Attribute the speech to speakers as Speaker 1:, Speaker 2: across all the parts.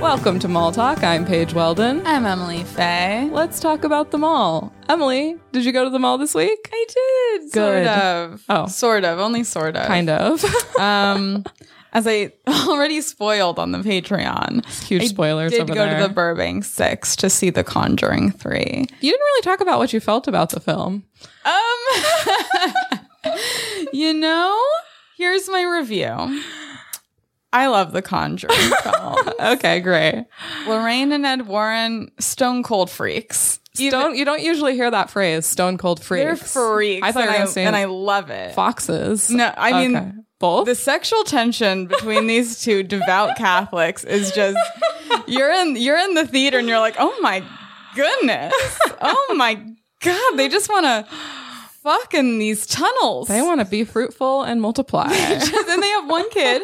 Speaker 1: Welcome to Mall Talk. I'm Paige Weldon.
Speaker 2: I'm Emily Faye.
Speaker 1: Let's talk about the mall. Emily, did you go to the mall this week?
Speaker 2: I did. Sort
Speaker 1: Good.
Speaker 2: of.
Speaker 1: Oh.
Speaker 2: Sort of. Only sort of.
Speaker 1: Kind of.
Speaker 2: Um, as I already spoiled on the Patreon.
Speaker 1: Huge
Speaker 2: I
Speaker 1: spoilers
Speaker 2: did
Speaker 1: over
Speaker 2: go
Speaker 1: there.
Speaker 2: to the Burbank Six to see The Conjuring Three.
Speaker 1: you didn't really talk about what you felt about the film.
Speaker 2: Um, you know, here's my review. I love The Conjuring film.
Speaker 1: Okay, great.
Speaker 2: Lorraine and Ed Warren, stone cold freaks. Even-
Speaker 1: Stone, you don't usually hear that phrase, stone cold freaks.
Speaker 2: they're freaks.
Speaker 1: I thought you
Speaker 2: and,
Speaker 1: were
Speaker 2: I,
Speaker 1: going to say
Speaker 2: and I love it.
Speaker 1: foxes.
Speaker 2: No, I mean,
Speaker 1: Okay. both.
Speaker 2: the sexual tension between these two devout Catholics is just you're in you're in the theater and you're like, oh my goodness, oh my god, they just want to fuck in these tunnels.
Speaker 1: they want to be fruitful and multiply.
Speaker 2: and they have one kid.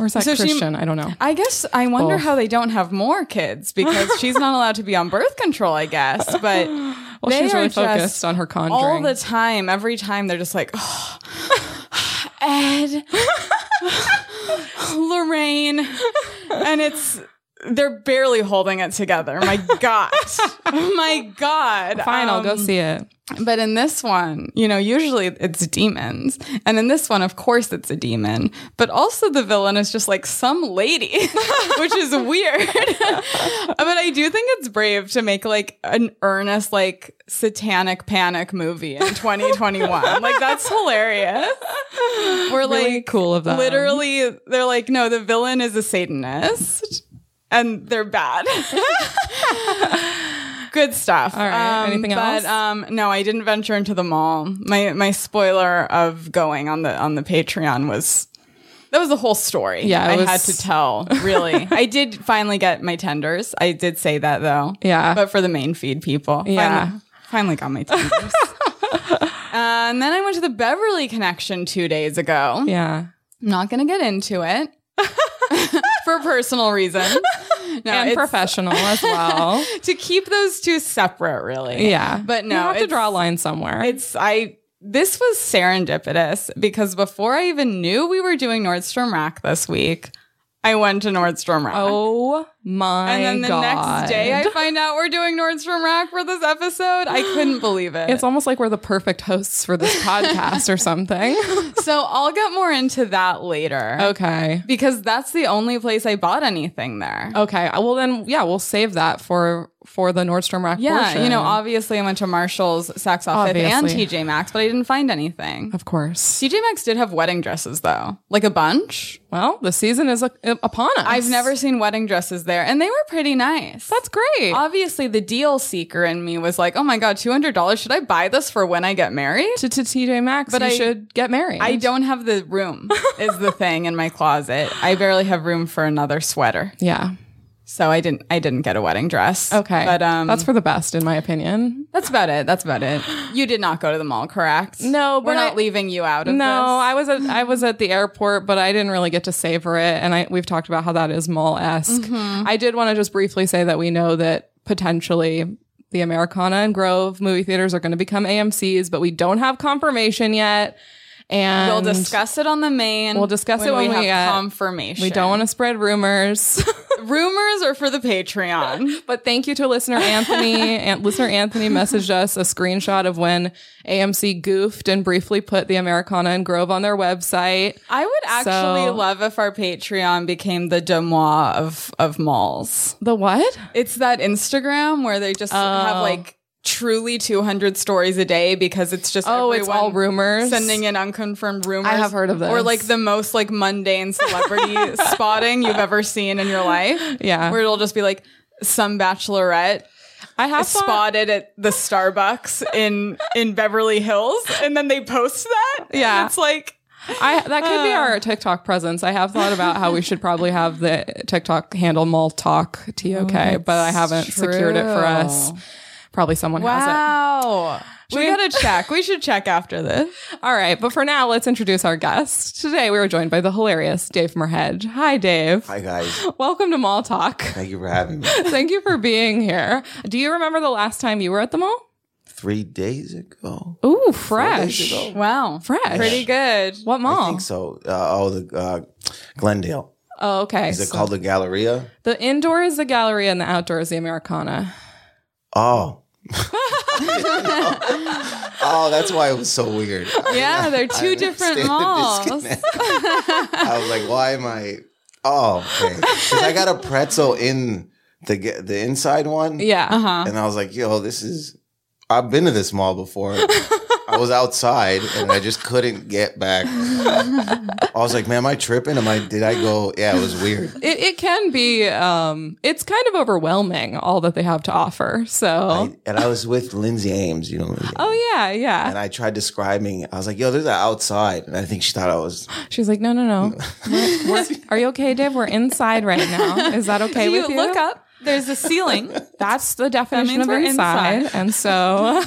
Speaker 1: or is that
Speaker 2: So she-
Speaker 1: Christian? I don't know.
Speaker 2: I guess I wonder
Speaker 1: Both.
Speaker 2: how they don't have more kids because she's not allowed to be on birth control. I guess, but
Speaker 1: Well,
Speaker 2: they
Speaker 1: she's really
Speaker 2: are just
Speaker 1: focused on her conjuring.
Speaker 2: all the time. Every time they're just like, oh, Ed, Lorraine, and it's they're barely holding it together. My God, my God.
Speaker 1: Fine, I'll go
Speaker 2: Um,
Speaker 1: see it.
Speaker 2: But in this one, you know, usually it's demons, and in this one, of course, it's a demon. But also, the villain is just like some lady, which is weird. but I do think it's brave to make like an earnest, like satanic panic movie in 2021. like that's hilarious. We're
Speaker 1: Really
Speaker 2: like
Speaker 1: cool of them.
Speaker 2: Literally, they're like, no, the villain is a Satanist, and they're bad. Good stuff. All
Speaker 1: right, anything else?
Speaker 2: But, um, no, I didn't venture into the mall. My my spoiler of going on the on the Patreon was. That was the whole story.
Speaker 1: Yeah, it
Speaker 2: I
Speaker 1: was-
Speaker 2: had to tell. Really, I did finally get my tenders. I did say that though.
Speaker 1: Yeah.
Speaker 2: but for the main feed people,
Speaker 1: Yeah.
Speaker 2: finally, finally got my tenders. Uh, and then I went to the Beverly Connection two days ago.
Speaker 1: Yeah.
Speaker 2: I'm not going to get into it for personal reasons. No,
Speaker 1: and
Speaker 2: it's-
Speaker 1: professional as well.
Speaker 2: to keep those two separate, really.
Speaker 1: yeah.
Speaker 2: But no,
Speaker 1: you have to
Speaker 2: it's-
Speaker 1: draw a line somewhere.
Speaker 2: It's I this was serendipitous because before I even knew we were doing Nordstrom Rack this week, I went to Nordstrom Rack.
Speaker 1: oh my
Speaker 2: and then the
Speaker 1: god.
Speaker 2: next day I find out we're doing Nordstrom Rack for this episode. I couldn't believe it.
Speaker 1: it's almost like we're the perfect hosts for this podcast or something.
Speaker 2: so I'll get more into that later.
Speaker 1: Okay.
Speaker 2: Because that's the only place I bought anything there.
Speaker 1: Okay. Uh, Well then yeah, we'll save that for for the Nordstrom Rack
Speaker 2: Yeah,
Speaker 1: portion.
Speaker 2: you know, obviously I went to Marshalls, Saks Fifth, and
Speaker 1: Obviously.
Speaker 2: TJ Maxx, but I didn't find anything.
Speaker 1: of course.
Speaker 2: TJ Maxx did have wedding dresses though, like a bunch.
Speaker 1: Well, the season is uh, upon us.
Speaker 2: I've never seen wedding dresses there, and they were pretty nice.
Speaker 1: That's great.
Speaker 2: Obviously, the deal seeker in me was like, "Oh my god, two hundred dollars! Should I buy this for when I get married?"
Speaker 1: to, to TJ Maxx,
Speaker 2: But
Speaker 1: you
Speaker 2: I-
Speaker 1: should get married.
Speaker 2: I don't have the room. is the thing in my closet? I barely have room for another sweater,
Speaker 1: Yeah.
Speaker 2: so I didn't. I didn't get a wedding dress.
Speaker 1: Okay.
Speaker 2: but um,
Speaker 1: that's for the best in my opinion.
Speaker 2: that's about it. That's about it. You did not go to the mall, correct?
Speaker 1: No, but
Speaker 2: we're not
Speaker 1: I-
Speaker 2: leaving you out of
Speaker 1: No,
Speaker 2: this.
Speaker 1: I was at I was at the airport, but I didn't really get to savor it. And I we've talked about how that is mall esque.
Speaker 2: Mm-hmm.
Speaker 1: I did want to just briefly say that we know that potentially the Americana and Grove movie theaters are going to become AMC's, but we don't have confirmation yet. And
Speaker 2: We'll discuss it on the main.
Speaker 1: We'll discuss it when we
Speaker 2: have
Speaker 1: get-
Speaker 2: confirmation.
Speaker 1: we don't want to spread rumors.
Speaker 2: rumors are for the Patreon.
Speaker 1: but thank you to listener Anthony. and listener Anthony messaged us a screenshot of when AMC goofed and briefly put the Americana and Grove on their website.
Speaker 2: I would actually
Speaker 1: So-
Speaker 2: love if our Patreon became the demois of of malls.
Speaker 1: The what?
Speaker 2: It's that Instagram where they just have like truly 200 stories a day because it's just
Speaker 1: Oh, it's
Speaker 2: everyone
Speaker 1: all rumors.
Speaker 2: sending in unconfirmed rumors.
Speaker 1: I have heard of
Speaker 2: Or
Speaker 1: this.
Speaker 2: like the most like mundane celebrity spotting you've ever seen in your life.
Speaker 1: Yeah.
Speaker 2: Where it'll just be like some bachelorette
Speaker 1: I have
Speaker 2: is spotted at the Starbucks in in Beverly Hills and then they post that. and
Speaker 1: Yeah.
Speaker 2: it's like
Speaker 1: I that could
Speaker 2: Uh.
Speaker 1: be our TikTok presence. I have thought about how we should probably have the TikTok handle mall talk T O K, but I haven't secured it for us.
Speaker 2: Oh, true.
Speaker 1: Probably someone has
Speaker 2: Wow. We gotta check. We should check after this.
Speaker 1: it. All right, but for now, let's introduce our guest. Today we were joined by the hilarious Dave Merhedge. Hi, Dave.
Speaker 3: Hi guys,
Speaker 1: Welcome to Mall Talk.
Speaker 3: thank you for having me.
Speaker 1: Thank you for being here. Do you remember the last time you were at the mall?
Speaker 3: Three days ago,
Speaker 1: Ooh,
Speaker 3: days
Speaker 1: fresh,
Speaker 3: ago.
Speaker 2: Wow.
Speaker 1: fresh.
Speaker 2: Pretty good.
Speaker 1: What
Speaker 3: I
Speaker 1: mall?
Speaker 3: think so. Uh, oh, the uh, Glendale.
Speaker 1: Oh, okay.
Speaker 3: Is it
Speaker 1: So
Speaker 3: called the Galleria?
Speaker 1: the indoor is the gallery and the outdoor is the Americana.
Speaker 3: Oh. oh, that's why it was so weird.
Speaker 2: Yeah, they're two
Speaker 3: I
Speaker 2: different
Speaker 3: understand the
Speaker 2: malls.
Speaker 3: disconnect. I was like, why am I? Oh, okay. 'Cause I got a pretzel in the ga- the inside one,
Speaker 1: Yeah.
Speaker 2: Uh huh.
Speaker 3: and I was like, yo, this is. I've been to this mall before. I was outside and I just couldn't get back. I was like, man, am I tripping? Am I? Did I go? Yeah, it was weird.
Speaker 1: It, it can be, um, it's kind of overwhelming all that they have to offer. So,
Speaker 2: Oh.
Speaker 3: I- and I was with Lindsay Ames, you know. Lindsay Ames.
Speaker 1: oh, yeah, yeah.
Speaker 3: And I tried describing. I was like, "Yo, there's an outside," and I think she thought I was.
Speaker 1: She's like, no, no, no. We're- we're- are you okay, Dave? We're inside right now. Is that okay
Speaker 2: If
Speaker 1: with
Speaker 2: you
Speaker 1: you?
Speaker 2: look up, there's a ceiling.
Speaker 1: That's the definition
Speaker 2: means
Speaker 1: of
Speaker 2: we're
Speaker 1: inside.
Speaker 2: inside.
Speaker 1: And so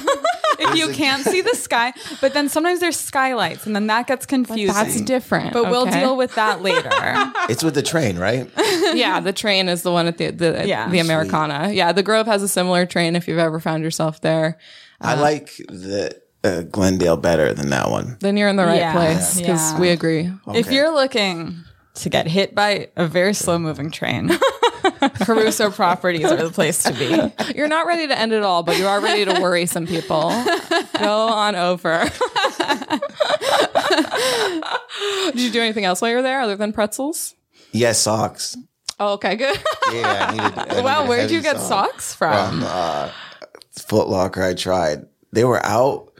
Speaker 2: if you can't see the sky, but then sometimes there's skylights, and then that gets confusing.
Speaker 1: that's different.
Speaker 2: but we'll
Speaker 1: okay?
Speaker 2: deal with that later.
Speaker 3: It's with the train, right?
Speaker 1: yeah, the train is the one at the the,
Speaker 2: Yeah.
Speaker 1: the Americana. Yeah, the Grove has a similar train if you've ever found yourself there.
Speaker 3: I
Speaker 2: Uh-huh.
Speaker 3: like the uh, Glendale better than that one.
Speaker 1: Then you're in the right
Speaker 2: Yeah.
Speaker 1: place
Speaker 2: Yeah.
Speaker 1: because
Speaker 2: Yeah.
Speaker 1: we agree.
Speaker 2: If
Speaker 3: Okay.
Speaker 2: you're looking to get hit by a very slow moving train, Caruso properties are the place to be.
Speaker 1: You're not ready to end it all, but you are ready to worry some people. Go on over. Did you do anything else while you were there other than pretzels?
Speaker 3: Yes, socks.
Speaker 1: Oh, okay, good.
Speaker 3: Yeah, I needed. I
Speaker 2: Wow,
Speaker 3: needed
Speaker 2: where'd
Speaker 3: heavy
Speaker 2: you get socks from?
Speaker 3: From uh, Foot Locker, I tried. They were out,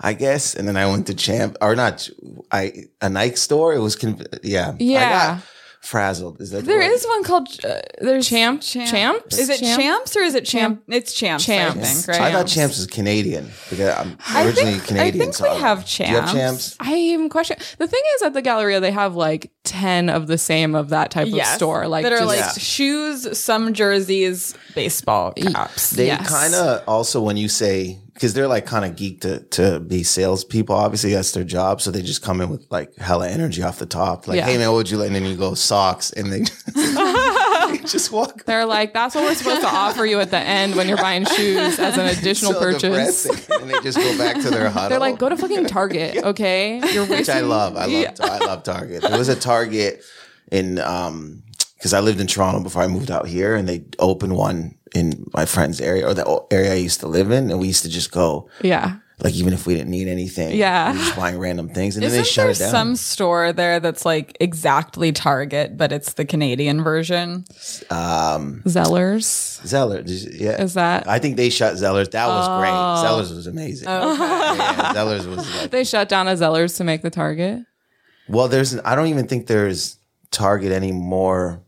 Speaker 3: I guess, and then I went to Champ or not. I a Nike store. It was con- yeah. I
Speaker 1: Yeah.
Speaker 3: got frazzled. Is that the
Speaker 1: There
Speaker 3: word?
Speaker 1: is one called uh, there's Champ, Champs.
Speaker 2: Is it
Speaker 1: Champ?
Speaker 2: champs or is it champ? It's champs. I
Speaker 1: Champs.
Speaker 2: think, right?
Speaker 3: I thought Champs was Canadian because I'm originally
Speaker 2: think- I
Speaker 3: Canadian.
Speaker 2: think we
Speaker 3: I-
Speaker 2: have
Speaker 3: Do you have
Speaker 2: Champs.
Speaker 3: Champs?
Speaker 1: I even question. The thing is, at the Galleria, they have like ten of the same of that type
Speaker 2: Yes.
Speaker 1: of store, like
Speaker 2: that are
Speaker 1: just-
Speaker 2: like
Speaker 3: Yeah.
Speaker 2: shoes, some jerseys, baseball caps.
Speaker 3: They
Speaker 1: Yes.
Speaker 3: kind of also when you say because they're like kind of geeked to, to be salespeople. Obviously, that's their job. So they just come in with like hella energy off the top. Like,
Speaker 1: Yeah.
Speaker 3: hey man, what would you like? And then you go socks, and they, they just walk.
Speaker 1: They're like, that's what we're supposed to offer you at the end when you're buying shoes as an additional
Speaker 3: so
Speaker 1: purchase.
Speaker 3: depressing. and they just go back to their huddle.
Speaker 1: They're like, go to fucking Target, okay? You're
Speaker 3: which I
Speaker 1: wasting-
Speaker 3: love. I love. I love Target. There was a Target in um because I lived in Toronto before I moved out here, and they opened one in my friend's area or the o- area I used to live in, and we used to just go.
Speaker 1: Yeah.
Speaker 3: Like even if we didn't need anything,
Speaker 1: Yeah.
Speaker 3: we were just buying random things, and then
Speaker 2: Isn't
Speaker 3: they shut
Speaker 2: there
Speaker 3: it down.
Speaker 2: some store there that's like exactly Target, but it's the Canadian version?
Speaker 3: Um,
Speaker 1: Zellers.
Speaker 3: Zeller, did you- yeah,
Speaker 1: Is Oh. that-
Speaker 3: I think they shut Zellers. That was great. Zellers was amazing. Yeah, Zellers was like,
Speaker 1: They shut down a Zellers to make the Target.
Speaker 3: well. There's I don't even think there's Target anymore.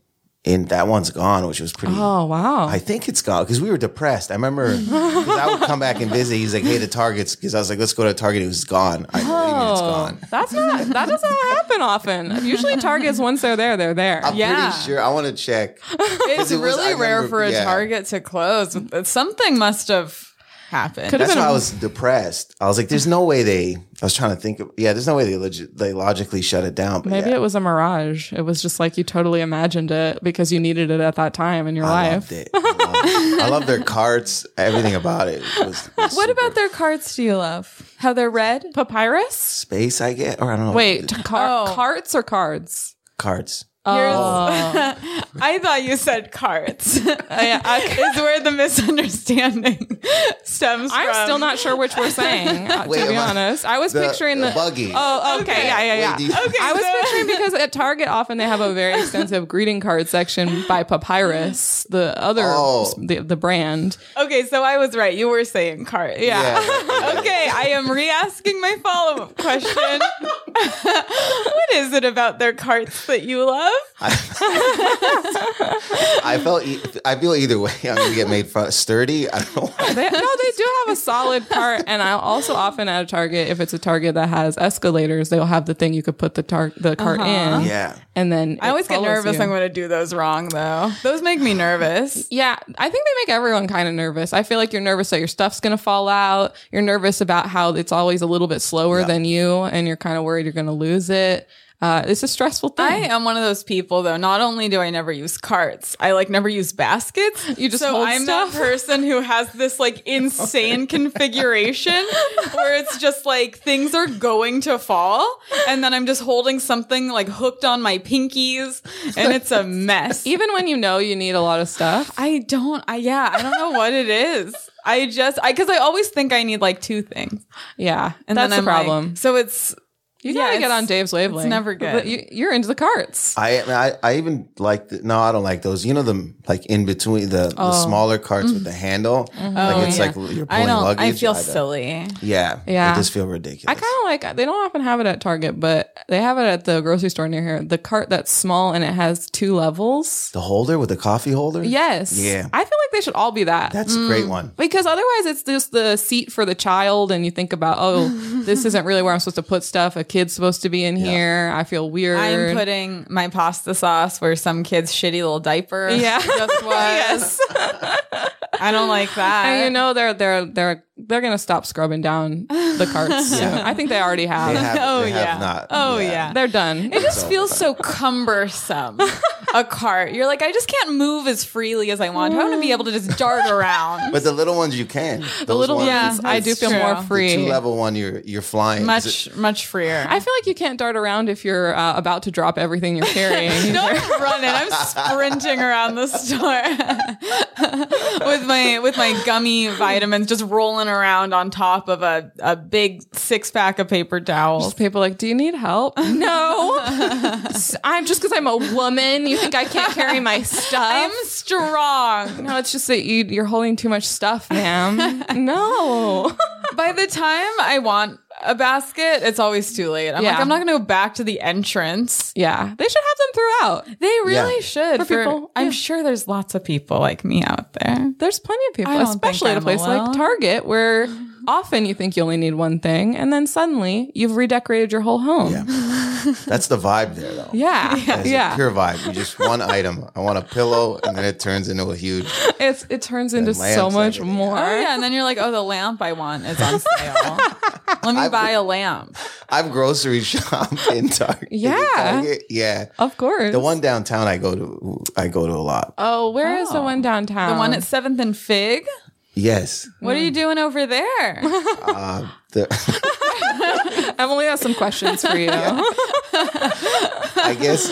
Speaker 3: In that one's gone, which was pretty.
Speaker 1: Oh, wow.
Speaker 3: I think it's gone because we were depressed. I remember 'cause I would come back and visit. He's like, "Hey, the Target's," because I was like, "Let's go to Target." It was gone. I what do you mean it's
Speaker 1: Oh,
Speaker 3: gone.
Speaker 1: That's not, that doesn't happen often. Usually Targets, once they're there, they're there.
Speaker 3: I'm
Speaker 2: Yeah.
Speaker 3: pretty sure. I want to check.
Speaker 2: It's
Speaker 3: it was-
Speaker 2: really
Speaker 3: I
Speaker 2: rare
Speaker 3: remember-
Speaker 2: for a
Speaker 3: yeah.
Speaker 2: Target to close. Something must have happened.
Speaker 1: Could've-
Speaker 3: That's
Speaker 1: been
Speaker 3: why
Speaker 1: a-
Speaker 3: I was depressed. I was like, "There's no way they." I was trying to think. Of, yeah, there's no way they legi- they logically shut it down. But
Speaker 1: Maybe
Speaker 3: yeah,
Speaker 1: it was a mirage. It was just like you totally imagined it because you needed it at that time in your
Speaker 3: I
Speaker 1: life.
Speaker 3: loved it. I loved, I loved their carts. Everything about it was. was
Speaker 2: What about their carts do you love? How they're red?
Speaker 1: Papyrus?
Speaker 3: space? I get or I don't know.
Speaker 1: Wait, car-
Speaker 2: Oh.
Speaker 1: carts or cards?
Speaker 3: carts.
Speaker 1: Oh.
Speaker 2: Yours- I thought you said carts. is where the misunderstanding stems
Speaker 1: I'm
Speaker 2: from.
Speaker 1: still not sure which we're saying, uh,
Speaker 3: Wait,
Speaker 1: to be
Speaker 3: am I-
Speaker 1: honest. I was
Speaker 3: the-
Speaker 1: picturing
Speaker 3: the
Speaker 1: the,
Speaker 3: buggy.
Speaker 1: Oh, okay. Yeah, yeah, yeah.
Speaker 3: Wait, do you- Okay,
Speaker 1: I was
Speaker 2: so-
Speaker 1: picturing because at Target often they have a very extensive greeting card section by Papyrus, the other
Speaker 3: Oh.
Speaker 1: the, the brand.
Speaker 2: Okay, so I was right. You were saying cart. Yeah. okay, I am re-asking my follow-up question. what is it about their carts that you love?
Speaker 3: I felt. e- I feel either way. I'm gonna get made fun. Sturdy. I don't know. Why.
Speaker 1: They, no, they do have a solid part, and I also often at a Target, if it's a Target that has escalators, they'll have the thing you could put the tar- the cart in,
Speaker 3: Yeah.
Speaker 1: and then
Speaker 2: Uh-huh. I always get nervous
Speaker 1: You.
Speaker 2: I'm going to do those wrong though. Those make me nervous.
Speaker 1: Yeah, I think they make everyone kind of nervous. I feel like you're nervous that your stuff's going to fall out. You're nervous about how it's always a little bit slower than you and you're kind of worried you're going to lose it. Uh, it's a stressful thing.
Speaker 2: I am one of those people though. Not only do I never use carts, I like never use baskets.
Speaker 1: You just
Speaker 2: so
Speaker 1: hold
Speaker 2: I'm
Speaker 1: stuff?
Speaker 2: that person who has this like insane configuration where it's just like things are going to fall, and then I'm just holding something like hooked on my pinkies, and it's a mess.
Speaker 1: Even when you know you need a lot of stuff.
Speaker 2: I don't. I yeah. I don't know what it is. I just I because I always think I need like two things,
Speaker 1: yeah.
Speaker 2: and
Speaker 1: that's
Speaker 2: then
Speaker 1: the
Speaker 2: I'm like-
Speaker 1: problem.
Speaker 2: so it's
Speaker 1: you
Speaker 2: yeah,
Speaker 1: gotta get
Speaker 2: it's-
Speaker 1: on Dave's wavelength.
Speaker 2: never good.
Speaker 1: But You, you're into the carts.
Speaker 3: I, I I even like the, no, I don't like those. You know them like in between the, the smaller carts with the handle. Like it's
Speaker 2: yeah.
Speaker 3: like you're pulling
Speaker 2: I don't.
Speaker 3: luggage.
Speaker 2: I feel
Speaker 3: don't-
Speaker 2: silly.
Speaker 3: Yeah,
Speaker 1: Yeah.
Speaker 3: I just feel ridiculous.
Speaker 1: I kind of like they don't often have it at Target, but they have it at the grocery store near here. The cart that's small and it has two levels.
Speaker 3: the holder with the coffee holder.
Speaker 1: Yes.
Speaker 3: Yeah.
Speaker 1: I feel like they should all be that.
Speaker 3: that's a great one.
Speaker 1: because otherwise it's just the seat for the child and you think about, oh, this isn't really where I'm supposed to put stuff. A kid's supposed to be in here. I feel weird.
Speaker 2: I'm putting my pasta sauce where some kid's shitty little diaper
Speaker 1: Yeah.
Speaker 2: just was.
Speaker 1: Yes.
Speaker 2: I don't like that.
Speaker 1: And you know they're they're they're they're gonna stop scrubbing down the carts. soon. I think they already have.
Speaker 3: They have,
Speaker 2: Oh,
Speaker 3: they have
Speaker 2: yeah.
Speaker 3: not.
Speaker 2: Oh, yeah.
Speaker 1: They're done.
Speaker 2: it just feels so cumbersome. a cart. You're like, I just can't move as freely as I want. I want to be able to just dart around.
Speaker 3: But the little ones you can. The
Speaker 1: little ones,
Speaker 2: Yeah,
Speaker 1: I
Speaker 2: it's
Speaker 1: do feel
Speaker 2: true.
Speaker 1: more
Speaker 2: The two
Speaker 1: free.
Speaker 3: Two level one, you're you're flying.
Speaker 2: much, much freer.
Speaker 1: I feel like you can't dart around if you're uh, about to drop everything you're carrying.
Speaker 2: No, I'm running. I'm sprinting around the store with my with my gummy vitamins, just rolling around on top of a, a big six pack of paper towels.
Speaker 1: People are like, do you need help? No, S- I'm just because I'm a woman. You think I can't carry my stuff?
Speaker 2: I'm strong.
Speaker 1: no, it's just that you, you're holding too much stuff, ma'am. no,
Speaker 2: By the time I want a basket, it's always too late. I'm
Speaker 1: Yeah.
Speaker 2: like, I'm not going to go back to the entrance.
Speaker 1: yeah, they should have them throughout.
Speaker 2: They really
Speaker 3: Yeah.
Speaker 2: should.
Speaker 1: For people,
Speaker 2: I'm
Speaker 1: yeah.
Speaker 2: sure there's lots of people like me out there.
Speaker 1: There's plenty of people,
Speaker 2: I don't think
Speaker 1: especially at a
Speaker 2: I'm
Speaker 1: place like
Speaker 2: alone.
Speaker 1: Target, where often you think you only need one thing, and then suddenly you've redecorated your whole home.
Speaker 3: Yeah. That's the vibe there, though.
Speaker 1: Yeah, yeah.
Speaker 3: It's a pure vibe. You just one item. I want a pillow, and then it turns into a huge.
Speaker 1: It's it turns into so
Speaker 3: lamps,
Speaker 1: much
Speaker 3: everything.
Speaker 1: more.
Speaker 2: Oh yeah, and then you're like, oh, the lamp I want is on sale. Let me buy a lamp.
Speaker 3: I've grocery shopped in Target.
Speaker 1: Yeah.
Speaker 3: Target. yeah.
Speaker 1: Of course.
Speaker 3: The one downtown I go to, I go to a lot.
Speaker 1: Oh, where is the
Speaker 2: Oh. Mm.
Speaker 1: one downtown?
Speaker 2: The one at Seventh and Fig.
Speaker 3: Yes,
Speaker 2: What are you doing over there?
Speaker 3: uh, the,
Speaker 1: Emily has some questions for you.
Speaker 3: I guess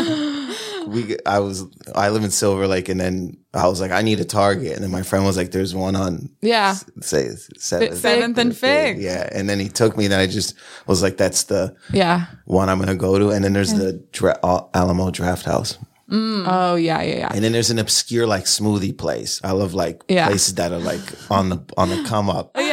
Speaker 3: we. I was. I live in Silver Lake, and then I was like, I need a Target, and then my friend was like, There's one on
Speaker 1: Yeah.
Speaker 3: say seventh,
Speaker 2: Seventh and Fig.
Speaker 3: Yeah, and then he took me. Then I just was like, That's the
Speaker 1: Yeah.
Speaker 3: one I'm gonna go to. And then there's the dra- Al- Alamo Draft House.
Speaker 1: Oh yeah, yeah, yeah.
Speaker 3: And then there's an obscure like smoothie place. I love like
Speaker 1: Yeah.
Speaker 3: places that are like on the on the come up.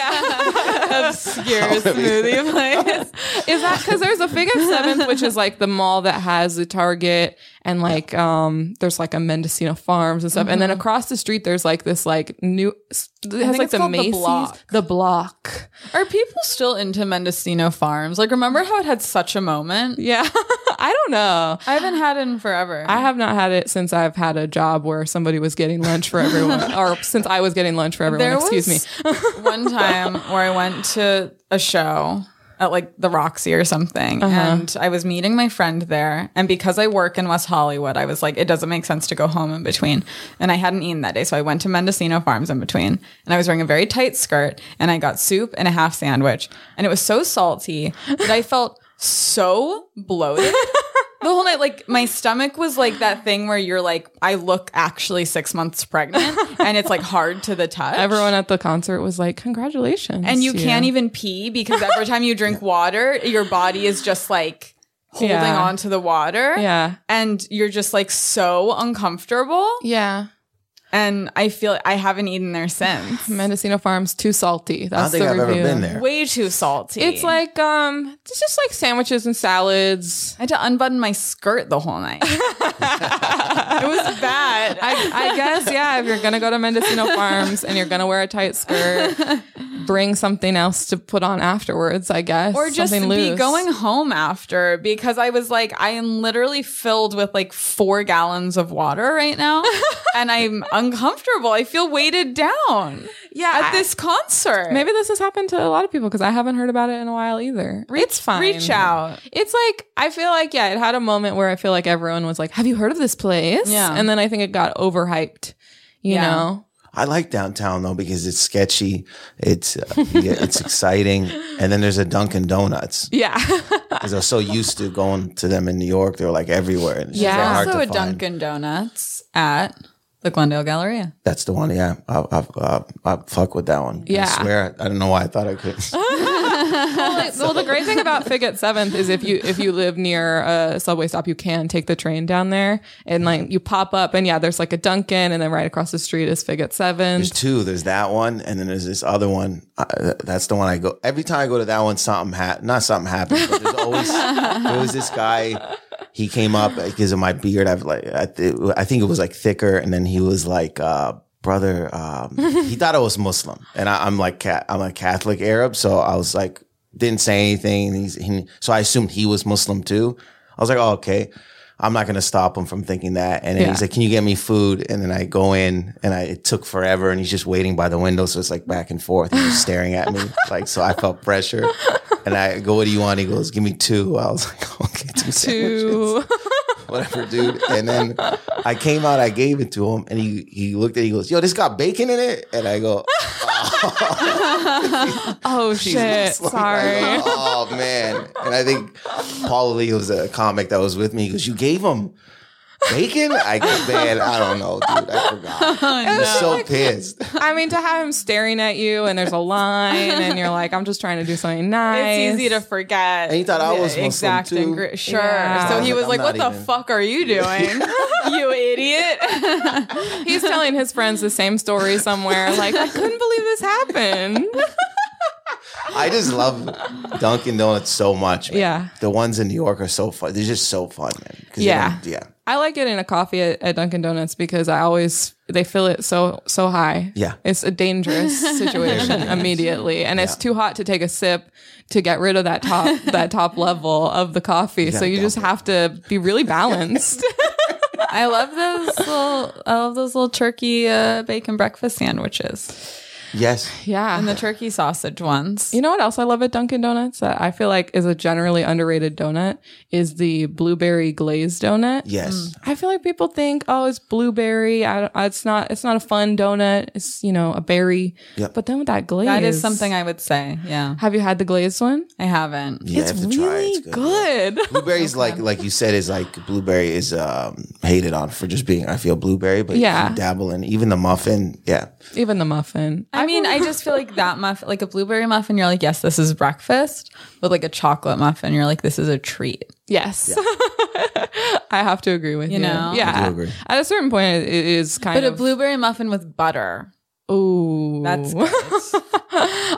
Speaker 2: Yeah, obscure smoothie place.
Speaker 1: Is that because there's a Fig at Seventh, which is like the mall that has the Target and like um there's like a Mendocino Farms and stuff, and then across the street there's like this like new it has
Speaker 2: Mm-hmm. think
Speaker 1: like
Speaker 2: it's
Speaker 1: the
Speaker 2: called The
Speaker 1: Macy's
Speaker 2: Block.
Speaker 1: the block.
Speaker 2: Are people still into Mendocino Farms? Like, remember how it had such a moment?
Speaker 1: Yeah, I don't know.
Speaker 2: I haven't had it in forever.
Speaker 1: I have not had it since I've had a job where somebody was getting lunch for everyone, or since I was getting lunch for everyone. excuse me.
Speaker 2: me. one time where I went to a show at like the Roxy or something,
Speaker 1: Uh-huh.
Speaker 2: and I was meeting my friend there. And because I work in West Hollywood, I was like, it doesn't make sense to go home in between. And I hadn't eaten that day, so I went to Mendocino Farms in between, and I was wearing a very tight skirt, and I got soup and a half sandwich, and it was so salty that I felt so bloated. The whole night, like my stomach was like that thing where you're like, I look actually six months pregnant, and it's like hard to the touch.
Speaker 1: Everyone at the concert was like, "Congratulations!"
Speaker 2: and you
Speaker 1: to
Speaker 2: can't even pee because every time you drink water, your body is just like holding
Speaker 1: Yeah.
Speaker 2: on to the water.
Speaker 1: Yeah.
Speaker 2: And you're just like so uncomfortable.
Speaker 1: Yeah.
Speaker 2: And I feel I haven't eaten there since.
Speaker 1: Mendocino Farms too salty.
Speaker 3: I don't
Speaker 1: That's
Speaker 3: think
Speaker 1: the
Speaker 3: I've
Speaker 1: review.
Speaker 3: ever been there.
Speaker 2: Way too salty.
Speaker 1: It's like um, it's just like sandwiches and salads.
Speaker 2: I had to unbutton my skirt the whole night. it was bad.
Speaker 1: I, I guess yeah. If you're gonna go to Mendocino Farms and you're gonna wear a tight skirt, bring something else to put on afterwards. I guess
Speaker 2: or just
Speaker 1: something loose.
Speaker 2: be going home after because I was like, I am literally filled with like four gallons of water right now, and I'm uncomfortable. I feel weighted down. yeah, at this concert.
Speaker 1: Maybe this has happened to a lot of people because I haven't heard about it in a while either. it's fine.
Speaker 2: reach out.
Speaker 1: It's like I feel like yeah, it had a moment where I feel like everyone was like, "Have you heard of this place?"
Speaker 2: Yeah.
Speaker 1: and then I think it got overhyped. You
Speaker 2: Yeah.
Speaker 1: know,
Speaker 3: I like downtown though because it's sketchy, it's uh, yeah, it's exciting, and then there's a Dunkin' Donuts
Speaker 1: yeah,
Speaker 3: because I was so used to going to them in New York. They're like everywhere. And it's just
Speaker 1: Yeah.
Speaker 3: hard
Speaker 2: also
Speaker 3: to
Speaker 2: a
Speaker 3: find.
Speaker 2: Dunkin' Donuts at the Glendale Galleria.
Speaker 3: That's the one. Yeah, I, I, I, I fuck with that one.
Speaker 1: Yeah.
Speaker 3: I swear. I don't know why I thought I could.
Speaker 1: Well, like- well, the great thing about Figget Seventh is if you if you live near a subway stop, you can take the train down there, and like you pop up, and yeah, there's like a Dunkin', and then right across the street is Figget Seventh.
Speaker 3: There's two. There's that one, and then there's this other one. Uh, that's the one I go every time I go to that one. Something hap not something happened. But there's always there was this guy. He came up because of my beard. I've like I, th- I think it was like thicker, and then he was like. uh Brother, um, he thought I was Muslim, and I, I'm like ca- I'm a Catholic Arab, so I was like didn't say anything. And he's, he, so I assumed he was Muslim too. I was like, oh, okay, I'm not gonna stop him from thinking that. And then
Speaker 1: Yeah.
Speaker 3: he's like, can you get me food? And then I go in and I, it took forever and he's just waiting by the window. So it's like back and forth. And he's staring at me. Like, so I felt pressure and I go, what do you want? He goes, give me two. I was like, okay, two, sandwiches,
Speaker 1: Two.
Speaker 3: whatever, dude. And then I came out, I gave it to him and he, he looked at it, he goes, yo, this got bacon in it. And I go,
Speaker 1: Oh shit!
Speaker 3: Like, I
Speaker 1: Sorry.
Speaker 3: go, oh man. And I think Paul Lee was a comic that was with me. He goes, You gave him bacon? I go, man, I don't know, dude. I forgot.
Speaker 1: Oh,
Speaker 3: I was so pissed.
Speaker 1: I mean, to have him staring at you, and there's a line, and you're like, I'm just trying to do something nice.
Speaker 2: It's easy to forget.
Speaker 3: And he thought I was Muslim,
Speaker 2: exact
Speaker 3: too.
Speaker 2: and gr- sure.
Speaker 1: Yeah.
Speaker 2: So
Speaker 1: I
Speaker 2: he
Speaker 3: was
Speaker 2: was
Speaker 3: like,
Speaker 2: like,
Speaker 3: I'm
Speaker 2: "What
Speaker 3: not
Speaker 2: the
Speaker 3: even-
Speaker 2: fuck are you doing, you idiot?"
Speaker 1: He's telling his friends the same story somewhere. Like, I couldn't believe this happened.
Speaker 3: I just love Dunkin' Donuts so much. man.
Speaker 1: Yeah.
Speaker 3: The ones in New York are so fun. They're just so fun, man. 'Cause they
Speaker 1: Yeah.
Speaker 3: don't- Yeah.
Speaker 1: I like getting a coffee at, at Dunkin' Donuts because I always they fill it so so high.
Speaker 3: Yeah.
Speaker 1: it's a dangerous situation immediately, and it's too hot to take a sip to get rid of that top that top level of the coffee. so
Speaker 3: gotta
Speaker 1: you just
Speaker 3: dump it.
Speaker 1: have to be really balanced.
Speaker 2: I love those little, I love those little turkey uh, bacon breakfast sandwiches
Speaker 3: Yes.
Speaker 1: yeah.
Speaker 2: and the turkey sausage ones.
Speaker 1: you know what else I love at Dunkin' Donuts that I feel like is a generally underrated donut is the blueberry glazed donut.
Speaker 3: Yes.
Speaker 1: I feel like people think, oh, it's blueberry. I, don't- it's not. It's not a fun donut. It's you know a berry.
Speaker 3: Yep.
Speaker 1: But then with that glaze,
Speaker 2: That is something I would say. Yeah,
Speaker 1: Have you had the glazed one?
Speaker 2: I haven't.
Speaker 3: Yeah,
Speaker 1: it's
Speaker 3: I have to try it.
Speaker 1: really
Speaker 3: It's good.
Speaker 1: good.
Speaker 3: Blueberry's like like you said is like blueberry is um hated on for just being I feel blueberry, but yeah.
Speaker 1: Yeah.
Speaker 3: you dabble in even the muffin. Yeah.
Speaker 1: Even the muffin.
Speaker 2: I mean, I just feel like that muffin, like a blueberry muffin, you're like, yes, this is breakfast. But like a chocolate muffin, you're like, this is a treat.
Speaker 1: yes. I have to agree with you.
Speaker 2: know?
Speaker 1: yeah.
Speaker 3: I do agree.
Speaker 1: At a certain point, it it is kind
Speaker 2: But a
Speaker 1: of
Speaker 2: blueberry muffin with butter.
Speaker 1: ooh.
Speaker 2: That's good.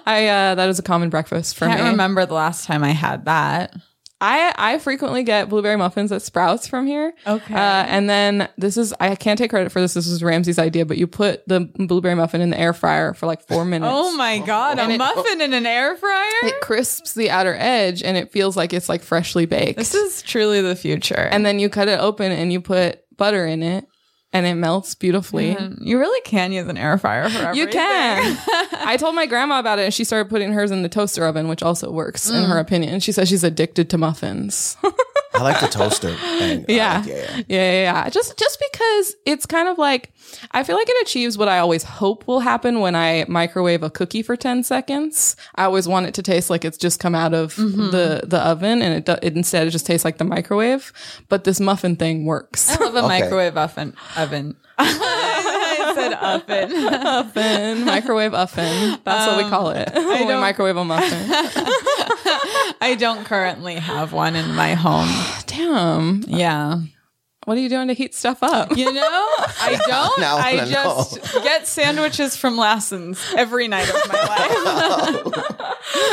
Speaker 1: I uh, that is a common breakfast for
Speaker 2: I
Speaker 1: me.
Speaker 2: can't remember the last time I had that.
Speaker 1: I I frequently get blueberry muffins at Sprouts from here.
Speaker 2: Okay.
Speaker 1: Uh, and then this is I can't take credit for this. This was Ramsey's idea, but you put the blueberry muffin in the air fryer for like
Speaker 2: Oh
Speaker 1: four minutes.
Speaker 2: my
Speaker 3: Oh.
Speaker 2: god, a muffin in an air fryer?
Speaker 1: It crisps the outer edge and it feels like it's like freshly baked.
Speaker 2: This is truly the future.
Speaker 1: and then you cut it open and you put butter in it and it melts beautifully.
Speaker 3: Mm-hmm.
Speaker 2: Mm-hmm. you really can use an air fryer for everything.
Speaker 1: You can. I told my grandma about it and she started putting hers in the toaster oven, which also works in her opinion. She says she's addicted to muffins.
Speaker 3: Mm. I like the toaster. thing. I
Speaker 1: yeah.
Speaker 3: like- yeah.
Speaker 1: yeah, yeah, yeah. Just just because it's kind of like I feel like it achieves what I always hope will happen when I microwave a cookie for ten seconds. I always want it to taste like it's just come out of
Speaker 3: Mm-hmm.
Speaker 1: the the oven, and it, do, it instead it just tastes like the microwave. But this muffin thing works.
Speaker 2: I love a
Speaker 3: Okay.
Speaker 2: microwave oven. Oven. I said oven.
Speaker 1: muffin, microwave muffin. That's what we call it. we
Speaker 2: don't-
Speaker 1: microwave a muffin.
Speaker 2: I don't currently have one in my home.
Speaker 1: Damn,
Speaker 2: Yeah.
Speaker 1: what are you doing to heat stuff up?
Speaker 2: You know, I don't.
Speaker 3: Now I
Speaker 2: I,
Speaker 3: wanna
Speaker 2: just get sandwiches from Lassen's every night of my life.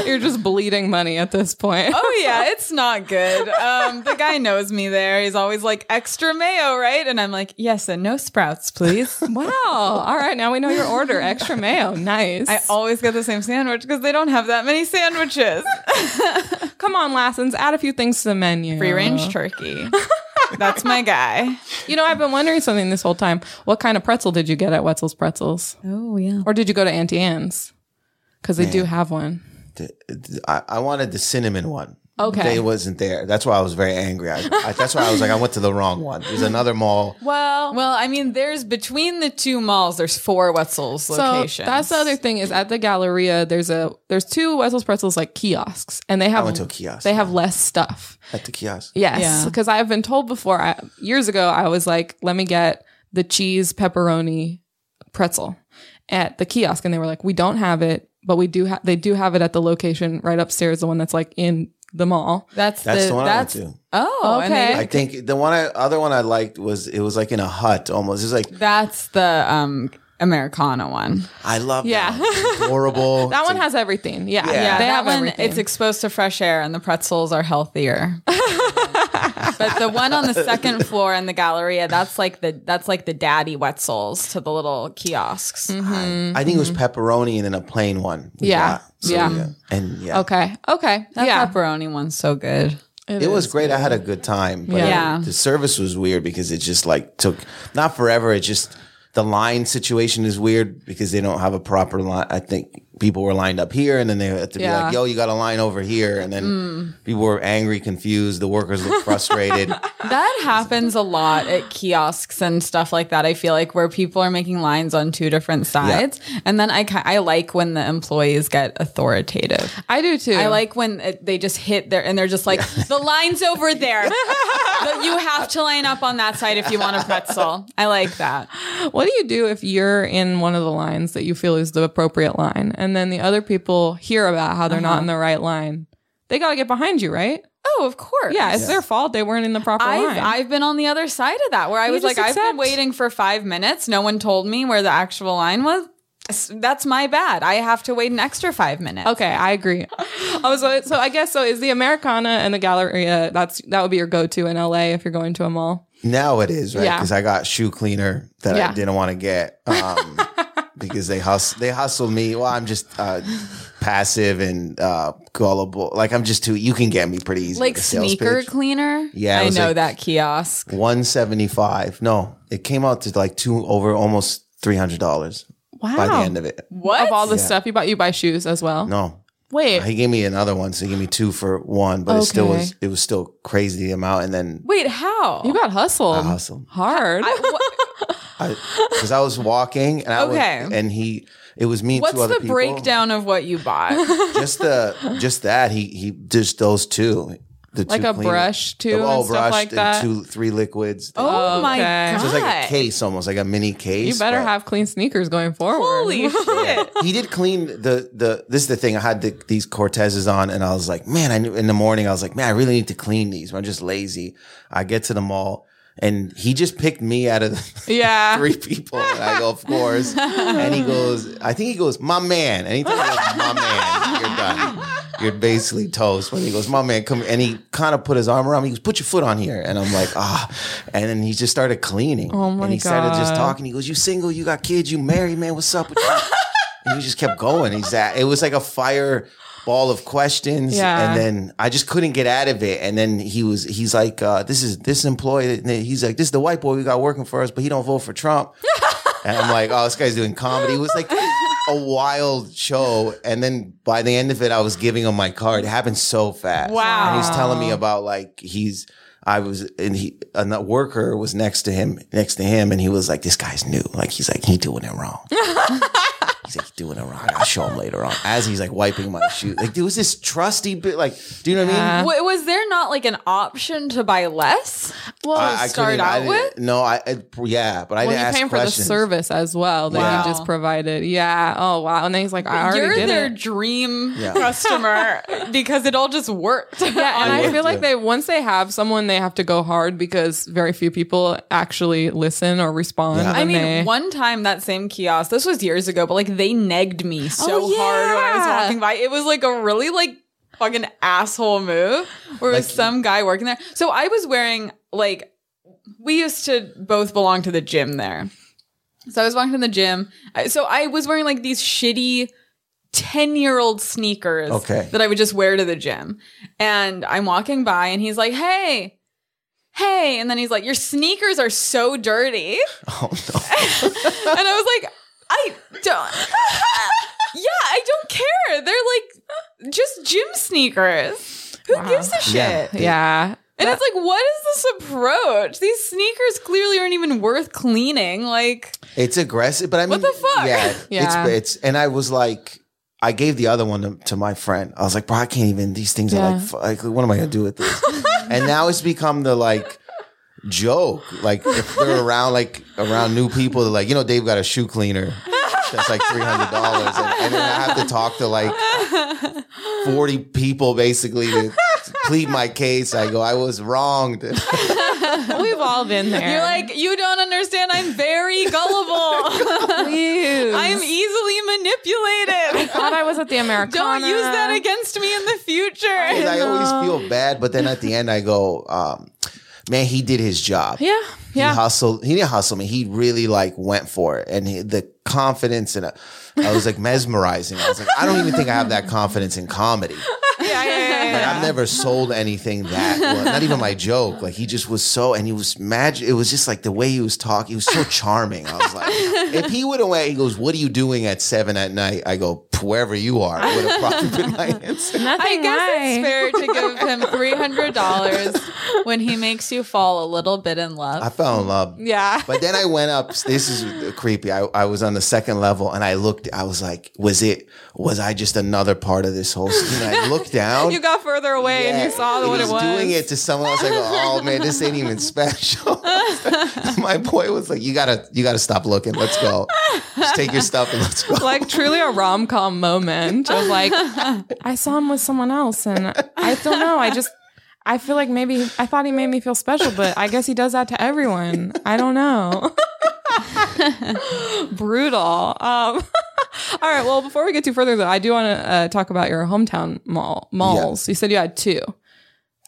Speaker 1: You're just bleeding money at this point.
Speaker 2: oh yeah, it's not good. Um, the guy knows me there. He's always like extra mayo, right? And I'm like, yes, and no sprouts, please.
Speaker 1: Wow. All right, now we know your order. Extra mayo. Nice.
Speaker 2: I always get the same sandwich because they don't have that many sandwiches.
Speaker 1: Come on, Lassens, add a few things to the menu.
Speaker 2: Free range turkey. That's my guy.
Speaker 1: You know, I've been wondering something this whole time. What kind of pretzel did you get at Wetzel's Pretzels?
Speaker 2: Oh yeah.
Speaker 1: Or did you go to Auntie Anne's? Because they do have one.
Speaker 3: The- the- I, I wanted the cinnamon one.
Speaker 1: Okay.
Speaker 3: They wasn't there. That's why I was very angry. I, I, that's why I was like, I went to the wrong one. There's another mall.
Speaker 2: Well, well, I mean, there's between the two malls, there's four Wetzel's locations.
Speaker 1: So that's the other thing is at the Galleria, there's a there's two Wetzel's Pretzels like kiosks, and they have
Speaker 3: went to a kiosk,
Speaker 1: They have less stuff.
Speaker 3: At the kiosk.
Speaker 1: Yes,
Speaker 2: Yeah.
Speaker 1: because I've been told before I, years ago I was like, let me get the cheese pepperoni pretzel at the kiosk, and they were like, we don't have it, but we do have they do have it at the location right upstairs, the one that's like in the mall.
Speaker 2: That's
Speaker 3: That's the one
Speaker 2: that's
Speaker 3: I went to.
Speaker 2: oh and they-
Speaker 1: Okay.
Speaker 3: I think the one I, other one I liked was it was like in a hut almost. It was like
Speaker 2: that's the um Americana one.
Speaker 3: I love
Speaker 1: Yeah.
Speaker 3: that. It's adorable.
Speaker 1: That
Speaker 3: It's
Speaker 1: one
Speaker 3: a-
Speaker 1: has everything. Yeah,
Speaker 3: Yeah.
Speaker 1: they
Speaker 2: that
Speaker 1: have
Speaker 2: one
Speaker 1: everything.
Speaker 2: it's exposed to fresh air and the pretzels are healthier. but the one on the second floor in the Galleria, that's like the that's like the daddy Wetzels to the little kiosks.
Speaker 3: I think it was pepperoni and then a plain one. we
Speaker 1: mm-hmm. Yeah.
Speaker 3: got.
Speaker 1: Yeah.
Speaker 3: And yeah.
Speaker 1: okay, okay,
Speaker 2: That
Speaker 1: yeah.
Speaker 2: pepperoni one's so good.
Speaker 3: It, was great. I had a good time. But
Speaker 2: Yeah.
Speaker 3: The service was weird because it just like took not forever. It just the line situation is weird because they don't have a proper line. I think people were lined up here and then they had to be
Speaker 1: Yeah.
Speaker 3: like, yo, you got a line over here. And then people were angry, confused. The workers looked frustrated.
Speaker 2: That happens a lot at kiosks and stuff like that. I feel like where people are making lines on two different sides, and then I ki- I like when the employees get authoritative.
Speaker 1: I do too.
Speaker 2: I like when it, they just hit there and they're just like the line's over there. but you have to line up on that side if you want a pretzel. I like that.
Speaker 1: What do you do if you're in one of the lines that you feel is the appropriate line, and then the other people hear about how they're
Speaker 2: Uh-huh.
Speaker 1: not in the right line? They gotta get behind you, right?
Speaker 2: Oh, of course.
Speaker 1: Yeah, it's their fault they weren't in the proper
Speaker 2: I've,
Speaker 1: line.
Speaker 2: I've been on the other side of that where I was
Speaker 1: just
Speaker 2: like, I've
Speaker 1: accept.
Speaker 2: been waiting for five minutes. No one told me where the actual line was. S- That's my bad. I have to wait an extra five minutes.
Speaker 1: okay, I agree. I was like- so I guess so. Is the Americana and the Galleria? That's that would be your go-to in LA if you're going to a mall.
Speaker 3: now it is, right?
Speaker 1: Yeah.
Speaker 3: Because I got shoe cleaner that
Speaker 1: Yeah.
Speaker 3: I didn't want to get. Um, because they hustle they hustle me. Well, I'm just uh, passive and uh, gullible. Like I'm just too you can get me pretty easy.
Speaker 2: Like
Speaker 3: with a sales
Speaker 2: sneaker
Speaker 3: pitch.
Speaker 2: cleaner.
Speaker 3: Yeah, it
Speaker 2: I
Speaker 3: was
Speaker 2: know
Speaker 3: like-
Speaker 2: that kiosk.
Speaker 3: 175 no it came out to like two over almost $300
Speaker 1: Wow.
Speaker 3: by the end of it
Speaker 2: What?
Speaker 1: Of all the stuff you bought, you buy shoes as well.
Speaker 3: no
Speaker 1: Wait,
Speaker 3: he gave me another one so he gave me two for one but it still was it was still crazy the amount and then
Speaker 2: Wait, how?
Speaker 1: you got hustled.
Speaker 3: hustled.
Speaker 1: hard.
Speaker 2: Wha-
Speaker 3: because I, was walking and I
Speaker 2: Okay.
Speaker 3: was, and he it was me and
Speaker 2: What's
Speaker 3: two other
Speaker 2: the
Speaker 3: people.
Speaker 2: breakdown of what you bought?
Speaker 3: just the just that he he just those two the
Speaker 1: Like
Speaker 3: two
Speaker 1: a
Speaker 3: cleaner-
Speaker 1: brush, too,
Speaker 3: the,
Speaker 1: and
Speaker 3: oh,
Speaker 1: stuff
Speaker 3: brushed
Speaker 1: like
Speaker 3: and
Speaker 1: that?
Speaker 3: two three liquids
Speaker 2: Oh my
Speaker 1: Okay.
Speaker 2: god!
Speaker 1: So
Speaker 3: it was like a case almost like a mini case
Speaker 1: you better
Speaker 3: but-
Speaker 1: have clean sneakers going forward.
Speaker 2: Holy shit!
Speaker 3: he did clean the the this is the thing i had the, these cortezes on and i was like man i knew in the morning i was like man i really need to clean these i'm just lazy i get to the mall and he just picked me out of the
Speaker 1: yeah.
Speaker 3: three people and i go of course and he goes i think he goes my man and he tells me my man you're done you're basically toast when he goes my man come and he kind of put his arm around me he goes put your foot on here and i'm like ah and then he just started cleaning oh
Speaker 1: my
Speaker 3: and he started just
Speaker 1: God.
Speaker 3: talking he goes you single you got kids you married man what's up with you and he just kept going. He's at, it was like a fire ball of questions.
Speaker 1: Yeah.
Speaker 3: And then I just couldn't get out of it. And then he was, he's like, uh, this is this employee. and then He's like, this is the white boy we got working for us, but he don't vote for Trump. and I'm like, oh, this guy's doing comedy. It was like a wild show. And then by the end of it, I was giving him my card. It happened so fast.
Speaker 2: Wow.
Speaker 3: And he's telling me about like, he's, I was, and he, a worker was next to him, next to him. And he was like, this guy's new. Like, he's like, he doing it wrong. He's like, doing it wrong. I'll show him later on. As he's like wiping my shoe. Like, dude, was this trusty bit? Like, do you know what I mean?
Speaker 2: Wa- was there not like an option to buy less? Well,
Speaker 3: I, I
Speaker 2: start
Speaker 3: couldn't- I
Speaker 2: out
Speaker 3: didn't-
Speaker 2: with.
Speaker 3: No, I, I- yeah, but I
Speaker 1: Well,
Speaker 3: didn't
Speaker 1: you're
Speaker 3: ask
Speaker 1: paying
Speaker 3: questions.
Speaker 1: for the service as well that
Speaker 2: Wow.
Speaker 1: you just provided. Yeah. Oh wow. And then he's like, I already
Speaker 2: You're
Speaker 1: did
Speaker 2: their
Speaker 1: it.
Speaker 2: dream
Speaker 3: Yeah.
Speaker 2: customer because it all just worked.
Speaker 1: Yeah, and I
Speaker 3: would
Speaker 1: feel like
Speaker 3: too.
Speaker 1: they once they have someone, they have to go hard because very few people actually listen or respond.
Speaker 3: Yeah.
Speaker 1: when
Speaker 2: I mean,
Speaker 1: they-
Speaker 2: one time that same kiosk, this was years ago, but like they negged me so
Speaker 1: Oh, yeah.
Speaker 2: hard when I was walking by. It was like a really like fucking asshole move where it was some guy working there. So I was wearing like, we used to both belong to the gym there. So I was walking to the gym. I- So I was wearing like these shitty 10 year old sneakers
Speaker 3: Okay.
Speaker 2: that I would just wear to the gym. And I'm walking by and he's like, hey, hey, and then he's like, your sneakers are so dirty.
Speaker 3: Oh no.
Speaker 2: and I was like, I don't. yeah, I don't care. They're like just gym sneakers. Who
Speaker 1: Wow.
Speaker 2: gives a shit?
Speaker 3: Yeah.
Speaker 1: Yeah.
Speaker 2: And it's like, what is this approach? These sneakers clearly aren't even worth cleaning. Like,
Speaker 3: It's aggressive, but I
Speaker 2: What
Speaker 3: mean,
Speaker 2: the fuck?
Speaker 3: Yeah,
Speaker 1: Yeah.
Speaker 3: It's, it's and I was like, I gave the other one to, to my friend. I was like, bro, I can't even. These things are
Speaker 1: Yeah.
Speaker 3: like, fu- like, what am I gonna do with this? and now it's become the like joke. Like if they're around, like around new people, they're like, you know, Dave got a shoe cleaner that's like three hundred dollars, and, and then I have to talk to like forty people basically to to plead my case. I go, I was wronged.
Speaker 1: We've all been there.
Speaker 2: you're like, you don't understand. I'm very gullible.
Speaker 1: Please.
Speaker 2: I'm easily manipulated.
Speaker 1: thought I was at the Americana.
Speaker 2: Don't use that against me in the
Speaker 3: Because
Speaker 2: future.
Speaker 3: I always feel bad, but then at the end I go, um, man, he did his job.
Speaker 1: Yeah.
Speaker 3: He
Speaker 1: Yeah.
Speaker 3: hustled. He didn't hustle me. He really like went for it, and he, the confidence and I was like mesmerizing. I was like, I don't even think I have that confidence in comedy.
Speaker 1: yeah, yeah, yeah,
Speaker 3: Like,
Speaker 1: yeah.
Speaker 3: I've never sold anything that. Well, not even my joke. Like he just was so, and he was magic. It was just like the way he was talking. He was so charming. I was like, if he would have went, he goes, "What are you doing at seven at night?" I go, "Wherever you are," would have probably been my answer.
Speaker 2: I
Speaker 1: Nothing
Speaker 2: guess
Speaker 1: right.
Speaker 2: it's fair to give him $300 when he makes you fall a little bit in love.
Speaker 3: I fell in love.
Speaker 1: Yeah.
Speaker 3: But then I went up. This is creepy. I, I was on the second level and I looked. I was like, was it? Was I just another part of this whole scene? I looked down.
Speaker 1: you got further away and you saw
Speaker 3: he
Speaker 1: what it was.
Speaker 3: doing it to someone else. I go, oh man, this ain't even special. My boy was like, you gotta, you gotta stop looking. Let's go. Just take your stuff and let's go.
Speaker 1: like truly a rom com moment of like I saw him with someone else and I don't know. I just I feel like maybe I thought he made me feel special, but I guess he does that to everyone. I don't know. Brutal. Um, all right. Well, before we get too further though, I do want to uh, talk about your hometown mall malls. You said you had two.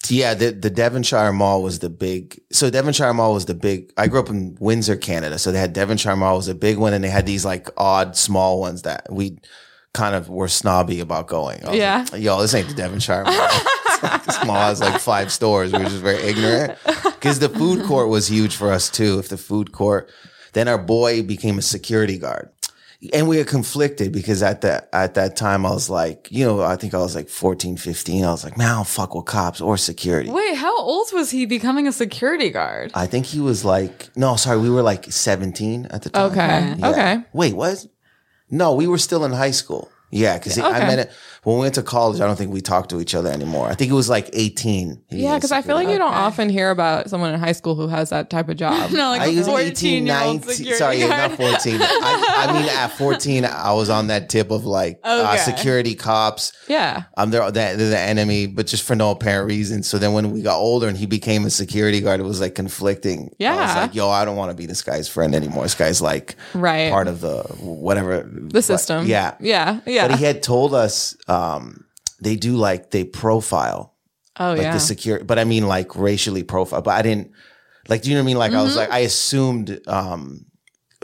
Speaker 3: Yeah, the, the Devonshire Mall was the big. So Devonshire Mall was the big. I grew up in Windsor, Canada. So they had Devonshire Mall was a big one, and they had these like odd small ones that we kind of were snobby about going. I was
Speaker 1: Yeah.
Speaker 3: like, yo, this ain't the Devonshire Mall. It's like small it's like five stores. We were just very ignorant because the food court was huge for us too. If the food court, then our boy became a security guard and we were conflicted because at that at that time I was like, you know, I think I was like 14, 15. I was like, man, I don't fuck with cops or security.
Speaker 2: Wait, how old was he becoming a security guard?
Speaker 3: I think he was like, no, sorry, we were like 17 at the time.
Speaker 1: Okay.
Speaker 3: Yeah.
Speaker 1: Okay.
Speaker 3: Wait, what? No, we were still in high school. Yeah, because I
Speaker 1: Okay.
Speaker 3: met it when we went to college. I don't think we talked to each other anymore. I think it was like 18. he
Speaker 1: Yeah,
Speaker 3: was
Speaker 1: because I feel like
Speaker 3: security.
Speaker 1: you don't often hear about someone in high school who has that type of job.
Speaker 2: No, like
Speaker 3: I
Speaker 2: a
Speaker 3: was
Speaker 2: 14
Speaker 3: 18,
Speaker 2: year old
Speaker 3: 19.
Speaker 2: security
Speaker 3: Sorry,
Speaker 2: guard.
Speaker 3: not 14. I, I mean, at 14, I was on that tip of like uh,
Speaker 2: Okay.
Speaker 3: security cops.
Speaker 1: Yeah.
Speaker 3: I'm their they're the enemy, but just for no apparent reason. So then when we got older and he became a security guard, it was like conflicting. I was
Speaker 1: Yeah.
Speaker 3: like, yo, I don't want to be this guy's friend anymore. This guy's like
Speaker 1: Right.
Speaker 3: part of the whatever
Speaker 1: the system.
Speaker 3: yeah.
Speaker 1: Yeah. Yeah.
Speaker 3: But he had told us um, they do like they profile
Speaker 1: oh
Speaker 3: like
Speaker 1: yeah.
Speaker 3: the secure but i mean like racially profile but i didn't like do you know what i mean like i was
Speaker 1: Mm-hmm.
Speaker 3: like i assumed um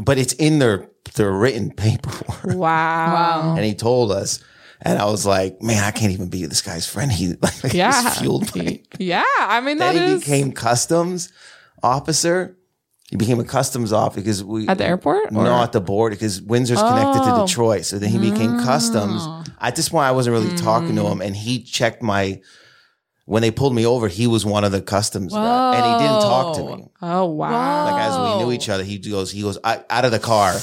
Speaker 3: but it's in their their written paperwork
Speaker 1: Wow.
Speaker 3: and he told us and i was like man i can't even be this guy's friend he like, like yeah.
Speaker 1: Yeah.
Speaker 3: was fueled by
Speaker 1: Yeah. I mean, that
Speaker 3: then he
Speaker 1: is
Speaker 3: became customs officer he became a customs officer because we
Speaker 1: at the airport.
Speaker 3: no,
Speaker 1: or-
Speaker 3: at the border because Windsor's connected to
Speaker 1: Oh. Mm.
Speaker 3: Detroit. So then he became customs. At this point, I wasn't really talking to him, and he checked my. When they pulled me over, he was one of the customs, guys, and he didn't talk to me.
Speaker 1: Oh wow.
Speaker 3: Like as we
Speaker 2: Oh.
Speaker 3: knew each other, he goes, he goes I, out of the car.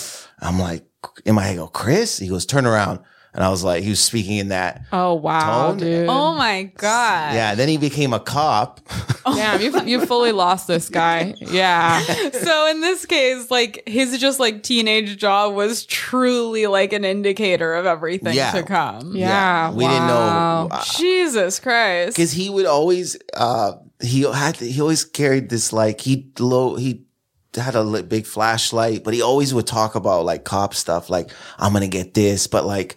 Speaker 3: I'm like, in my head, I go, Chris. He goes, turn around, and I was like, he was speaking in that.
Speaker 1: Oh wow,
Speaker 3: Tone?
Speaker 1: dude.
Speaker 2: Oh my god.
Speaker 3: Yeah. Then he became a cop.
Speaker 2: Oh
Speaker 1: Damn, you you fully lost this guy. Yeah.
Speaker 2: So in this case, like his just like teenage job was truly like an indicator of everything
Speaker 3: Yeah.
Speaker 2: to come.
Speaker 1: Yeah.
Speaker 3: we
Speaker 1: wow.
Speaker 3: didn't know.
Speaker 2: Jesus Christ.
Speaker 3: because he would always uh he had he always carried this like he low he had a li- big flashlight but he always would talk about like cop stuff like i'm gonna get this but like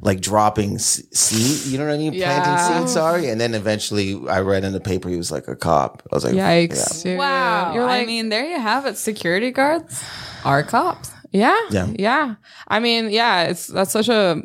Speaker 3: like dropping s- seed you know what i mean
Speaker 1: Yeah.
Speaker 3: planting seed sorry and then eventually i read in the paper he was like a cop i was like
Speaker 1: Yikes. dude.
Speaker 2: Wow.
Speaker 1: You're like,
Speaker 2: I mean, there you have it. Security guards are cops.
Speaker 1: Yeah.
Speaker 3: Yeah.
Speaker 1: Yeah. I mean, yeah, it's that's such a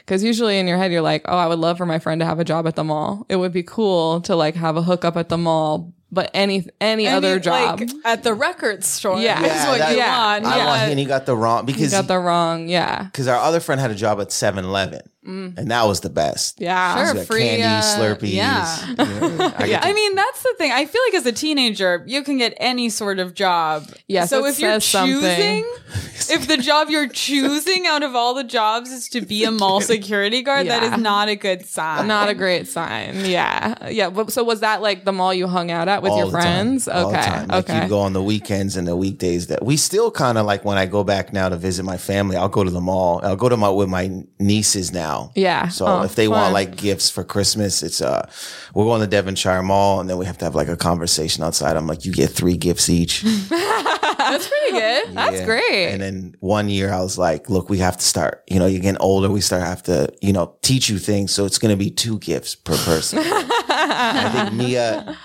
Speaker 1: because usually in your head you're like, oh, I would love for my friend to have a job at the mall. It would be cool to like have a hookup at the mall, but any any other
Speaker 2: like,
Speaker 1: job.
Speaker 2: at the record store.
Speaker 1: Yeah.
Speaker 2: is what
Speaker 3: that-
Speaker 2: you
Speaker 1: yeah.
Speaker 2: want.
Speaker 3: I
Speaker 2: yeah.
Speaker 3: want him. He got the wrong
Speaker 1: you
Speaker 3: because
Speaker 1: got the wrong, yeah.
Speaker 3: because our other friend had a job at 7-Eleven, and that was the best.
Speaker 1: Yeah.
Speaker 2: Sure.
Speaker 3: It was
Speaker 2: For
Speaker 3: like
Speaker 2: free,
Speaker 3: candy,
Speaker 2: uh,
Speaker 3: Slurpees.
Speaker 2: yeah.
Speaker 3: you know, I get
Speaker 2: I mean, that's the thing. I feel like as a teenager, you can get any sort of job.
Speaker 1: Yes,
Speaker 2: So
Speaker 1: it
Speaker 2: if you're
Speaker 1: says something.
Speaker 2: choosing, if the job you're choosing out of all the jobs is to be a mall security guard,
Speaker 1: Yeah.
Speaker 2: that is not a good sign.
Speaker 1: Not a great sign. Yeah. Yeah. But, so was that like the mall you hung out at with
Speaker 3: all
Speaker 1: your
Speaker 3: the time,
Speaker 1: friends?
Speaker 3: all the
Speaker 1: okay.
Speaker 3: time. Like
Speaker 1: okay.
Speaker 3: you go on the weekends and the weekdays that we still kind of like when I go back now to visit my family, I'll go to the mall. I'll go to my with my nieces now.
Speaker 1: Yeah.
Speaker 3: So
Speaker 1: Oh,
Speaker 3: if they
Speaker 1: fun.
Speaker 3: want like gifts for Christmas, it's uh we're going to Devonshire Mall and then we have to have like a conversation outside. I'm like, you get three gifts each.
Speaker 1: pretty good. That's
Speaker 3: Yeah.
Speaker 1: great.
Speaker 3: And then one year I was like, look, we have to start, you know, you're getting older. We start have to, you know, teach you things. So it's going to be two gifts per person. I think Mia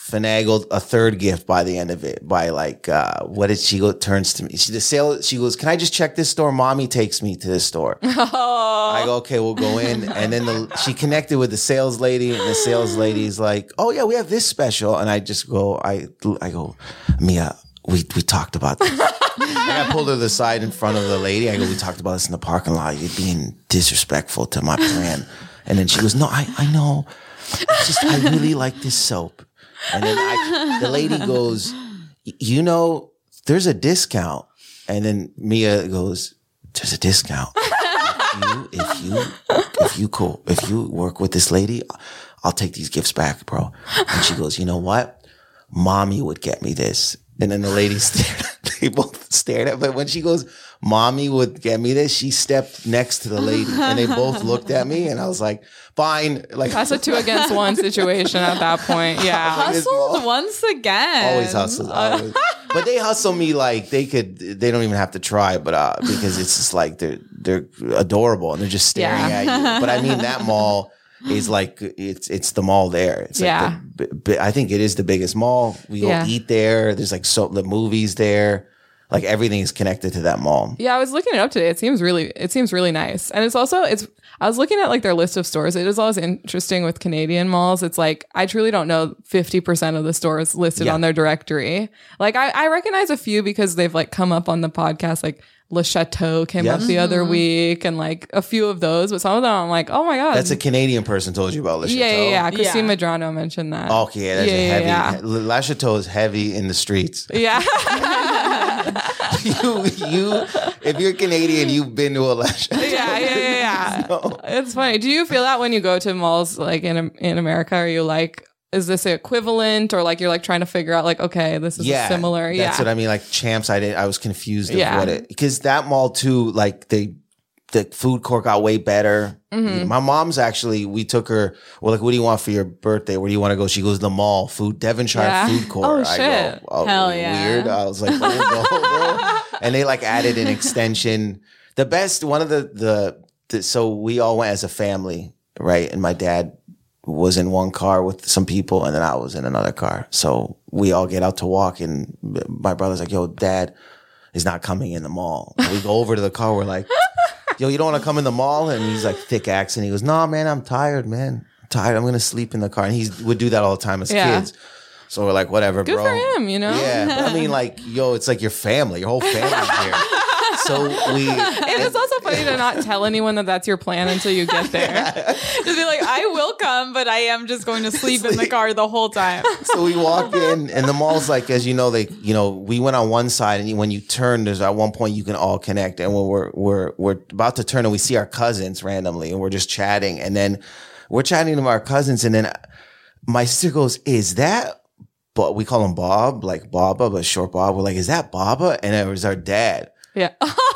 Speaker 3: finagled a third gift by the end of it by like, uh, what did she go turns to me? She, the sale, she goes, can I just check this store? Mommy takes me to this store. I go, okay, we'll go in. And then the, she connected with the sales lady, and the sales lady's like, oh yeah, we have this special. And I just go, I, I go, Mia, we, we talked about this. and I pulled her to the side in front of the lady. I go, we talked about this in the parking lot. You're being disrespectful to my plan. And then she goes, no, I, I know. It's just, I really like this soap. And then I, the lady goes, "Y- you know, there's a discount. And then Mia goes, there's a discount you if you if you cool if you work with this lady, I'll take these gifts back, bro. And she goes, you know what? Mommy would get me this. And then the lady stared. They both stared at. But when she goes, mommy would get me this. She stepped next to the lady, and they both looked at me, and I was like, fine. Like
Speaker 1: That's a two against one situation at that point. Yeah.
Speaker 2: Hustled once again.
Speaker 3: always
Speaker 1: Uh,
Speaker 3: hustle. always. but they hustle me like they could. They don't even have to try, but uh, because it's just like they're they're adorable and they're just staring
Speaker 1: Yeah.
Speaker 3: at you. But I mean that mall is like it's it's the mall there. It's like
Speaker 1: Yeah.
Speaker 3: the, b- b- I think it is the biggest mall. We go
Speaker 1: Yeah.
Speaker 3: eat there. There's like so the movies there. Like everything is connected to that mall.
Speaker 1: Yeah, I was looking it up today. It seems really it seems really nice. And it's also it's I was looking at like their list of stores. It is always interesting with Canadian malls. It's like I truly don't know 50% of the stores listed
Speaker 3: Yeah.
Speaker 1: on their directory. Like I, I recognize a few because they've like come up on the podcast like Le Chateau came up
Speaker 3: Yes.
Speaker 1: the other week and like a few of those, but some of them I'm like, "Oh my god."
Speaker 3: That's a Canadian person told you about Le Chateau. Oh.
Speaker 1: yeah, yeah, yeah. Christine
Speaker 2: Yeah.
Speaker 1: Madrano mentioned that.
Speaker 3: Okay, yeah, that's
Speaker 1: Yeah,
Speaker 3: a
Speaker 1: yeah,
Speaker 3: heavy.
Speaker 1: yeah.
Speaker 3: Le Chateau is heavy in the streets.
Speaker 1: Yeah.
Speaker 3: you, you, if you're Canadian, you've been to a Le Chateau.
Speaker 1: yeah, yeah, yeah, yeah. It's funny. Do you feel that when you go to malls like in in America, are you like, is this equivalent, or like you're like trying to figure out like, okay, this is similar?
Speaker 3: That's
Speaker 1: Yeah,
Speaker 3: what I mean. Like champs, I did. I was confused of
Speaker 1: Yeah.
Speaker 3: what it because that mall too. Like they, the food court got way better.
Speaker 1: Mm-hmm.
Speaker 3: My mom's actually. We took her. Well, like, what do you want for your birthday? Where do you want to go? She goes the mall, food Devonshire
Speaker 1: Yeah.
Speaker 3: food court.
Speaker 1: Oh,
Speaker 3: I
Speaker 1: shit.
Speaker 3: Go, oh,
Speaker 2: Hell yeah.
Speaker 3: Weird. I was like, where to go, bro? and they like added an extension. The best one of the the, the so we all went as a family, right? And my dad was in one car with some people and then I was in another car. So we all get out to walk and my brother's like, yo, dad is not coming in the mall. We go over to the car. We're like, yo, you don't want to come in the mall? And he's like thick accent. He goes, nah, man, I'm tired, man. I'm tired. I'm going to sleep in the car. And he would do that all the time as
Speaker 1: Yeah.
Speaker 3: kids. So we're like, whatever,
Speaker 1: good
Speaker 3: bro.
Speaker 1: for him. You know,
Speaker 3: Yeah. But I mean, like, yo, it's like your family, your whole family's here. So we,
Speaker 1: And it's also funny to not tell anyone that that's your plan until you get there.
Speaker 2: Just be like, I will come, but I am just going to sleep in the car the whole time.
Speaker 3: so we walk in and the mall's like as you know they you know we went on one side and when you turn there's at one point you can all connect and when we're we're we're about to turn and we see our cousins randomly and we're just chatting and then we're chatting to our cousins and then my sister goes is that but we call him Bob like Baba but short Bob we're like is that Baba and it was our dad
Speaker 1: yeah,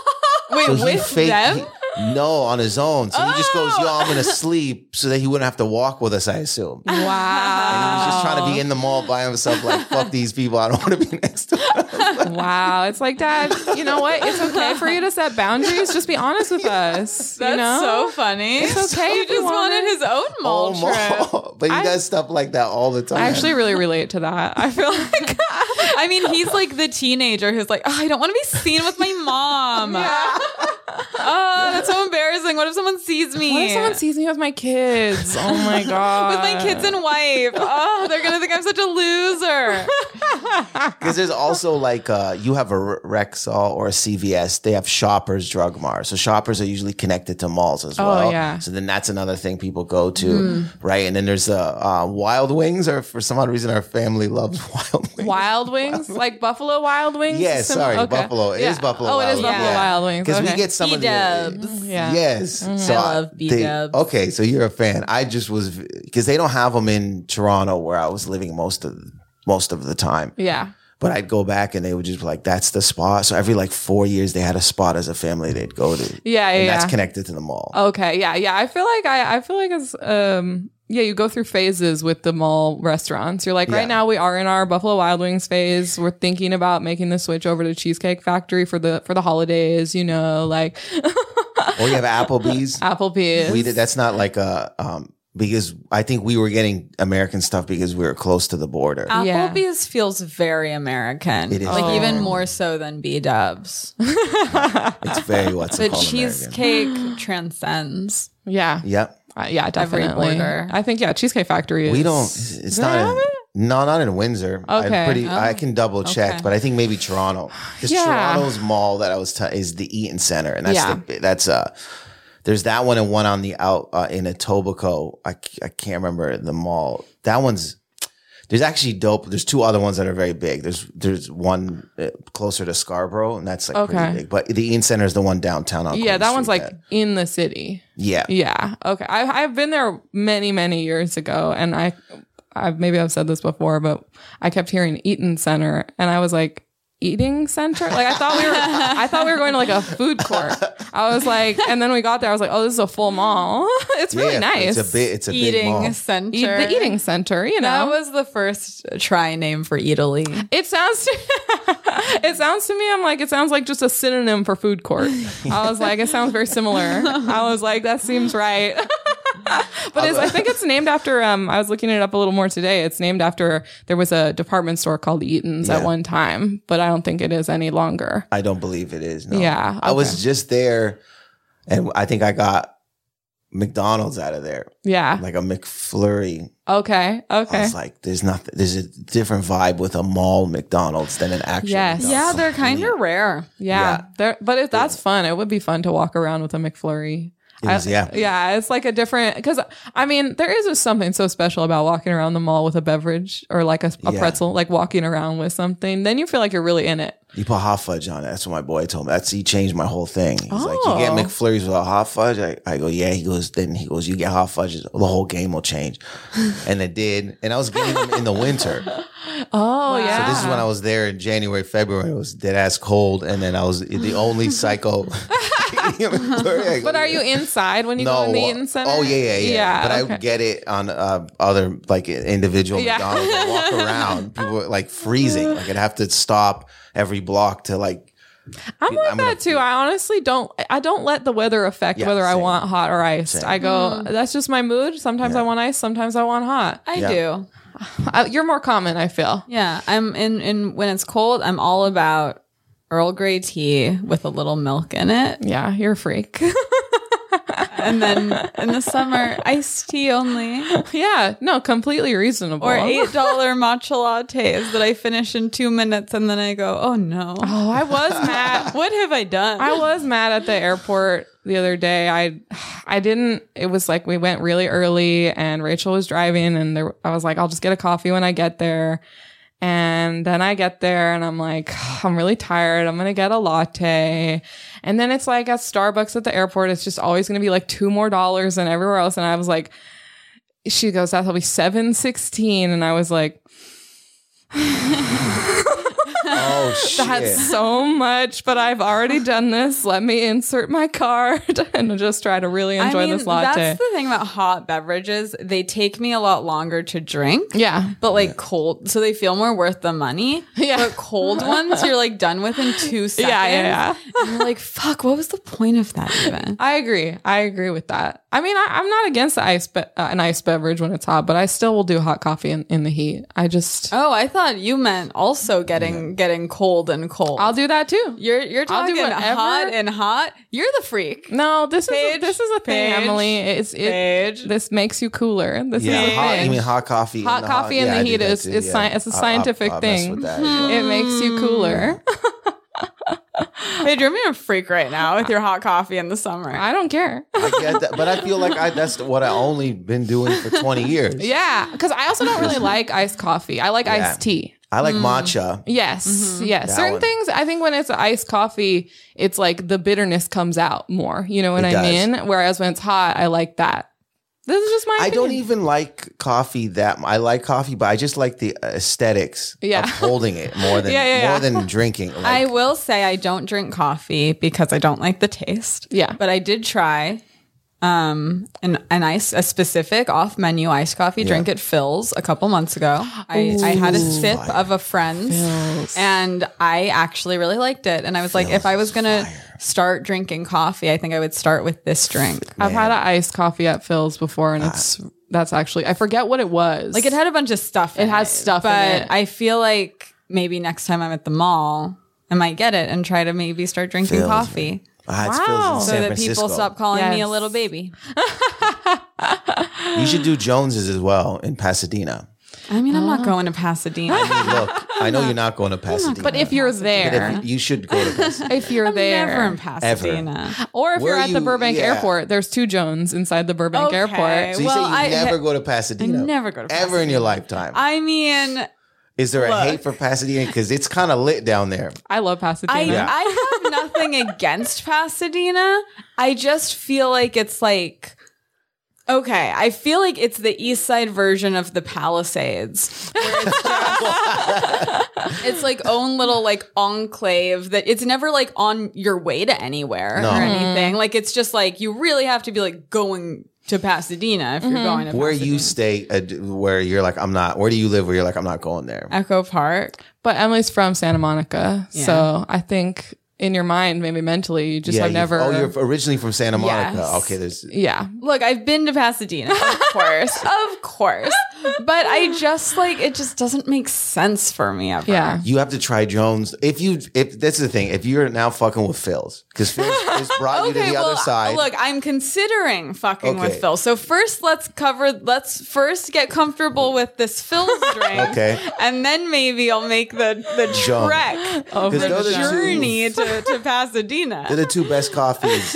Speaker 2: Wait,
Speaker 3: he
Speaker 2: with
Speaker 3: faked-
Speaker 2: them? Oh.
Speaker 3: he- no on his own so he just goes yo I'm gonna sleep so that he wouldn't have to walk with us I assume
Speaker 1: wow,
Speaker 3: he was just trying to be in the mall by himself, like, fuck these people. I don't want to be next to them.
Speaker 1: wow. It's like, Dad, you know what? It's okay for you to set boundaries. Just be honest with us.
Speaker 2: That's
Speaker 1: you know?
Speaker 2: so funny. It's
Speaker 1: okay
Speaker 2: He
Speaker 1: if you
Speaker 2: just
Speaker 1: want
Speaker 2: wanted
Speaker 1: it.
Speaker 2: his own mall
Speaker 3: All
Speaker 2: trip.
Speaker 3: mall. But he does stuff like that all the time.
Speaker 1: I actually really relate to that. I feel like
Speaker 2: Oh I mean, he's like the teenager who's like, oh, I don't want to be seen with my mom. Oh, that's so embarrassing. something? What if someone sees me?
Speaker 1: What if someone sees me with my kids? Oh my god!
Speaker 2: with my kids and wife? Oh, they're gonna think I'm such a loser.
Speaker 3: Because there's also like uh, you have a R- Rexall or a CVS. They have Shoppers Drug Mart. So Shoppers are usually connected to malls as well.
Speaker 1: Oh, yeah. Hmm.
Speaker 3: So then that's another thing people go to, right? And then there's uh, uh, Wild Wings, or for some odd reason our family loves Wild Wings.
Speaker 1: Wild Wings, like Buffalo Wild Wings.
Speaker 3: Yeah,
Speaker 1: Sim-
Speaker 3: sorry,
Speaker 1: okay.
Speaker 3: Buffalo. It is
Speaker 1: Yeah.
Speaker 3: Buffalo.
Speaker 1: Oh,
Speaker 3: Wild
Speaker 1: it is
Speaker 3: Wings.
Speaker 1: Buffalo
Speaker 3: Yeah.
Speaker 1: Wild Wings.
Speaker 3: Because
Speaker 1: Okay. Mm-hmm.
Speaker 3: we get some of the
Speaker 2: B-dubs.
Speaker 1: Yeah.
Speaker 3: Yes. So
Speaker 2: I love
Speaker 3: they-
Speaker 2: B-dubs.
Speaker 3: Okay, so you're a fan. I just was because they don't have them in Toronto where I was living most of most of the time.
Speaker 1: Yeah.
Speaker 3: But I'd go back and they would just be like, "That's the spot." So every like four years, they had a spot as a family they'd go to.
Speaker 1: Yeah, yeah,
Speaker 3: and that's
Speaker 1: yeah. Oh.
Speaker 3: connected to the mall.
Speaker 1: Okay. Yeah. Yeah. I feel like I, I feel like as um yeah, you go through phases with the mall restaurants. You're like,
Speaker 3: Yeah.
Speaker 1: right now we are in our Buffalo Wild Wings phase. We're thinking about making the switch over to Cheesecake Factory for the for the holidays, you know, like
Speaker 3: Or you have Applebee's.
Speaker 1: Applebee's.
Speaker 3: we did, that's not like a um, because I think we were getting American stuff because we were close to the border.
Speaker 1: Yeah.
Speaker 2: Applebee's feels very American.
Speaker 3: It is.
Speaker 2: Like
Speaker 3: Oh.
Speaker 2: even more so than B Dubs.
Speaker 1: Ah.
Speaker 3: it's very what's
Speaker 2: The
Speaker 3: it called American.
Speaker 2: cheesecake transcends.
Speaker 1: yeah.
Speaker 3: Yep.
Speaker 1: Uh, yeah,
Speaker 2: Every
Speaker 1: definitely.
Speaker 2: border.
Speaker 1: I think yeah, Cheesecake Factory is
Speaker 3: We don't. It's
Speaker 1: Do they
Speaker 3: not.
Speaker 1: have
Speaker 3: In,
Speaker 1: it?
Speaker 3: no, not in Windsor.
Speaker 1: Okay. Oh,
Speaker 3: i pretty. I can double check,
Speaker 2: Okay.
Speaker 3: but I think maybe Toronto. Because
Speaker 1: Yeah.
Speaker 3: Toronto's mall that I was t- is the Eaton Center, and that's
Speaker 1: Yeah.
Speaker 3: the bi- that's uh. There's that one and one on the out uh, in Etobicoke. I c- I can't remember the mall. That one's. There's actually dope. There's two other ones that are very big. There's there's one uh, closer to Scarborough, and that's like
Speaker 1: Okay.
Speaker 3: pretty big. But the Eaton Center is the one downtown. On
Speaker 1: Yeah,
Speaker 3: Queen
Speaker 1: that one's
Speaker 3: Street
Speaker 1: like
Speaker 3: that-
Speaker 1: in the city.
Speaker 3: yeah.
Speaker 1: Yeah. Okay. I, I've been there many, many years ago, and I, I've maybe I've said this before, but I kept hearing Eaton Center, and I was like, eating center. Like I thought we were, I thought we were going to like a food court. I was like, and then we got there, I was like, oh, this is a full mall. It's really
Speaker 3: Yeah,
Speaker 1: nice.
Speaker 3: It's a bit. It's a big mall.
Speaker 2: Eating center.
Speaker 1: Eat, the eating center, you
Speaker 2: That
Speaker 1: know.
Speaker 2: was the first try name for Italy.
Speaker 1: It sounds to, it sounds to me I'm like it sounds like just a synonym for food court. I was like it sounds very similar. I was like that seems right. but it's, I think it's named after um I was looking it up a little more today. It's named after there was a department store called Eaton's at
Speaker 3: Yeah.
Speaker 1: one time, but I don't think it is any longer.
Speaker 3: I don't believe it is. No.
Speaker 1: Yeah,
Speaker 3: I was just there and I think I got McDonald's out of there,
Speaker 1: Yeah.
Speaker 3: like a McFlurry.
Speaker 1: Okay.
Speaker 3: I
Speaker 1: Okay.
Speaker 3: was like, there's nothing, there's a different vibe with a mall McDonald's than an actual.
Speaker 1: Yes.
Speaker 2: Yeah, they're kind of rare.
Speaker 1: Yeah.
Speaker 3: yeah.
Speaker 1: There, but if that's fun, it would be fun to walk around with a McFlurry.
Speaker 3: It was-
Speaker 1: I-
Speaker 3: yeah.
Speaker 1: Yeah, it's like a different because I mean there is something so special about walking around the mall with a beverage or like a, a
Speaker 3: Yeah.
Speaker 1: pretzel, like walking around with something. Then you feel like you're really in it.
Speaker 3: You put hot fudge on it. That's what my boy told me. That's he changed my whole thing. He's like, you get
Speaker 1: Oh.
Speaker 3: McFlurries without hot fudge. I, I go, yeah. He goes, then he goes, you get hot fudge, the whole game will change. and it did. And I was getting them in the winter.
Speaker 1: Oh
Speaker 3: So
Speaker 1: yeah,
Speaker 3: this is when I was there in January, February. It was dead ass cold, and then I was the only psycho.
Speaker 1: but are you inside when you go in the eating center?
Speaker 3: Oh yeah, yeah, yeah.
Speaker 1: Yeah,
Speaker 3: but I
Speaker 1: okay.
Speaker 3: would get it on uh, other like individual
Speaker 1: Yeah.
Speaker 3: McDonald's. I'd walk around, people were, like freezing. Like I'd have to stop every block to like.
Speaker 1: I'm like
Speaker 3: I'm gonna-
Speaker 1: that too. I honestly don't. I don't let the weather affect
Speaker 3: Yeah,
Speaker 1: whether I
Speaker 3: same.
Speaker 1: want hot or iced.
Speaker 3: Same.
Speaker 1: I go. That's just my mood. Sometimes I want iced. Sometimes I want hot.
Speaker 2: I
Speaker 3: Yeah.
Speaker 2: do.
Speaker 1: I, you're more common. I feel.
Speaker 2: Yeah, I'm in in when it's cold, I'm all about Earl Grey tea with a little milk in it.
Speaker 1: Yeah, you're a freak.
Speaker 2: And then in the summer, iced tea only
Speaker 1: yeah, no, completely reasonable.
Speaker 2: or $8 matcha lattes that I finish in 2 minutes and then I go, "Oh no.
Speaker 1: Oh, I was mad.
Speaker 2: What have I done?"
Speaker 1: I was mad at the airport the other day. I I didn't it was like we went really early and Rachel was driving and there I was like I'll just get a coffee when I get there. And then I get there and I'm like I'm really tired. I'm going to get a latte. And then it's like at Starbucks at the airport it's just always going to be like two more dollars than everywhere else and I was like she goes that'll be 716 and I was like
Speaker 3: Oh shit!
Speaker 1: That's so much, but I've already done this. Let me insert my card and just try to really enjoy this latte.
Speaker 2: That's the thing about hot beverages. They take me a lot longer to drink.
Speaker 1: yeah.
Speaker 2: But like cold, so they feel more worth the money.
Speaker 1: Yeah.
Speaker 2: But cold ones, you're like done with in two seconds.
Speaker 1: Yeah, yeah, yeah.
Speaker 2: And you're like, fuck, what was the point of that even?
Speaker 1: I agree. I agree with that. I mean, I, I'm not against the ice, but uh, an ice beverage when it's hot, but I still will do hot coffee in, in the heat. I just,
Speaker 2: Oh, I thought you meant also getting getting cold and cold.
Speaker 1: I'll do that too.
Speaker 2: you're you're
Speaker 1: I'll do
Speaker 2: talking
Speaker 1: whatever.
Speaker 2: hot and hot. You're the freak.
Speaker 1: No, this is a,
Speaker 2: Paige,
Speaker 1: this is a thing,
Speaker 2: Paige,
Speaker 1: Emily. It's it.
Speaker 2: Paige.
Speaker 1: This makes you cooler. This
Speaker 3: Yeah,
Speaker 1: is a
Speaker 3: hot,
Speaker 1: thing.
Speaker 3: you mean hot coffee? in
Speaker 1: Hot
Speaker 3: the
Speaker 1: coffee in the
Speaker 3: I do
Speaker 1: heat
Speaker 3: that
Speaker 1: is-
Speaker 3: too,
Speaker 1: is sci- it's a
Speaker 3: I- I-
Speaker 1: scientific
Speaker 3: I mess
Speaker 1: thing.
Speaker 3: with that as well.
Speaker 1: it makes you cooler.
Speaker 2: Mm. Paige, you're being a freak right now with your hot coffee in the summer.
Speaker 1: I don't care.
Speaker 3: I get that, but I feel like I, that's what I only been doing for 20 years.
Speaker 1: yeah, because I also don't really like iced coffee. I like iced tea.
Speaker 3: I
Speaker 2: Mm.
Speaker 3: like matcha.
Speaker 1: Yes, yes.
Speaker 3: That
Speaker 1: Certain
Speaker 3: one.
Speaker 1: things, I think when it's iced coffee, it's like the bitterness comes out more. You know what
Speaker 3: It
Speaker 1: I
Speaker 3: does.
Speaker 1: mean? Whereas when it's hot, I like that. This is just my.
Speaker 3: I
Speaker 1: opinion.
Speaker 3: don't even like coffee that I like coffee, but I just like the aesthetics
Speaker 1: Yeah.
Speaker 3: of holding it more than
Speaker 1: Yeah, yeah, yeah.
Speaker 3: more than drinking. Like,
Speaker 2: I will say I don't drink coffee because I don't like the taste.
Speaker 1: Yeah.
Speaker 2: But I did try um an, an ice a specific off menu iced coffee drink at Phil's a couple months ago. I, I had a sip of a friend's and I actually really liked it. And I was like, if I was gonna start drinking coffee, I think I would start with this drink.
Speaker 1: I've had an iced coffee at Phil's before,
Speaker 3: Uh,
Speaker 1: and it's that's actually I forget what it was.
Speaker 2: Like it had a bunch of stuff. in It
Speaker 1: has stuff in
Speaker 2: but
Speaker 1: it.
Speaker 2: I feel like maybe next time I'm at the mall, I might get it and try to maybe start drinking
Speaker 3: Phil's,
Speaker 2: coffee.
Speaker 3: Ah, it's
Speaker 1: Wow.
Speaker 3: Phil's in
Speaker 2: so
Speaker 3: San
Speaker 2: that
Speaker 3: Francisco.
Speaker 2: people stop calling me a
Speaker 1: Yes.
Speaker 2: little baby.
Speaker 3: You should do Jones's as well in Pasadena.
Speaker 2: I mean, I'm not going to Pasadena.
Speaker 3: Hey, Look, I know you're not going to Pasadena,
Speaker 1: but if you're
Speaker 3: But
Speaker 1: there,
Speaker 3: if- you should go to Pasadena.
Speaker 1: if you're there,
Speaker 2: Never in Pasadena.
Speaker 1: Or if
Speaker 3: Where
Speaker 1: you're at the
Speaker 3: you-
Speaker 1: Burbank
Speaker 3: yeah.
Speaker 1: Airport, there's two Jones inside the Burbank
Speaker 2: Okay.
Speaker 3: So
Speaker 1: Airport.
Speaker 3: you
Speaker 2: Well,
Speaker 3: say you
Speaker 2: I-
Speaker 3: never go to Pasadena.
Speaker 2: I never go to
Speaker 3: ever in your lifetime.
Speaker 2: I mean,
Speaker 3: Is there a
Speaker 2: Look.
Speaker 3: hate for Pasadena? Because it's kind of lit down there.
Speaker 1: I love Pasadena.
Speaker 2: I
Speaker 3: Yeah.
Speaker 2: I have nothing against Pasadena. I just feel like it's like okay. I feel like it's the East Side version of the Palisades. where it's, just- it's like own little like enclave that it's never like on your way to anywhere
Speaker 3: No.
Speaker 2: or anything. Like it's just like you really have to be like going to Pasadena if you're going to
Speaker 3: Where
Speaker 2: Pasadena.
Speaker 3: you stay, uh, d- where you're like, I'm not. Where do you live? Where you're like, I'm not going there.
Speaker 2: Echo Park.
Speaker 1: But Emily's from Santa Monica,
Speaker 2: Yeah.
Speaker 1: so I think in your mind, maybe mentally, you just have
Speaker 3: you-
Speaker 1: never.
Speaker 3: Oh, you're originally from Santa Monica.
Speaker 2: Yes.
Speaker 3: Okay, there's.
Speaker 1: yeah,
Speaker 2: Look, I've been to Pasadena, of course, of course, but I just like it just doesn't make sense for me ever.
Speaker 1: yeah.
Speaker 3: You have to try Jones. If you, if that's the thing, if you're now fucking with Phil's, because Phil's has brought you to the other side.
Speaker 2: look, I'm considering fucking
Speaker 3: Okay.
Speaker 2: with Phil. So first, let's cover. Let's first get comfortable with this Phil's drink,
Speaker 3: Okay.
Speaker 2: and then maybe I'll make the the
Speaker 3: Jump.
Speaker 2: trek,
Speaker 1: Of
Speaker 3: Because
Speaker 1: the
Speaker 3: those
Speaker 2: the
Speaker 3: are
Speaker 1: Jones.
Speaker 3: two-
Speaker 2: journey to, to Pasadena.
Speaker 3: They're the two best coffees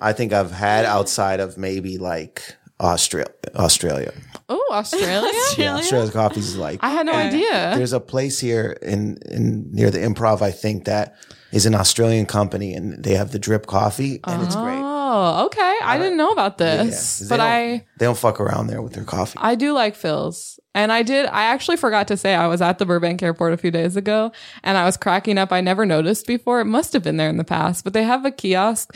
Speaker 3: I think I've had outside of maybe like Australia. Australia.
Speaker 1: Oh, Australia.
Speaker 3: Yeah, Australia's coffees is like.
Speaker 1: Oh,
Speaker 3: eh.
Speaker 1: I had no idea.
Speaker 3: there's a place here in, in near the improv, I think, that is an Australian company and they have the drip coffee and it's great. Uh,
Speaker 1: Oh, okay. I didn't know about
Speaker 3: Yeah.
Speaker 1: this,
Speaker 3: 'Cause
Speaker 1: but
Speaker 3: they don't-
Speaker 1: I.
Speaker 3: they don't fuck around there with their coffee.
Speaker 1: I do like Phil's. And I did, I actually forgot to say I was at the Burbank airport a few days ago and I was cracking up. I never noticed before. It must have been there in the past, but they have a kiosk.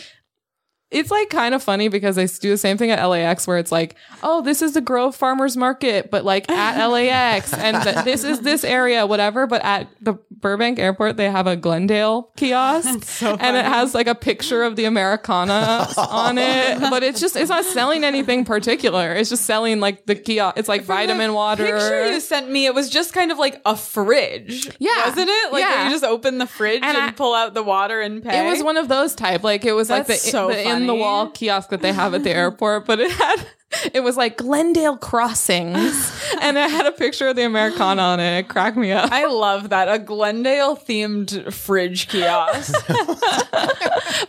Speaker 1: It's like kind of funny because they do the same thing at LAX where it's like, oh, this is the Grove Farmers Market, but like at LAX and th- this is this area, whatever. But at the Burbank airport, they have a Glendale kiosk and it has like a picture of the Americana on it. But it's just, it's not selling anything particular. It's just selling like the kiosk. It's like vitamin water.
Speaker 2: Picture you sent me, it was just kind of like a fridge,
Speaker 1: Yeah.
Speaker 2: wasn't it? Like
Speaker 1: Yeah.
Speaker 2: where you just open the fridge
Speaker 1: And
Speaker 2: and,
Speaker 1: I-
Speaker 2: pull out the water and pay.
Speaker 1: It was one of those type. Like it was like
Speaker 2: That's
Speaker 1: the,
Speaker 2: so
Speaker 1: the in the wall
Speaker 2: funny.
Speaker 1: kiosk that they have at the airport, but it had it was like Glendale Crossings, and it had a picture of the Americana on it. It cracked me up.
Speaker 2: I love that a Glendale themed fridge kiosk.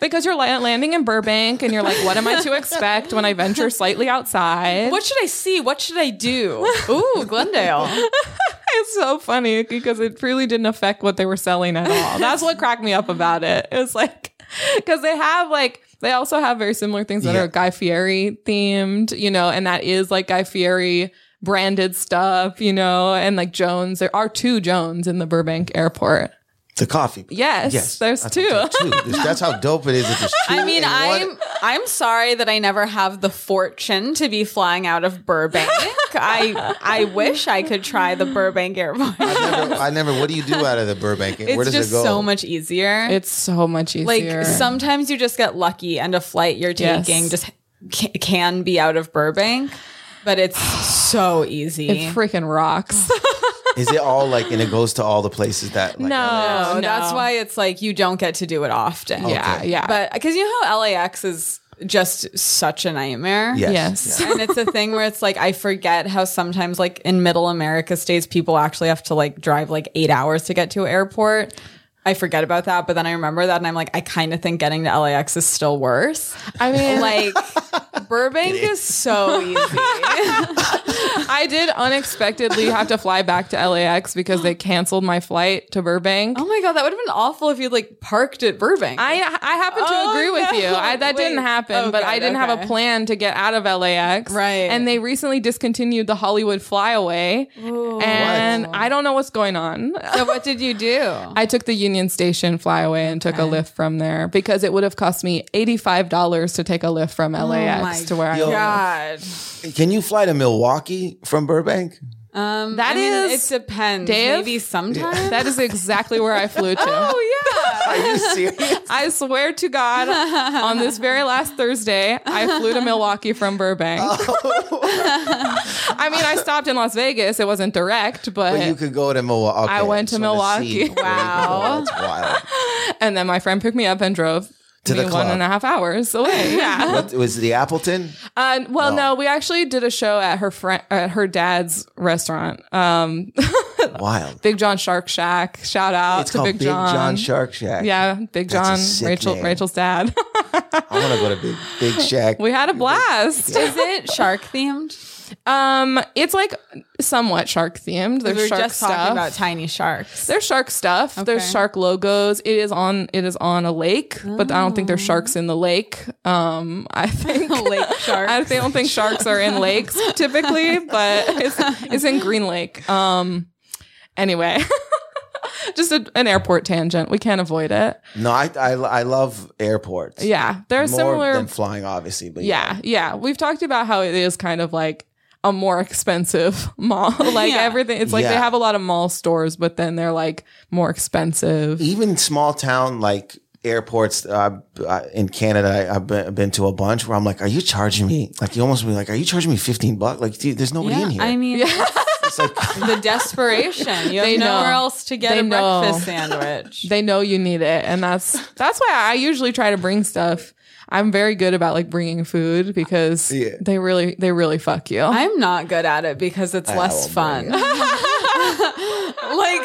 Speaker 1: because you're la- landing in Burbank, and you're like, what am I to expect when I venture slightly outside?
Speaker 2: what should I see? What should I do? Ooh, Glendale.
Speaker 1: It's so funny because it really didn't affect what they were selling at all. That's what cracked me up about it. It was like because they have like they also have very similar things that
Speaker 3: Yeah.
Speaker 1: are Guy Fieri themed, you know, and that is like Guy Fieri branded stuff, you know, and like Jones. There are two Jones in the Burbank airport.
Speaker 3: The coffee.
Speaker 1: Yes, there's
Speaker 3: I thought
Speaker 1: two.
Speaker 3: there were two. There's- That's how dope it is. that there's two
Speaker 2: I mean,
Speaker 3: in one-
Speaker 2: I'm I'm sorry that I never have the fortune to be flying out of Burbank. I I wish I could try the Burbank airport.
Speaker 3: I never, I never. What do you do out of the Burbank? Where
Speaker 2: It's
Speaker 3: does
Speaker 2: just
Speaker 3: it go?
Speaker 2: so much easier.
Speaker 1: It's so much easier.
Speaker 2: Like sometimes you just get lucky and a flight you're
Speaker 1: Yes.
Speaker 2: taking just ca- can be out of Burbank, but it's so easy.
Speaker 1: It freaking rocks.
Speaker 3: Is it all like, and it goes to all the places that? Like,
Speaker 1: No.
Speaker 2: No, that's why it's like you don't get to do it often.
Speaker 1: Yeah, yeah.
Speaker 2: But because you know how LAX is just such a nightmare.
Speaker 3: Yes.
Speaker 1: yes.
Speaker 2: and it's a thing where it's like I forget how sometimes like in middle America states people actually have to like drive like 8 hours to get to an airport. I forget about that, but then I remember that and I'm like I kind of think getting to LAX is still worse.
Speaker 1: I mean,
Speaker 2: Like Burbank is so easy.
Speaker 1: I did unexpectedly have to fly back to LAX because they canceled my flight to Burbank.
Speaker 2: oh my god, that would have been awful if you'd like parked at Burbank.
Speaker 1: I I happen to
Speaker 2: Oh,
Speaker 1: agree with
Speaker 2: no.
Speaker 1: you. I, that
Speaker 2: Wait.
Speaker 1: didn't happen,
Speaker 2: Oh,
Speaker 1: but
Speaker 2: good,
Speaker 1: I didn't have a
Speaker 2: okay.
Speaker 1: plan to get out of LAX.
Speaker 2: Right.
Speaker 1: And they recently discontinued the Hollywood flyaway, and I don't know what's going on.
Speaker 2: so what did you do?
Speaker 1: I took the Union Station flyaway and took a lift from there because it would have cost me eighty five dollars to take a lift from LAX
Speaker 2: Oh my
Speaker 1: to where I
Speaker 3: Yo.
Speaker 1: live.
Speaker 2: God.
Speaker 3: Can you fly to Milwaukee from Burbank?
Speaker 2: Um,
Speaker 1: That
Speaker 2: that is.
Speaker 1: is-
Speaker 2: it depends.
Speaker 1: Dave?
Speaker 2: Maybe sometimes.
Speaker 1: That is exactly where I flew to.
Speaker 2: oh
Speaker 3: Are you serious?
Speaker 1: I swear to God, on this very last Thursday, I flew to Milwaukee from Burbank.
Speaker 3: Oh.
Speaker 1: I mean, I stopped in Las Vegas. It wasn't direct, but,
Speaker 3: But you could go to Milwaukee.
Speaker 1: I went to
Speaker 3: Just wanna
Speaker 1: Milwaukee.
Speaker 3: see where you could go.
Speaker 2: Wow.
Speaker 3: That's wild.
Speaker 1: and then my friend picked me up and drove
Speaker 3: To
Speaker 1: me
Speaker 3: the
Speaker 1: one
Speaker 3: club.
Speaker 1: and a half hours away. Yeah.
Speaker 3: What, was it the Appleton?
Speaker 1: Uh, well, no.
Speaker 3: No.
Speaker 1: we actually did a show at her friend at her dad's restaurant. Um,
Speaker 3: Wild.
Speaker 1: Big John Shark Shack. Shout out
Speaker 3: It's
Speaker 1: to
Speaker 3: called
Speaker 1: Big John.
Speaker 3: Shark Shack.
Speaker 1: Yeah, Big
Speaker 3: That's a
Speaker 1: John,
Speaker 3: sick
Speaker 1: Rachel,
Speaker 3: name.
Speaker 1: Rachel's dad.
Speaker 3: I want to go to Big Big Shack.
Speaker 1: we had a blast.
Speaker 2: yeah. Is it shark themed?
Speaker 1: Um, it's like somewhat shark themed.
Speaker 2: We
Speaker 1: There's
Speaker 2: were
Speaker 1: shark
Speaker 2: just
Speaker 1: stuff.
Speaker 2: talking about tiny sharks.
Speaker 1: There's shark stuff. There's
Speaker 2: Okay.
Speaker 1: shark logos. It is on it is on a lake, but I don't think
Speaker 2: Oh.
Speaker 1: there's sharks in the lake. Um, I think
Speaker 2: Lake shark.
Speaker 1: I don't think sharks are in lakes typically, but it's it's in Green Lake. Um, anyway, just a, an airport tangent. We can't avoid it.
Speaker 3: no, I, I I love airports.
Speaker 1: Yeah, there are
Speaker 3: more
Speaker 1: similar.
Speaker 3: than flying, obviously. But
Speaker 1: yeah, yeah. We've talked about how it is kind of like a more expensive mall. like
Speaker 2: Yeah.
Speaker 1: everything, it's like they
Speaker 3: Yeah.
Speaker 1: have a lot of mall stores, but then they're like more expensive.
Speaker 3: even small town like airports uh, uh, in Canada, I, I've been, been to a bunch where I'm like, are you charging me? Like you almost be like, are you charging me 15 bucks? Like, dude, there's nobody in here.
Speaker 2: I mean,
Speaker 3: it's like
Speaker 2: the desperation. You
Speaker 1: They
Speaker 2: have nowhere
Speaker 1: know.
Speaker 2: else to get
Speaker 1: They
Speaker 2: a
Speaker 1: know.
Speaker 2: breakfast sandwich.
Speaker 1: they know you need it and that's that's why i usually try to bring stuff i'm very good about like bringing food because
Speaker 3: Yeah.
Speaker 1: they really they really fuck you
Speaker 2: I'm not good at it because it's less
Speaker 3: won't
Speaker 2: fun.
Speaker 3: bring
Speaker 2: like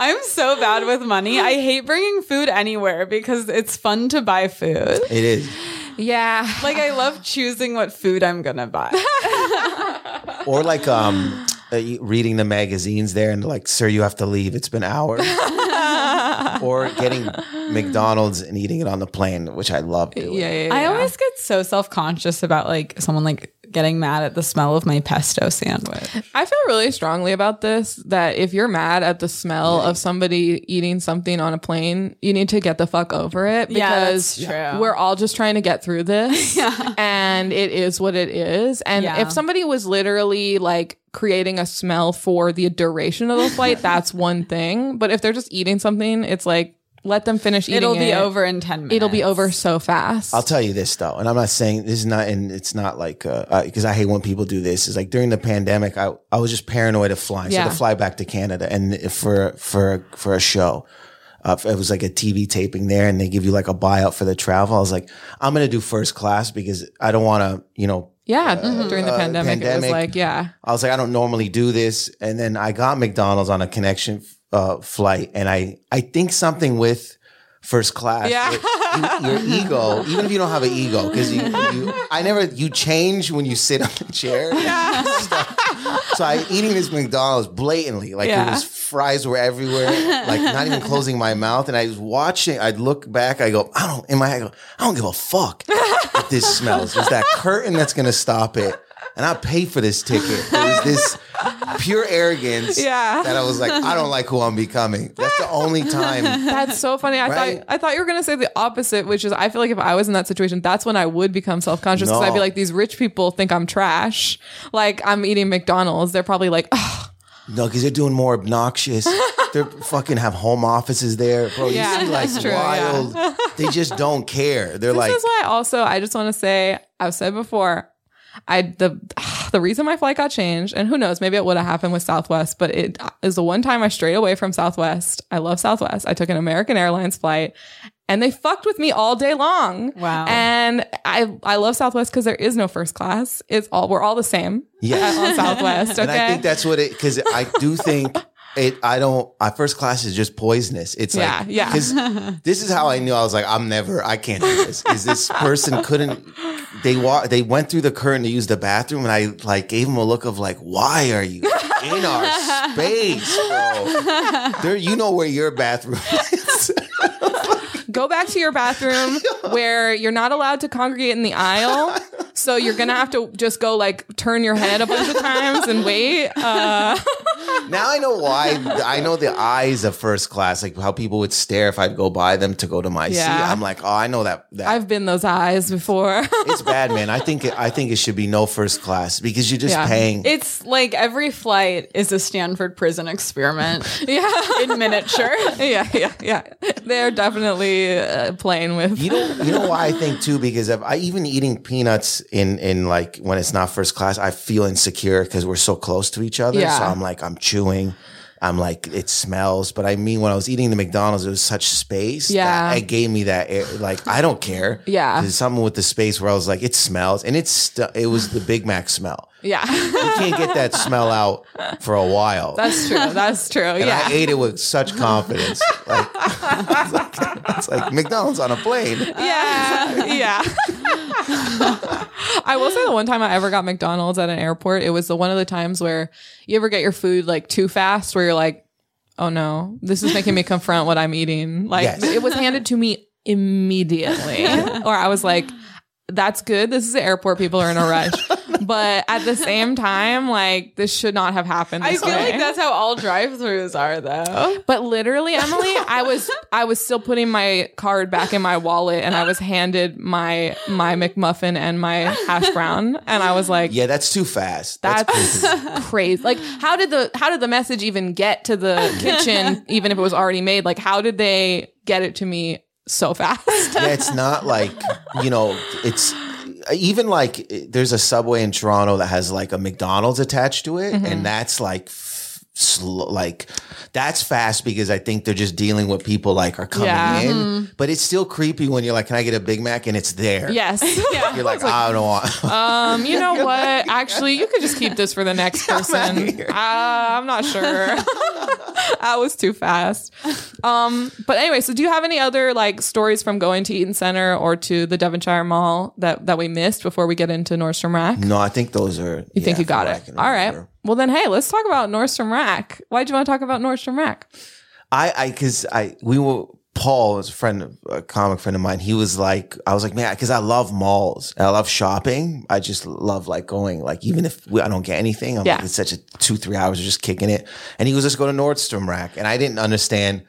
Speaker 2: I'm so bad with money. I hate bringing food anywhere because it's fun to buy food.
Speaker 3: it is.
Speaker 1: yeah
Speaker 2: Like I love choosing what food I'm gonna buy.
Speaker 3: Or like um, uh, you- reading the magazines there and like, sir, you have to leave. It's been hours. or getting McDonald's and eating it on the plane, which I love doing.
Speaker 1: yeah, yeah, yeah.
Speaker 2: I always get so self conscious about like someone like getting mad at the smell of my pesto sandwich.
Speaker 1: I feel really strongly about this that if you're mad at the smell of somebody eating something on a plane, you need to get the fuck over it
Speaker 2: Yeah,
Speaker 1: because
Speaker 2: that's true.
Speaker 1: we're all just trying to get through this and it is what it is. And
Speaker 2: Yeah.
Speaker 1: if somebody was literally like creating a smell for the duration of the flight, that's one thing. But if they're just eating something, it's like let them finish eating
Speaker 2: It'll be
Speaker 1: it.
Speaker 2: over in ten minutes.
Speaker 1: It'll be over so fast.
Speaker 3: I'll tell you this though, and I'm not saying this is not, and it's not like because I hate when people do this. Is like during the pandemic, I I was just paranoid of flying,
Speaker 1: Yeah.
Speaker 3: so to fly back to Canada and for for for a show. Uh, it was like a TV taping there, and they give you like a buyout for the travel. I was like, I'm gonna do first class because I don't want to, you know.
Speaker 1: yeah,
Speaker 2: Mm-hmm.
Speaker 1: during the
Speaker 3: uh,
Speaker 1: pandemic, it was
Speaker 3: pandemic.
Speaker 1: like, yeah.
Speaker 3: I was like, I don't normally do this, and then I got McDonald's on a connection uh, flight, and I I think something with first class.
Speaker 1: Yeah.
Speaker 3: Your, your ego, even if you don't have an ego, because you, you, I never, you change when you sit on the chair. So I eating this McDonald's blatantly, like
Speaker 1: Yeah.
Speaker 3: it was fries were everywhere, like not even closing my mouth. And I was watching. I'd look back. I go, I don't. In my head, I go, I don't give a fuck if this smells. It's that curtain that's gonna stop it. And I paid for this ticket. It was this pure arrogance
Speaker 1: Yeah.
Speaker 3: that I was like, I don't like who I'm becoming. That's the only time.
Speaker 1: That's so funny. I
Speaker 3: Right?
Speaker 1: thought I thought you were gonna say the opposite, which is I feel like if I was in that situation, that's when I would become self conscious because I'd be
Speaker 3: No.
Speaker 1: like, these rich people think I'm trash. Like I'm eating McDonald's. They're probably like, oh,
Speaker 3: No, because they're doing more obnoxious. They're fucking have home offices there, bro.
Speaker 1: Yeah,
Speaker 3: you see, like
Speaker 1: that's true, yeah.
Speaker 3: wild. They just don't care. They're like,
Speaker 1: this is why. Also, I just want to say I've said before, I the the reason my flight got changed, and who knows, maybe it would have happened with Southwest, but it uh, is the one time I strayed away from Southwest. I love Southwest. I took an American Airlines flight, and they fucked with me all day long.
Speaker 2: Wow.
Speaker 1: And I I love Southwest because there is no first class. It's all we're all the same.
Speaker 3: Yes.
Speaker 1: on Southwest. Okay.
Speaker 3: And I think that's what it because I do think it. I don't. I first class is just poisonous. It's like
Speaker 1: Yeah, yeah.
Speaker 3: Because this is how I knew I was like I'm never. I can't do this. Is this person couldn't? They wa- They went through the curtain to use the bathroom, and I like gave them a look of like, why are you in our space, bro? There, you know where your bathroom is.
Speaker 1: go back to your bathroom where you're not allowed to congregate in the aisle. So you're gonna have to just go like turn your head a bunch of times and wait. Uh,
Speaker 3: now I know why. I know the eyes of first class, like how people would stare if I'd go by them to go to my seat.
Speaker 1: Yeah.
Speaker 3: I'm like, oh, I know that. that
Speaker 1: I've been those eyes before.
Speaker 3: it's bad, man. I think I think it should be no first class because you're just
Speaker 1: Yeah.
Speaker 3: paying.
Speaker 2: It's like every flight is a Stanford prison experiment
Speaker 1: yeah,
Speaker 2: in miniature.
Speaker 1: yeah, yeah, yeah. They're definitely uh, playing with.
Speaker 3: you know, you know why I think too because if I even eating peanuts in in like when it's not first class, I feel insecure because we're so close to each other.
Speaker 1: Yeah.
Speaker 3: So I'm like I'm chewing. I'm like it smells, but I mean when I was eating the McDonald's, it was such space. that
Speaker 1: Yeah.
Speaker 3: it gave me that air, like I don't care.
Speaker 1: Yeah.
Speaker 3: There's something with the space where I was like it smells, and it's st- it was the Big Mac smell.
Speaker 1: yeah,
Speaker 3: You can't get that smell out for a while.
Speaker 1: that's true. That's true.
Speaker 3: And
Speaker 1: yeah.
Speaker 3: I ate it with such confidence. Like, it's, like, it's like McDonald's on a plane.
Speaker 1: yeah, yeah. I will say the one time I ever got McDonald's at an airport, it was the one of the times where you ever get your food like too fast, where you're like, "Oh no, this is making me confront what I'm eating." Like
Speaker 3: Yes.
Speaker 1: it was handed to me immediately, or I was like, "That's good. This is the airport. People are in a rush." But at the same time, like this should not have happened.
Speaker 2: I
Speaker 1: this
Speaker 2: feel like
Speaker 1: way.
Speaker 2: that's how all drive-throughs are,
Speaker 3: Oh,
Speaker 2: though.
Speaker 1: But literally, Emily, I was I was still putting my card back in my wallet, and I was handed my my McMuffin and my hash brown, and I was like,
Speaker 3: Yeah, that's too fast. That's,
Speaker 1: "That's crazy! Like, how did the how did the message even get to the kitchen, even if it was already made? Like, how did they get it to me so fast?
Speaker 3: yeah, it's not like you know, it's even like there's a subway in Toronto that has like a McDonald's attached to it,
Speaker 1: Mm-hmm.
Speaker 3: and that's like. f- Slow, like that's fast because I think they're just dealing with people like are coming
Speaker 1: Yeah.
Speaker 3: in, but it's still creepy when you're like, "Can I get a Big Mac?" and it's there.
Speaker 1: yes, yeah.
Speaker 3: you're like, "I don't want."
Speaker 1: Um, you know what? Actually, you could just keep this for the next person. Uh, I'm not sure. I was too fast. Um, but anyway, so do you have any other like stories from going to Eaton Center or to the Devonshire Mall that that we missed before we get into Nordstrom Rack?
Speaker 3: no, I think those are.
Speaker 1: You think you got it? All right. Well, then, hey, let's talk about Nordstrom Rack. Why'd you want to talk about Nordstrom Rack?
Speaker 3: I, I, cause I, we were, Paul is a friend, of- a comic friend of mine. He was like, I was like, man, cause I love malls. I love shopping. I just love like going, like, even if we, I don't get anything, I'm
Speaker 1: Yeah.
Speaker 3: like, it's such a two, three hours of just kicking it. And he was just go to Nordstrom Rack. And I didn't understand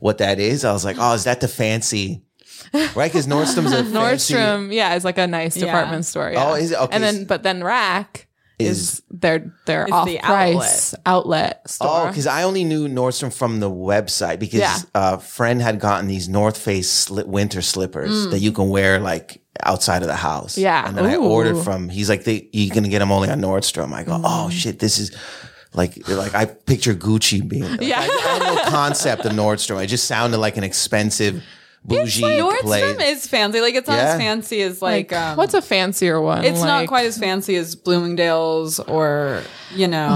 Speaker 3: what that is. I was like, oh, is that the fancy? Right? Cause Nordstrom's a fancy-
Speaker 1: Nordstrom, yeah, is like a nice
Speaker 2: Yeah.
Speaker 1: department store. Yeah.
Speaker 3: Oh, is it? Okay.
Speaker 1: And then, but then Rack
Speaker 3: Is-
Speaker 1: is, their their
Speaker 2: It's
Speaker 1: off
Speaker 2: the
Speaker 1: price outlet,
Speaker 3: Oh,
Speaker 1: store.
Speaker 3: because I only knew Nordstrom from the website because
Speaker 1: Yeah.
Speaker 3: a friend had gotten these North Face sli- winter slippers that you can wear like outside of the house.
Speaker 1: Mm. Yeah.
Speaker 3: and then I
Speaker 1: Ooh. Mm.
Speaker 3: ordered from. He's like, they, you can get them only on Nordstrom. I go, oh shit, this is like like I picture Gucci being. Like,
Speaker 1: Yeah.
Speaker 3: I, I had no concept of Nordstrom. It just sounded like an expensive, bougie place.
Speaker 2: Nordstrom is fancy. Like it's not
Speaker 3: Yeah.
Speaker 2: as fancy as like,
Speaker 1: like,
Speaker 2: um,
Speaker 1: what's a fancier one?
Speaker 2: It's not
Speaker 1: Like,
Speaker 2: quite as fancy as Bloomingdale's or you know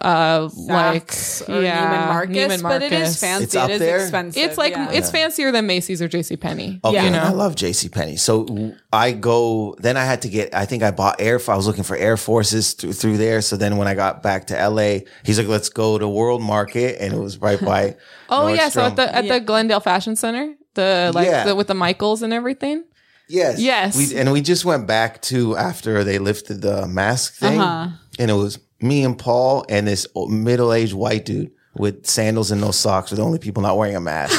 Speaker 1: uh, like
Speaker 2: Saks or
Speaker 1: yeah,
Speaker 2: Neiman, Marcus, but it is fancy.
Speaker 3: It's up
Speaker 2: it is
Speaker 3: there?
Speaker 2: expensive.
Speaker 1: It's like
Speaker 2: yeah.
Speaker 1: it's fancier than Macy's or JC Penney.
Speaker 3: Okay,
Speaker 1: you
Speaker 3: and I
Speaker 1: know.
Speaker 3: love J.C. Penney. So w- I go. Then I had to get. I think I bought Air. I was looking for Air Forces through, through there. So then when I got back to L.A., he's like, "Let's go to World Market," and it was right by.
Speaker 1: Oh yeah, so
Speaker 3: Nordstrom.
Speaker 1: at the at the Glendale Fashion Center, the like
Speaker 3: Yeah.
Speaker 1: the, with the Michaels and everything.
Speaker 3: yes,
Speaker 1: Yes.
Speaker 3: we, and we just went back to after they lifted the mask thing,
Speaker 1: Uh-huh.
Speaker 3: and it was me and Paul and this middle aged white dude with sandals and no socks, were the only people not wearing a mask.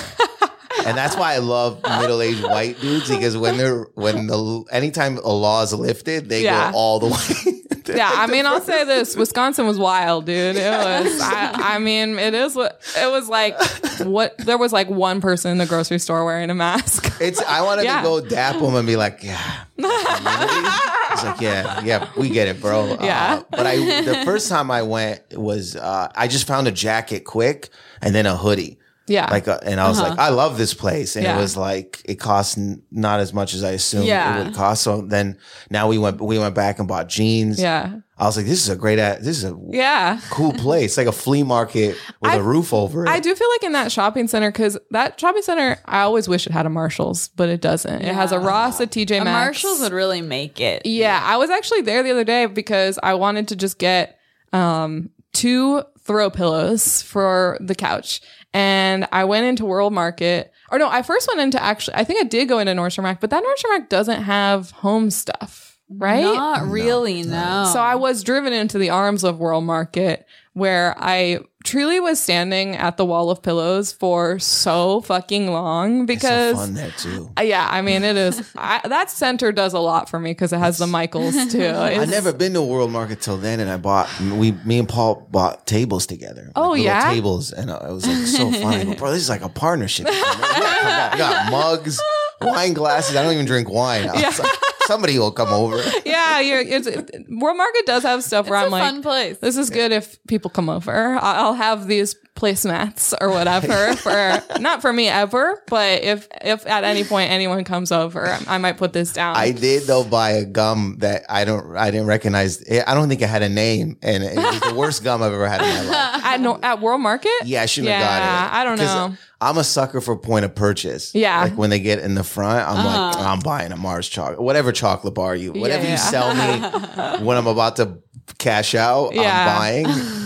Speaker 3: And that's why I love middle-aged white dudes because when they're when the anytime a law is lifted, they
Speaker 1: Yeah.
Speaker 3: go all the way. They're
Speaker 1: Yeah,
Speaker 3: like
Speaker 1: I
Speaker 3: the
Speaker 1: mean, I'll
Speaker 3: first-
Speaker 1: say this: Wisconsin was wild, dude. It was. I, I mean, it is what it was like. What there was like one person in the grocery store wearing a mask.
Speaker 3: it's I wanted
Speaker 1: Yeah.
Speaker 3: to go dap them and be like, yeah. He's like, yeah, yeah, we get it, bro.
Speaker 2: Yeah.
Speaker 3: Uh, but I, the first time I went was, uh, I just found a jacket quick and then a hoodie.
Speaker 1: Yeah. Uh-huh.
Speaker 3: Like, uh, and I was like, I love this place. And
Speaker 2: Yeah.
Speaker 3: it was like, it cost n- not as much as I assumed
Speaker 2: Yeah.
Speaker 3: it would cost. So then now we went, we went back and bought jeans.
Speaker 1: yeah.
Speaker 3: I was like, this is a great, a- this is a
Speaker 1: Yeah.
Speaker 3: cool place, like a flea market with a roof over it.
Speaker 1: I do feel like in that shopping center, because that shopping center, I always wish it had a Marshalls, but it doesn't. It has a Ross, a TJ Maxx.
Speaker 2: Marshalls would really make it.
Speaker 1: Yeah, I was actually there the other day because I wanted to just get um, two throw pillows for the couch. And I went into World Market. Or no, I first went into actually, I think I did go into Nordstrom Rack, but that Nordstrom Rack doesn't have home stuff, right?
Speaker 2: Not really, no.
Speaker 1: So I was driven into the arms of World Market where I truly was standing at the wall of pillows for so fucking long
Speaker 3: It's so
Speaker 1: because
Speaker 3: fun there too.
Speaker 1: uh, Yeah, I mean it is. I, that center does a lot for me because it has the Michaels too.
Speaker 3: I
Speaker 1: It's-
Speaker 3: never been to World Market till then, and I bought we me and Paul bought tables together. like
Speaker 1: Oh,
Speaker 3: little
Speaker 1: yeah?
Speaker 3: tables, and uh, it was like so fun. I go, bro, this is like a partnership. We got, we got mugs, wine glasses. I don't even drink wine. I was like, somebody will come over.
Speaker 1: Yeah, you're, it's World Market does have stuff where I'm
Speaker 2: it's a
Speaker 1: like,
Speaker 2: fun place.
Speaker 1: this is good if people come over. I- I'll have these placemats or whatever for not for me ever, but if if at any point anyone comes over, I might put this down.
Speaker 3: I did though buy a gum that I don't I didn't recognize. It, I don't think it had a name, and it was the worst gum I've ever had in my life.
Speaker 1: at no, at World Market.
Speaker 3: Yeah, I shouldn't
Speaker 1: Yeah,
Speaker 3: have got it.
Speaker 1: I don't
Speaker 3: Because
Speaker 1: know.
Speaker 3: I'm a sucker for point of purchase.
Speaker 1: Yeah. Uh-huh.
Speaker 3: Like when they get in the front, I'm like, I'm buying a Mars chocolate, whatever chocolate bar you, whatever
Speaker 1: Yeah.
Speaker 3: you sell me when I'm about to cash out,
Speaker 1: Yeah.
Speaker 3: I'm buying.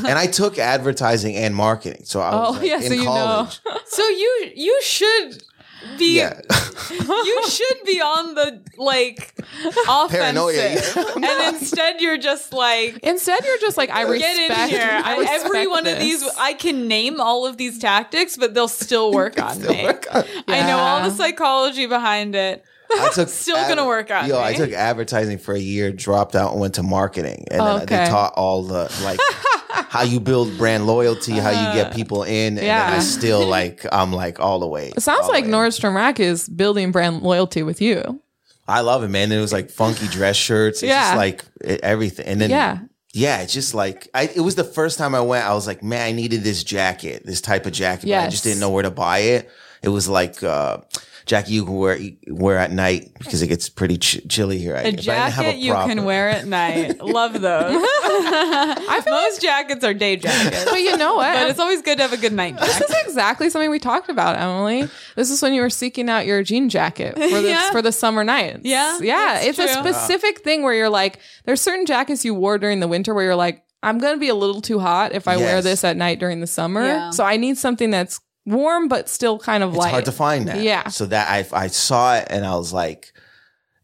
Speaker 3: And I took advertising and marketing. So I was
Speaker 1: Oh,
Speaker 3: like,
Speaker 1: yeah,
Speaker 3: in
Speaker 1: so you know.
Speaker 3: college.
Speaker 2: So you you should be
Speaker 3: Yeah.
Speaker 2: you should be on the like offensive,
Speaker 3: Paranoia, yeah.
Speaker 2: and instead you're just like.
Speaker 1: Instead, you're just like I
Speaker 2: Get
Speaker 1: respect.
Speaker 2: in here!
Speaker 1: I
Speaker 2: I
Speaker 1: respect
Speaker 2: every one of
Speaker 1: this.
Speaker 2: these, uh, I can name all of these tactics, but they'll still work on me. I know all
Speaker 1: Yeah.
Speaker 2: the psychology behind it.
Speaker 3: I took
Speaker 2: Still gonna work on
Speaker 3: Yo, I
Speaker 2: me.
Speaker 3: took advertising for a year, dropped out, and went to marketing, and then
Speaker 1: Okay.
Speaker 3: they taught all the like how you build brand loyalty, how you get people in, and then
Speaker 1: yeah.
Speaker 3: I still like I'm like all the way.
Speaker 1: It sounds
Speaker 3: all the
Speaker 1: like
Speaker 3: way.
Speaker 1: Nordstrom Rack is building brand loyalty with you.
Speaker 3: I love it, man. And it was like funky dress shirts. It's
Speaker 1: Yeah.
Speaker 3: just like it, everything. And then
Speaker 1: Yeah.
Speaker 3: yeah. it's just like I, it was the first time I went. I was like, man, I needed this jacket, this type of jacket. But I
Speaker 1: Yes.
Speaker 3: just didn't know where to buy it. It was like uh, jacket you can wear wear at night because it gets pretty ch- chilly here.
Speaker 2: A jacket you can wear at night. Love those. Most jackets are day jackets,
Speaker 1: But you know what?
Speaker 2: but it's always good to have a good night jacket.
Speaker 1: This is exactly something we talked about, Emily. This is when you were seeking out your jean jacket for the
Speaker 2: Yeah.
Speaker 1: for the summer nights.
Speaker 2: Yeah,
Speaker 1: yeah.
Speaker 2: that's
Speaker 1: It's a
Speaker 2: true.
Speaker 1: specific thing where you're like, there's certain jackets you wore during the winter where you're like, I'm gonna be a little too hot if I wear
Speaker 3: Yes.
Speaker 1: this at night during the summer.
Speaker 2: Yeah.
Speaker 1: So I need something that's warm but still kind of
Speaker 3: It's
Speaker 1: light.
Speaker 3: hard to find that.
Speaker 1: Yeah.
Speaker 3: So that I I saw it and I was like,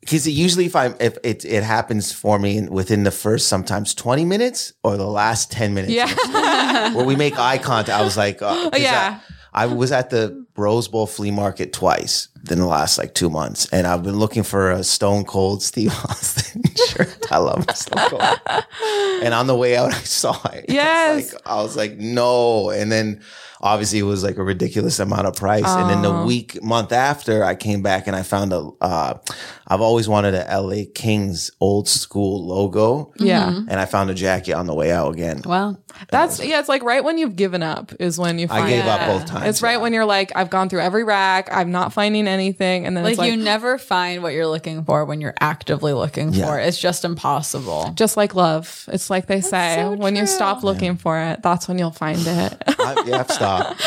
Speaker 3: because usually if I'm if it it happens for me within the first sometimes twenty minutes or the last ten minutes.
Speaker 1: Yeah.
Speaker 3: where we make eye contact. I was like, uh, 'cause
Speaker 1: Oh, Yeah.
Speaker 3: I, I was at the Rose Bowl flea market twice in the last like two months, and I've been looking for a Stone Cold Steve Austin shirt. I love Stone Cold. And on the way out, I saw it. I
Speaker 1: Yes.
Speaker 3: was like, I was like, no. And then obviously it was like a ridiculous amount of price. And then
Speaker 1: Oh.
Speaker 3: the week, month after, I came back and I found a, uh, I've always wanted a LA Kings old school logo.
Speaker 1: yeah.
Speaker 2: Mm-hmm.
Speaker 3: And I found a jacket on the way out again.
Speaker 2: Well,
Speaker 1: That's yeah, it's like right when you've given up is when you find
Speaker 3: I gave
Speaker 1: it.
Speaker 3: up both times.
Speaker 1: It's right when you're like, I've gone through every rack, I'm not finding anything, and then
Speaker 2: like,
Speaker 1: it's like
Speaker 2: you never find what you're looking for when you're actively looking
Speaker 3: Yeah.
Speaker 2: for it. It's just impossible.
Speaker 1: just like love. It's like they say,
Speaker 2: so
Speaker 1: when you
Speaker 2: true.
Speaker 1: stop looking for it, that's when you'll find it.
Speaker 3: I, yeah, I've stopped.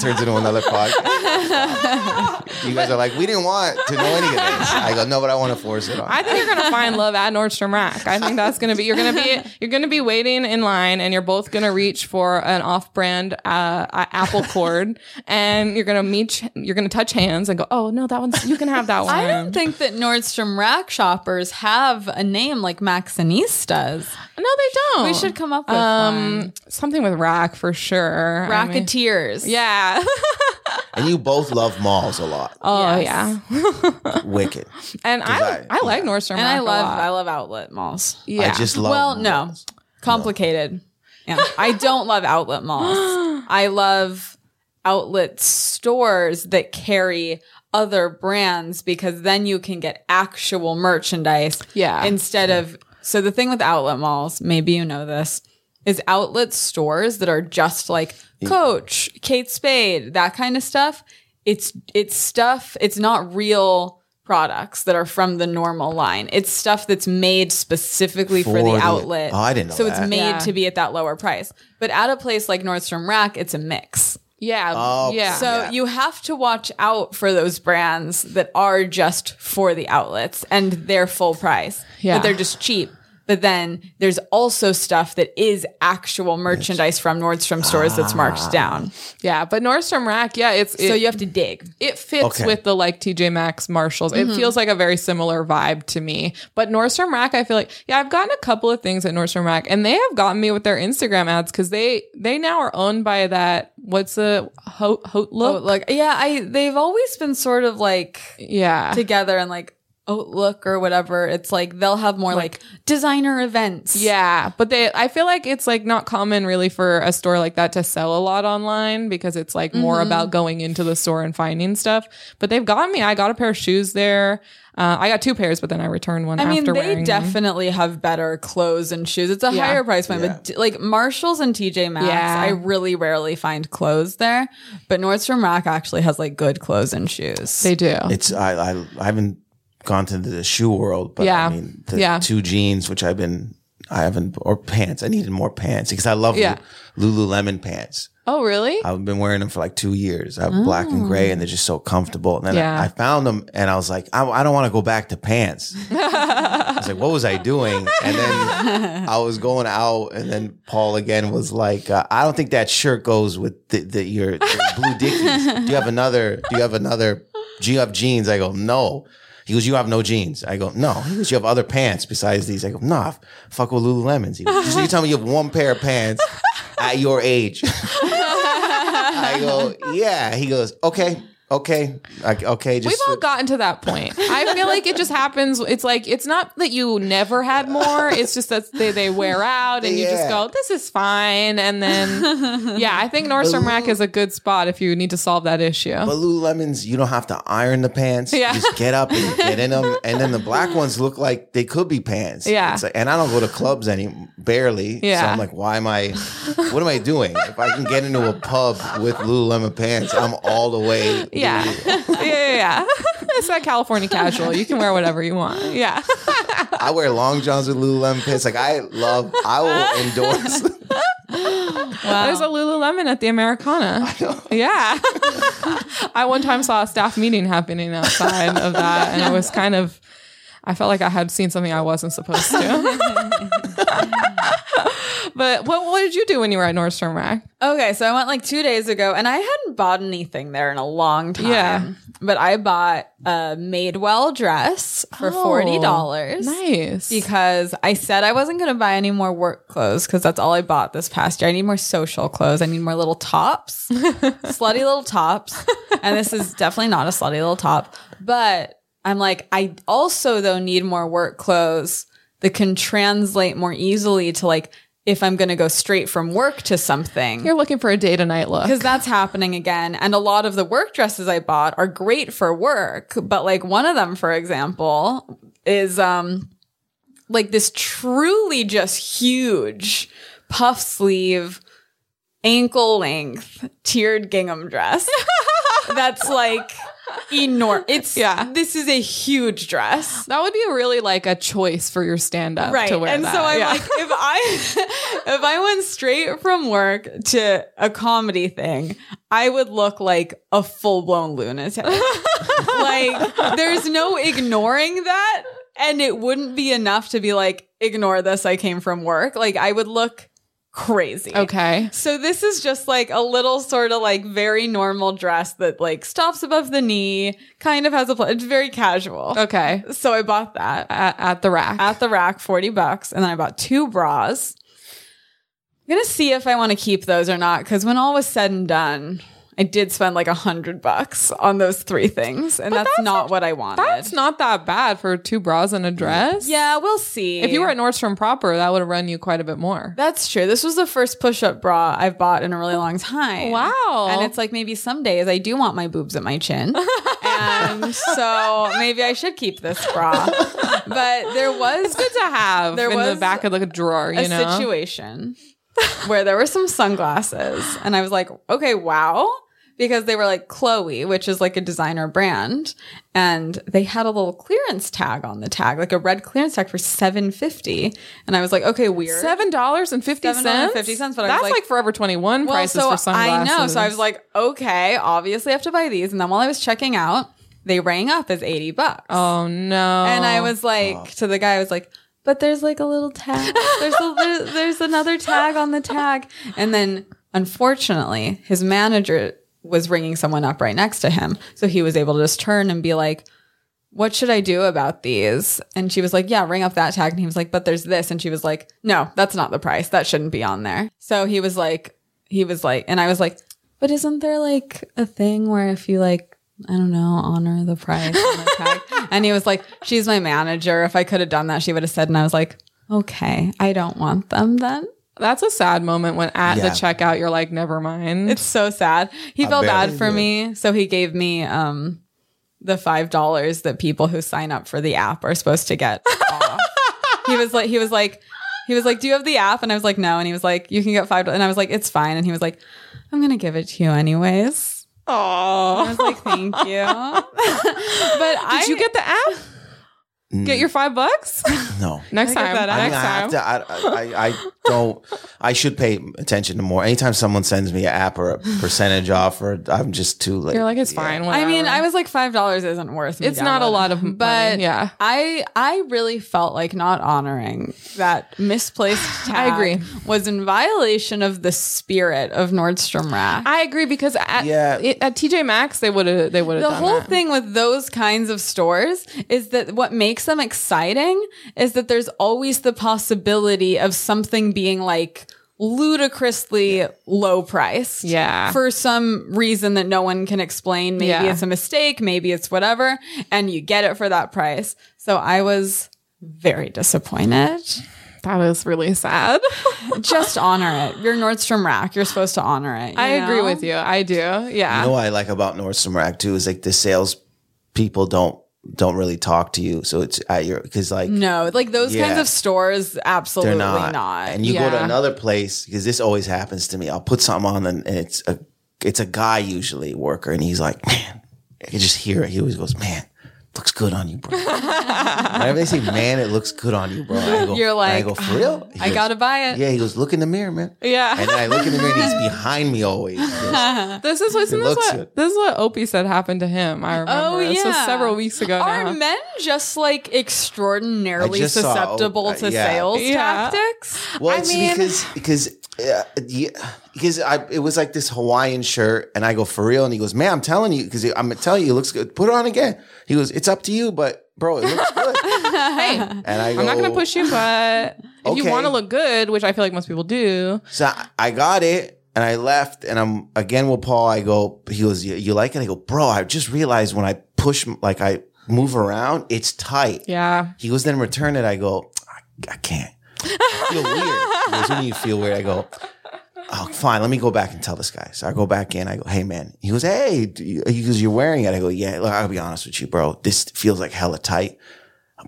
Speaker 3: Turns into another podcast. You guys are like, we didn't want to know any of this. I go, no, but I want to force it on.
Speaker 1: I think you're gonna find love at Nordstrom Rack. I think that's gonna be you're gonna be you're gonna be waiting in line, and you're both gonna reach for an off-brand uh, uh, Apple cord, and you're gonna meet you're gonna touch hands and go, oh no, that one's you can have that one.
Speaker 2: I don't think that Nordstrom Rack shoppers have a name like Maxinistas.
Speaker 1: no, they don't.
Speaker 2: We should come up with one.
Speaker 1: um something with rack for sure. I mean-
Speaker 2: Racketeers.
Speaker 1: yeah.
Speaker 3: and you both love malls a lot.
Speaker 1: Oh
Speaker 2: Yes.
Speaker 1: yeah.
Speaker 3: Wicked.
Speaker 1: And I
Speaker 3: Design.
Speaker 1: I like Nordstrom
Speaker 2: And
Speaker 1: Rack
Speaker 2: I
Speaker 1: a
Speaker 2: love
Speaker 1: lot.
Speaker 2: I love outlet malls.
Speaker 1: yeah.
Speaker 3: I just love
Speaker 2: well, no.
Speaker 3: malls.
Speaker 2: Complicated. Yeah. I don't love outlet malls. I love outlet stores that carry other brands because then you can get actual merchandise.
Speaker 1: Yeah.
Speaker 2: Instead of so the thing with outlet malls, maybe you know this, is outlet stores that are just like Coach, Kate Spade, that kind of stuff. It's it's stuff, it's not real products that are from the normal line. It's stuff that's made specifically for,
Speaker 3: For
Speaker 2: the
Speaker 3: the-
Speaker 2: outlet.
Speaker 3: Oh, I didn't know
Speaker 2: So it's
Speaker 3: that.
Speaker 2: made
Speaker 1: Yeah.
Speaker 2: to be at that lower price. But at a place like Nordstrom Rack, it's a mix.
Speaker 1: Yeah.
Speaker 3: Oh,
Speaker 1: yeah.
Speaker 2: So you have to watch out for those brands that are just for the outlets and they're full price.
Speaker 1: Yeah.
Speaker 2: But they're just cheap. But then there's also stuff that is actual merchandise from Nordstrom stores
Speaker 3: Ah.
Speaker 2: that's marked down.
Speaker 1: yeah. But Nordstrom Rack, yeah, it's it,
Speaker 2: So you have to dig.
Speaker 1: it fits
Speaker 3: Okay.
Speaker 1: with the like TJ Maxx Marshalls.
Speaker 2: Mm-hmm.
Speaker 1: It feels like a very similar vibe to me. But Nordstrom Rack, I feel like yeah, I've gotten a couple of things at Nordstrom Rack, and they have gotten me with their Instagram ads because they they now are owned by that what's the Ho- Hotlook?
Speaker 2: Outlook. Yeah, I they've always been sort of like
Speaker 1: Yeah,
Speaker 2: together and like Outlook or whatever. It's like they'll have more like, designer events.
Speaker 1: yeah. But they, I feel like it's like not common really for a store like that to sell a lot online because it's like
Speaker 2: Mm-hmm.
Speaker 1: more about going into the store and finding stuff. But they've gotten me. I got a pair of shoes there. Uh, I got two pairs, but then I returned one.
Speaker 2: I mean,
Speaker 1: after
Speaker 2: they
Speaker 1: wearing them.
Speaker 2: definitely have better clothes and shoes. It's a
Speaker 1: Yeah.
Speaker 2: higher price point,
Speaker 3: Yeah.
Speaker 2: but d- like Marshalls and TJ Maxx,
Speaker 1: Yeah.
Speaker 2: I really rarely find clothes there. But Nordstrom Rack actually has like good clothes and shoes.
Speaker 1: they do.
Speaker 3: It's I, I I haven't gone to the shoe world, but
Speaker 1: Yeah.
Speaker 3: I mean the
Speaker 1: Yeah.
Speaker 3: two jeans which I've been I haven't or pants. I needed more pants because I love
Speaker 1: Yeah.
Speaker 3: Lu- Lululemon pants.
Speaker 1: oh, really?
Speaker 3: I've been wearing them for like two years. I have black and gray, and they're just so comfortable. And then
Speaker 1: Yeah.
Speaker 3: I, I found them, and I was like, I, I don't want to go back to pants. I was like, what was I doing? And then I was going out, and then Paul again was like, uh, I don't think that shirt goes with the, the, your the blue Dickies. Do you have another? Do you have another? Do you have jeans? I go, no. He goes, you have no jeans. I go, no. He goes, you have other pants besides these. I go, no. Nah, fuck with Lululemons. He goes, so you tell me you have one pair of pants at your age. I go, yeah. He goes, okay, okay, like, okay. Just
Speaker 1: We've all gotten to that point. I feel like it just happens. It's like it's not that you never had more. It's just that they, they wear out and you just
Speaker 3: Yeah.
Speaker 1: go, this is fine. And then yeah, I think Nordstrom Rack is a good spot if you need to solve that issue.
Speaker 3: but Lululemons, you don't have to iron the pants.
Speaker 1: Yeah.
Speaker 3: You just get up and get in them. And then the black ones look like they could be pants.
Speaker 1: Yeah.
Speaker 3: It's like- and I don't go to clubs any barely. So
Speaker 1: Yeah.
Speaker 3: I'm like, why am I, what am I doing? If I can get into a pub with Lululemon pants, I'm all the way.
Speaker 1: Yeah. yeah, yeah, yeah. It's that California casual. You can wear whatever you want. Yeah,
Speaker 3: I wear long johns with Lululemon pants. Like I love, I will endorse.
Speaker 1: there's a Lululemon at the Americana. Yeah, I one time saw a staff meeting happening outside of that, and it was kind of. I felt like I had seen something I wasn't supposed to. but what, what did you do when you were at Nordstrom Rack?
Speaker 2: Okay, so I went like two days ago, and I hadn't bought anything there in a long time.
Speaker 1: Yeah.
Speaker 2: but I bought a Madewell dress for forty dollars.
Speaker 1: Oh, Nice.
Speaker 2: because I said I wasn't going to buy any more work clothes because that's all I bought this past year. I need more social clothes. I need more little tops, slutty little tops. And this is definitely not a slutty little top. But I'm like, I also, though, need more work clothes that can translate more easily to like if I'm going to go straight from work to something.
Speaker 1: You're looking for a day to night look.
Speaker 2: Because that's happening again. And a lot of the work dresses I bought are great for work. But like one of them, for example, is um like this truly just huge puff sleeve, ankle length, tiered gingham dress. that's like enormous. It's
Speaker 1: Yeah.
Speaker 2: This is a huge dress
Speaker 1: That would be really like a choice for your stand up
Speaker 2: right
Speaker 1: to wear
Speaker 2: and
Speaker 1: that.
Speaker 2: so i'm
Speaker 1: Yeah.
Speaker 2: like if i if i went straight from work to a comedy thing i would look like a full-blown lunatic like there's no ignoring that and it wouldn't be enough to be like ignore this i came from work like i would look crazy
Speaker 1: okay.
Speaker 2: so this is just like a little sort of like very normal dress that like stops above the knee, kind of has a pl- it's very casual.
Speaker 1: Okay.
Speaker 2: So I bought that
Speaker 1: At, at the rack.
Speaker 2: at the rack, 40 bucks. And then I bought two bras. I'm going to see if I want to keep those or not. Cause when all was said and done, I did spend like a hundred bucks on those three things, and that's,
Speaker 1: that's
Speaker 2: not what I wanted.
Speaker 1: That's not that bad for two bras and a dress.
Speaker 2: yeah, we'll see.
Speaker 1: If you were at Nordstrom proper, that would have run you quite a bit more.
Speaker 2: That's true. This was the first push up bra I've bought in a really long time.
Speaker 1: Wow.
Speaker 2: And it's like maybe some days I do want my boobs at my chin. and so maybe I should keep this bra. But there was
Speaker 1: Good to have
Speaker 2: There
Speaker 1: in the
Speaker 2: was
Speaker 1: back of the drawer, you
Speaker 2: a
Speaker 1: know.
Speaker 2: situation where there were some sunglasses and I was like, okay, wow. Because they were like Chloe, which is like a designer brand, and they had a little clearance tag on the tag, like a red clearance tag for seven fifty. And I was like, okay, weird.
Speaker 1: Seven dollars and fifty cents.
Speaker 2: $7.50, but I was
Speaker 1: that's
Speaker 2: like-
Speaker 1: Forever Twenty One prices for sunglasses.
Speaker 2: I know. So I was like, okay, obviously I have to buy these. And then while I was checking out, they rang up as 80 bucks.
Speaker 1: oh no.
Speaker 2: And I was like, to the guy, I was like, but there's like a little tag. There's a, there, there's another tag on the tag. And then unfortunately, his manager was ringing someone up right next to him. So he was able to just turn and be like, what should I do about these? And she was like, yeah, ring up that tag. And he was like, but there's this. And she was like, no, that's not the price. That shouldn't be on there. So he was like, he was like, and I was like, but isn't there like a thing where if you like, I don't know, honor the price on the tag? and he was like, she's my manager. If I could have done that, she would have said, and I was like, okay, I don't want them then.
Speaker 1: that's a sad moment when at the
Speaker 3: Yeah.
Speaker 1: checkout you're like, never mind.
Speaker 2: It's so sad. He felt
Speaker 3: bet
Speaker 2: bad for
Speaker 3: it is.
Speaker 2: me, so he gave me um the five dollars that people who sign up for the app are supposed to get. off. he was like, he was like, he was like, "Do you have the app?" And I was like, "No." And he was like, "You can get five dollars." And I was like, "It's fine." And he was like, "I'm gonna give it to you anyways."
Speaker 1: Aw.
Speaker 2: I was like, "Thank you." but I
Speaker 1: Did you get the app? Get your five bucks
Speaker 3: No.
Speaker 1: next
Speaker 2: I get
Speaker 1: time.
Speaker 2: that app.
Speaker 1: Next
Speaker 3: I mean, I Mm. have
Speaker 1: time.
Speaker 3: to. I, I, I don't. I should pay attention to more. Anytime someone sends me an app or a percentage off, or I'm just too late.
Speaker 1: You're like, it's
Speaker 3: Yeah.
Speaker 1: fine.
Speaker 2: I mean,
Speaker 1: whatever.
Speaker 2: I was like, five dollars isn't worth. me
Speaker 1: It's not a
Speaker 2: downloading.
Speaker 1: lot of money,
Speaker 2: but
Speaker 1: yeah.
Speaker 2: I I really felt like not honoring that misplaced tag
Speaker 1: I agree.
Speaker 2: was in violation of the spirit of Nordstrom Rack.
Speaker 1: I agree because at
Speaker 3: Yeah.
Speaker 1: it, at TJ Maxx they would have they would have
Speaker 2: the
Speaker 1: done
Speaker 2: whole
Speaker 1: that.
Speaker 2: thing with those kinds of stores is that what makes them exciting is that there's always the possibility of something being like ludicrously low priced.
Speaker 1: Yeah.
Speaker 2: For some reason that no one can explain. Maybe
Speaker 1: Yeah.
Speaker 2: it's a mistake, maybe it's whatever, and you get it for that price. So I was very disappointed.
Speaker 1: That was really sad.
Speaker 2: Just honor it. You're Nordstrom Rack. You're supposed to honor it.
Speaker 1: I agree
Speaker 2: with you. know?
Speaker 1: with you. I do. Yeah.
Speaker 3: You
Speaker 2: Ah.
Speaker 3: know what I like about Nordstrom Rack too is like the sales people don't don't really talk to you, so it's at your because like
Speaker 2: No, like those kinds
Speaker 3: Yeah.
Speaker 2: of stores, absolutely
Speaker 3: they're
Speaker 2: not.
Speaker 3: not. And you go
Speaker 1: Yeah.
Speaker 3: to another place because this always happens to me. I'll put something on and, and it's a it's a guy usually worker, and he's like, man, I can just hear it. He always goes, man. Looks good on you, bro. Whenever they say, "Man, it looks good on you, bro," I go,
Speaker 2: You're
Speaker 3: and
Speaker 2: like,
Speaker 3: I go for real. He
Speaker 2: I
Speaker 3: goes,
Speaker 2: gotta buy it.
Speaker 3: Yeah, he goes, look in the mirror, man.
Speaker 1: Yeah.
Speaker 3: And then I look in the mirror and he's behind me always. He goes,
Speaker 1: This is isn't this
Speaker 3: looks
Speaker 1: what
Speaker 3: good.
Speaker 1: this is what Opie said happened to him. I remember.
Speaker 2: Oh,
Speaker 1: This was
Speaker 2: yeah.
Speaker 1: several weeks ago
Speaker 2: Are
Speaker 1: now.
Speaker 2: men just like extraordinarily
Speaker 3: I just saw-
Speaker 2: susceptible to
Speaker 3: uh, yeah.
Speaker 2: sales
Speaker 1: Yeah.
Speaker 2: tactics?
Speaker 3: well,
Speaker 1: I
Speaker 3: it's
Speaker 1: mean-
Speaker 3: because because uh, yeah, because I it was like this Hawaiian shirt and I go for real and he goes, man, I'm telling you because I'm telling you it looks good. Put it on again. He goes, it's up to you, but bro, it looks good.
Speaker 1: hey,
Speaker 3: And I go,
Speaker 1: I'm not gonna push you, but if you
Speaker 3: Oh. Okay.
Speaker 1: want to look good, which I feel like most people do,
Speaker 3: So I- I got it and I left and I'm again with Paul. I go, he goes, you, you like it? I go, bro, I just realized when I push like I move around, it's tight.
Speaker 1: yeah.
Speaker 3: He goes, then return it. I go, I, I can't. I feel weird. He goes, what do you feel weird? I go, oh, fine. Let me go back and tell this guy. So I go back in. I go, hey, man. He goes, hey. do you- He goes, you're wearing it. I go, yeah. Look, I'll be honest with you, bro. This feels like hella tight,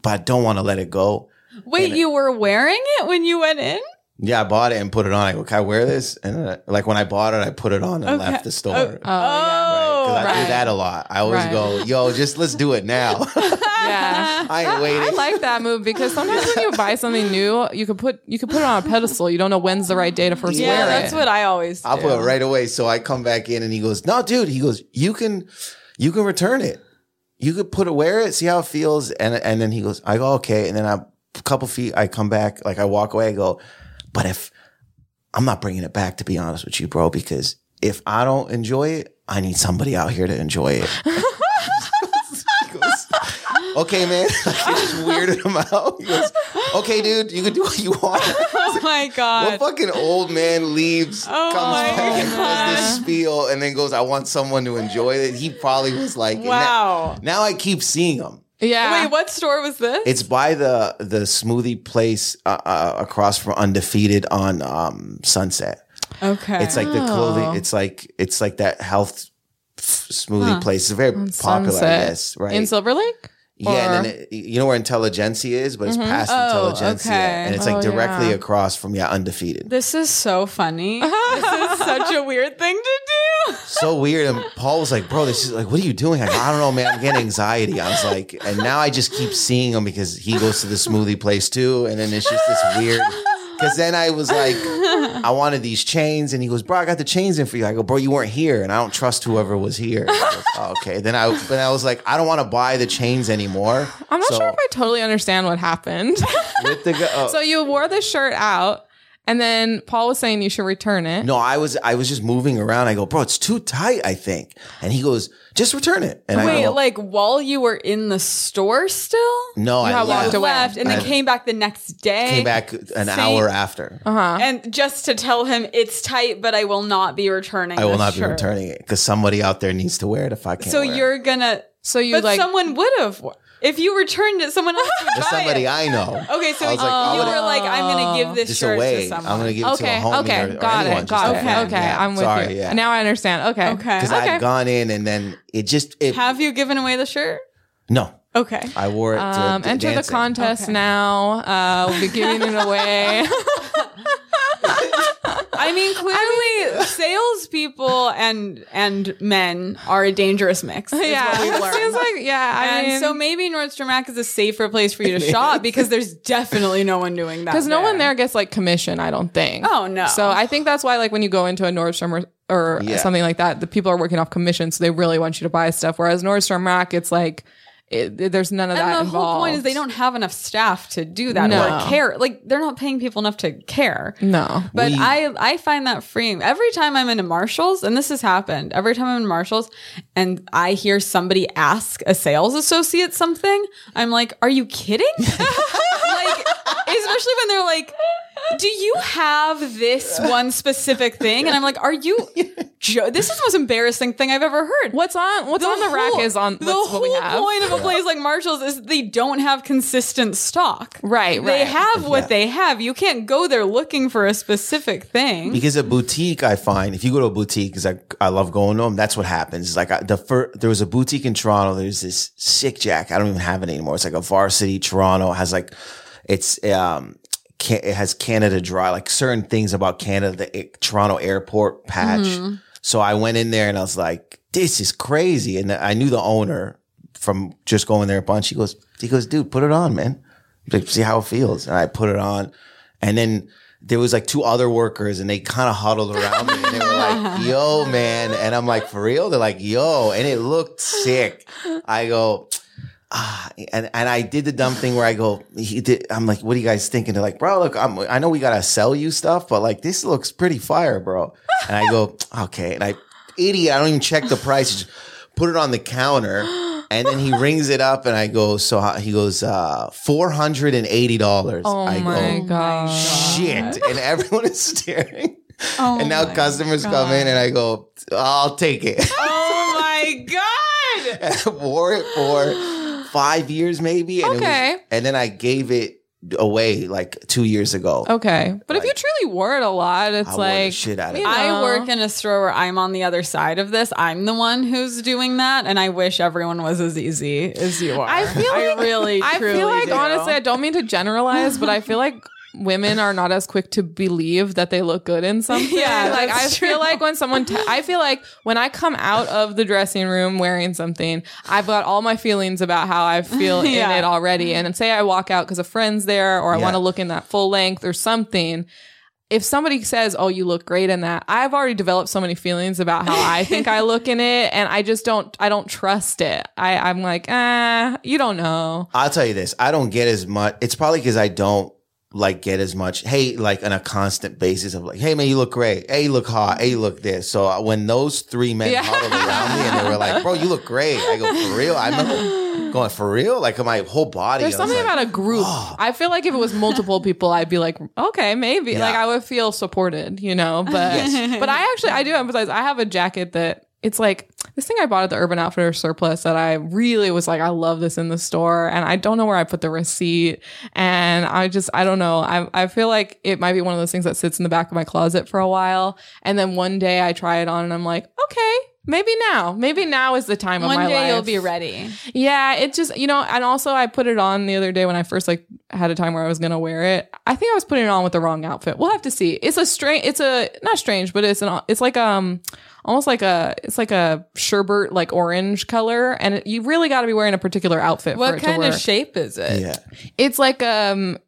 Speaker 3: but I don't want to let it go.
Speaker 2: Wait, you were wearing it when you went in?
Speaker 3: Yeah, I bought it and put it on. I go, can I wear this? And then I- like when I bought it, I put it on and left the store.
Speaker 1: Oh, yeah.
Speaker 2: Oh,
Speaker 3: Because I
Speaker 1: right.
Speaker 3: do that a lot. I always
Speaker 1: Right.
Speaker 3: go, yo, just let's do it now.
Speaker 1: yeah.
Speaker 3: I ain't waiting.
Speaker 1: I like that move because sometimes when you buy something new, you could put you could put it on a pedestal. You don't know when's the right day to first
Speaker 2: yeah,
Speaker 1: wear
Speaker 2: that's
Speaker 1: it.
Speaker 2: what I always do.
Speaker 3: I'll put it right away. So I come back in and he goes, No, dude. He goes, You can you can return it. You could put it wear it, see how it feels. And and then he goes, I go, okay. And then I a couple feet, I come back, like I walk away, I go, but if I'm not bringing it back, to be honest with you, bro, because if I don't enjoy it, I need somebody out here to enjoy it. He goes- okay, man. like, it just weirded him out. He goes, okay, dude, you can do what you want.
Speaker 2: Oh my
Speaker 3: What
Speaker 2: god. Oh
Speaker 3: fucking old man leaves,
Speaker 2: my
Speaker 3: comes home,
Speaker 2: God.
Speaker 3: does this spiel, and then goes, I want someone to enjoy it. He probably was like, and
Speaker 2: Wow.
Speaker 3: that- now I keep seeing him.
Speaker 1: Yeah.
Speaker 2: Wait, what store was this?
Speaker 3: It's by the the smoothie place uh, uh, across from Undefeated on um, Sunset.
Speaker 2: okay.
Speaker 3: It's like the clothing. It's like it's like that health f- smoothie place. It's very popular, I
Speaker 1: Sunset.
Speaker 3: guess. Right?
Speaker 1: In Silver Lake?
Speaker 3: yeah, and
Speaker 1: or-
Speaker 3: then it, you know where Intelligentsia is, but it's past
Speaker 2: Oh,
Speaker 3: Intelligentsia,
Speaker 2: okay.
Speaker 3: and it's like
Speaker 1: Oh,
Speaker 3: directly
Speaker 1: yeah.
Speaker 3: across from yeah, Undefeated.
Speaker 2: this is so funny. this is such a weird thing to do.
Speaker 3: so weird. And Paul was like, "Bro, this is like, what are you doing?" I go, "I don't know, man. I'm getting anxiety." I was like, and now I just keep seeing him because he goes to the smoothie place too, and then it's just this weird. Because then I was like, I wanted these chains, and he goes, "Bro, I got the chains in for you." I go, "Bro, you weren't here, and I don't trust whoever was here." He goes, "Oh, okay. Then I, then I was like, I don't want to buy the chains anymore.
Speaker 1: I'm not sure if I totally understand what happened.
Speaker 3: with the go- oh.
Speaker 1: so you wore the shirt out, and then Paul was saying you should return it.
Speaker 3: No, I was I was just moving around. I go, bro, it's too tight, I think. And he goes, just return it. And I
Speaker 2: Wait,
Speaker 3: go,
Speaker 2: like while you were in the store still?
Speaker 3: no, I
Speaker 1: had
Speaker 3: left.
Speaker 1: walked away.
Speaker 2: Left and then
Speaker 3: I-
Speaker 2: came back the next day.
Speaker 3: Came back an hour after.
Speaker 2: And just to tell him it's tight, but I will not be returning.
Speaker 3: I will
Speaker 2: this
Speaker 3: not be
Speaker 2: shirt.
Speaker 3: returning it because somebody out there needs to wear it if I can't.
Speaker 2: So
Speaker 3: wear it.
Speaker 2: you're gonna.
Speaker 1: So you
Speaker 2: but
Speaker 1: like
Speaker 2: someone would have. If you returned it, someone else would
Speaker 3: There's
Speaker 2: buy
Speaker 3: somebody
Speaker 2: it.
Speaker 3: I know.
Speaker 2: okay, so
Speaker 3: I was like, I
Speaker 2: you
Speaker 3: would-
Speaker 2: were like, I'm gonna give this
Speaker 3: Just
Speaker 2: shirt to
Speaker 3: away. I'm
Speaker 2: someone.
Speaker 3: gonna give it to a
Speaker 1: okay,
Speaker 3: homie
Speaker 1: okay,
Speaker 3: or, or
Speaker 1: got
Speaker 3: anyone
Speaker 1: it,
Speaker 3: just
Speaker 1: got
Speaker 3: to
Speaker 1: it.
Speaker 3: have it.
Speaker 1: Okay,
Speaker 3: Yeah.
Speaker 1: I'm with
Speaker 3: Sorry,
Speaker 1: you.
Speaker 3: Yeah.
Speaker 1: Now I understand. Okay,
Speaker 2: Okay.
Speaker 3: because
Speaker 1: okay.
Speaker 3: I've gone in and then it just it
Speaker 2: Oh, have you given away the shirt?
Speaker 3: no.
Speaker 2: Okay.
Speaker 3: I wore it. To,
Speaker 1: um,
Speaker 3: to
Speaker 1: enter the
Speaker 3: dancing.
Speaker 1: contest
Speaker 2: Okay.
Speaker 1: now. Uh, we'll be giving it away.
Speaker 2: I mean, clearly, salespeople and and men are a dangerous mix. is
Speaker 1: yeah,
Speaker 2: what we
Speaker 1: it
Speaker 2: learned.
Speaker 1: seems like yeah. I
Speaker 2: and
Speaker 1: mean,
Speaker 2: so maybe Nordstrom Rack is a safer place for you to shop because there's definitely no one doing that.
Speaker 1: because no one there gets like commission, I don't think.
Speaker 2: Oh, no.
Speaker 1: So I think that's why like when you go into a Nordstrom or, or
Speaker 3: Yeah.
Speaker 1: something like that, the people are working off commission, so they really want you to buy stuff. Whereas Nordstrom Rack, it's like it, it- there's none of that
Speaker 2: And the
Speaker 1: involved.
Speaker 2: whole point is they don't have enough staff to do that
Speaker 1: No.
Speaker 2: or care. Like they're not paying people enough to care.
Speaker 1: No.
Speaker 2: But
Speaker 3: We-
Speaker 2: I I find that freeing. Every time I'm in a Marshalls, and this has happened, every time I'm in Marshalls and I hear somebody ask a sales associate something, I'm like, are you kidding? like, especially when they're like, do you have this one specific thing? And I'm like, are you, jo- this is the most embarrassing thing I've ever heard.
Speaker 1: What's on? What's on the rack
Speaker 2: whole-
Speaker 1: is on.
Speaker 2: the
Speaker 1: what's
Speaker 2: whole
Speaker 1: what we have.
Speaker 2: point of a place like Marshalls is they don't have consistent stock.
Speaker 1: Right,
Speaker 2: They
Speaker 1: right.
Speaker 2: have what
Speaker 3: Yeah.
Speaker 2: they have. You can't go there looking for a specific thing.
Speaker 3: Because a boutique, I find if you go to a boutique, because I, I love going to them, that's what happens. It's like I, the fir- there was a boutique in Toronto. There's this sick jack. I don't even have it anymore. It's like a varsity Toronto It has like it's um can- it has Canada Dry like certain things about Canada. The a- Toronto airport patch. So I went in there and I was like, this is crazy. And I knew the owner from just going there a bunch. He goes, he goes, dude, put it on, man. Like, see how it feels. And I put it on. And then there was like two other workers and they kind of huddled around me and they were like, yo, man. And I'm like, for real? They're like, yo. And it looked sick. I go, ah, and, and I did the dumb thing where I go, he did, I'm like, what are you guys thinking? They're like, bro, look, I'm, I know we got to sell you stuff, but like, this looks pretty fire, bro. And I go, okay. And I, idiot, I don't even check the price. Just put it on the counter. And then he rings it up and I go, so how- he goes, uh, $480.
Speaker 1: Oh
Speaker 3: I
Speaker 1: my
Speaker 3: go,
Speaker 1: gosh.
Speaker 3: shit. And everyone is staring.
Speaker 2: Oh
Speaker 3: and now
Speaker 2: my
Speaker 3: customers come in and I go, I'll take it.
Speaker 2: Oh my god!
Speaker 3: and I wore it for five years maybe. And it was-
Speaker 1: Okay.
Speaker 3: and then I gave it away like two years ago.
Speaker 1: Okay. But if you truly wore it a lot, it's
Speaker 3: I wore the
Speaker 1: like
Speaker 3: shit out of
Speaker 1: you
Speaker 3: it.
Speaker 2: I
Speaker 1: know.
Speaker 2: work in a store where I'm on the other side of this. I'm the one who's doing that, and I wish everyone was as easy as you are.
Speaker 1: I feel like
Speaker 2: I really,
Speaker 1: I
Speaker 2: truly
Speaker 1: feel like
Speaker 2: do.
Speaker 1: honestly, I don't mean to generalize, but I feel like women are not as quick to believe that they look good in something.
Speaker 2: Yeah,
Speaker 1: like I
Speaker 2: that's
Speaker 1: feel
Speaker 2: true.
Speaker 1: like when someone, t- I feel like when I come out of the dressing room wearing something, I've got all my feelings about how I feel
Speaker 2: Yeah.
Speaker 1: in it already. And say I walk out because a friend's there, or I
Speaker 3: Yeah.
Speaker 1: want to look in that full length or something. If somebody says, "Oh, you look great in that," I've already developed so many feelings about how I think I look in it, and I just don't. I don't trust it. I, I'm like, ah, you don't know.
Speaker 3: I'll tell you this. I don't get as much. It's probably because I don't like get as much. Hey, like on a constant basis of like, hey man, you look great. Hey, you look hot. Hey, you look this. So uh, when those three men
Speaker 1: Yeah.
Speaker 3: huddled around me and they were like, bro, you look great. I go for real. I remember going for real. Like my whole body.
Speaker 1: There's
Speaker 3: I was
Speaker 1: something
Speaker 3: like,
Speaker 1: about a group. I feel like if it was multiple people, I'd be like, okay, maybe.
Speaker 3: Yeah.
Speaker 1: Like I would feel supported, you know. But but I actually I do emphasize. I have a jacket that it's like this thing I bought at the Urban Outfitters surplus that I really was like, I love this in the store, and I don't know where I put the receipt, and I just I don't know. I I feel like it might be one of those things that sits in the back of my closet for a while, and then one day I try it on, and I'm like, okay. Maybe now. Maybe now is the time of
Speaker 2: One
Speaker 1: my
Speaker 2: day
Speaker 1: life.
Speaker 2: you'll be ready.
Speaker 1: Yeah, it just you know, and also I put it on the other day when I first like had a time where I was gonna wear it. I think I was putting it on with the wrong outfit. We'll have to see. It's a strange. It's a not strange, but it's an it's like um almost like a it's like a sherbet like orange color, and it, you really got to be wearing a particular outfit for
Speaker 2: What
Speaker 1: it to
Speaker 2: kind
Speaker 1: work.
Speaker 2: of shape is it?
Speaker 3: Yeah.
Speaker 1: it's like um.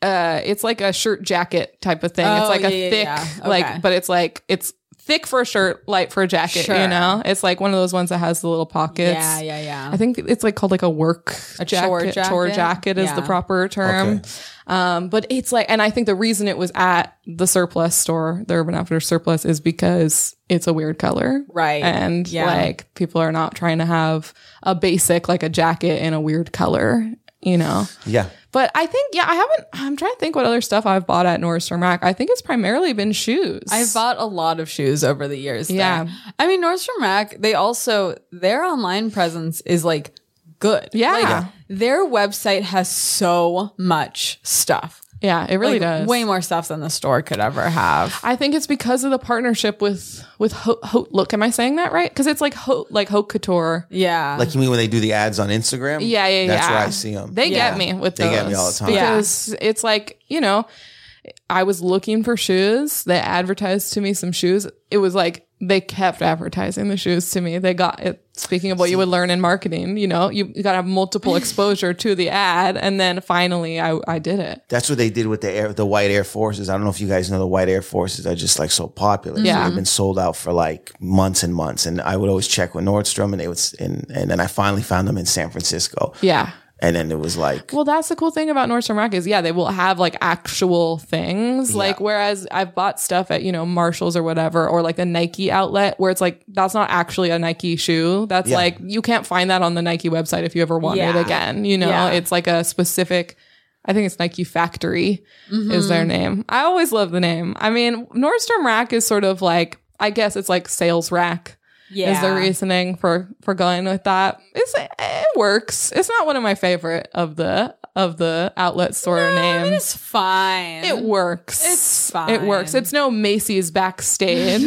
Speaker 1: Uh, it's like a shirt jacket type of thing.
Speaker 2: Oh,
Speaker 1: it's like
Speaker 2: yeah,
Speaker 1: a
Speaker 2: yeah,
Speaker 1: thick,
Speaker 2: yeah. Okay.
Speaker 1: like, but it's like it's thick for a shirt, light for a jacket.
Speaker 2: Sure.
Speaker 1: You know, it's like one of those ones that has the little pockets.
Speaker 2: yeah, yeah, yeah.
Speaker 1: I think it's like called like a work
Speaker 2: A
Speaker 1: jacket.
Speaker 2: chore
Speaker 1: Chore
Speaker 2: jacket?
Speaker 1: jacket, is
Speaker 2: Yeah.
Speaker 1: the proper term.
Speaker 3: Okay.
Speaker 1: Um, but it's like, and I think the reason it was at the surplus store, the Urban Outfitters surplus, is because it's a weird color,
Speaker 2: Right.
Speaker 1: And
Speaker 2: Yeah.
Speaker 1: like people are not trying to have a basic like a jacket in a weird color, you know.
Speaker 3: Yeah.
Speaker 1: But I think yeah, I haven't. I'm trying to think what other stuff I've bought at Nordstrom Rack. I think it's primarily been shoes.
Speaker 2: I bought a lot of shoes over the years. there.
Speaker 1: Yeah.
Speaker 2: I mean, Nordstrom Rack, they also, their online presence is like good.
Speaker 1: Yeah.
Speaker 2: Like, their website has so much stuff.
Speaker 1: yeah, it really
Speaker 2: Like,
Speaker 1: does.
Speaker 2: Way more stuff than the store could ever have.
Speaker 1: I think it's because of the partnership with with Ho- Ho- Look. Am I saying that right? Because it's like Ho- like Haute Couture.
Speaker 2: Yeah.
Speaker 3: Like you mean when they do the ads on Instagram?
Speaker 1: Yeah, yeah,
Speaker 3: That's
Speaker 1: yeah.
Speaker 3: where I see them.
Speaker 1: They
Speaker 2: Yeah.
Speaker 1: get me with
Speaker 3: They
Speaker 1: those
Speaker 3: get me all the time.
Speaker 2: Yeah.
Speaker 1: because it's like you know, I was looking for shoes. They advertised to me some shoes. It was like they kept advertising the shoes to me. They got it. Speaking of what you would learn in marketing, you know, you, you got to have multiple exposure to the ad, and then finally, I I did it.
Speaker 3: That's what they did with the air, the white Air Forces. I don't know if you guys know the white Air Forces are just like so popular. So
Speaker 1: Yeah.
Speaker 3: they've been sold out for like months and months. And I would always check with Nordstrom, and they would, s- and and then I finally found them in San Francisco.
Speaker 1: Yeah.
Speaker 3: And then it was like,
Speaker 1: Well, that's the cool thing about Nordstrom Rack is, yeah, they will have like actual things. Like, whereas I've bought stuff at, you know, Marshalls or whatever, or like the Nike outlet where it's like, that's not actually a Nike shoe. That's
Speaker 3: Yeah.
Speaker 1: like, you can't find that on the Nike website if you ever want
Speaker 2: Yeah.
Speaker 1: it again. You know,
Speaker 2: Yeah.
Speaker 1: it's like a specific, I think it's Nike Factory
Speaker 2: Mm-hmm.
Speaker 1: is their name. I always love the name. I mean, Nordstrom Rack is sort of like, I guess it's like sales rack
Speaker 2: yeah.
Speaker 1: is the reasoning for for going with that. It's it works. It's not one of my favorite of the of the outlet store names.
Speaker 2: It's fine.
Speaker 1: It works.
Speaker 2: It's
Speaker 1: It works.
Speaker 2: fine.
Speaker 1: It's no Macy's backstage.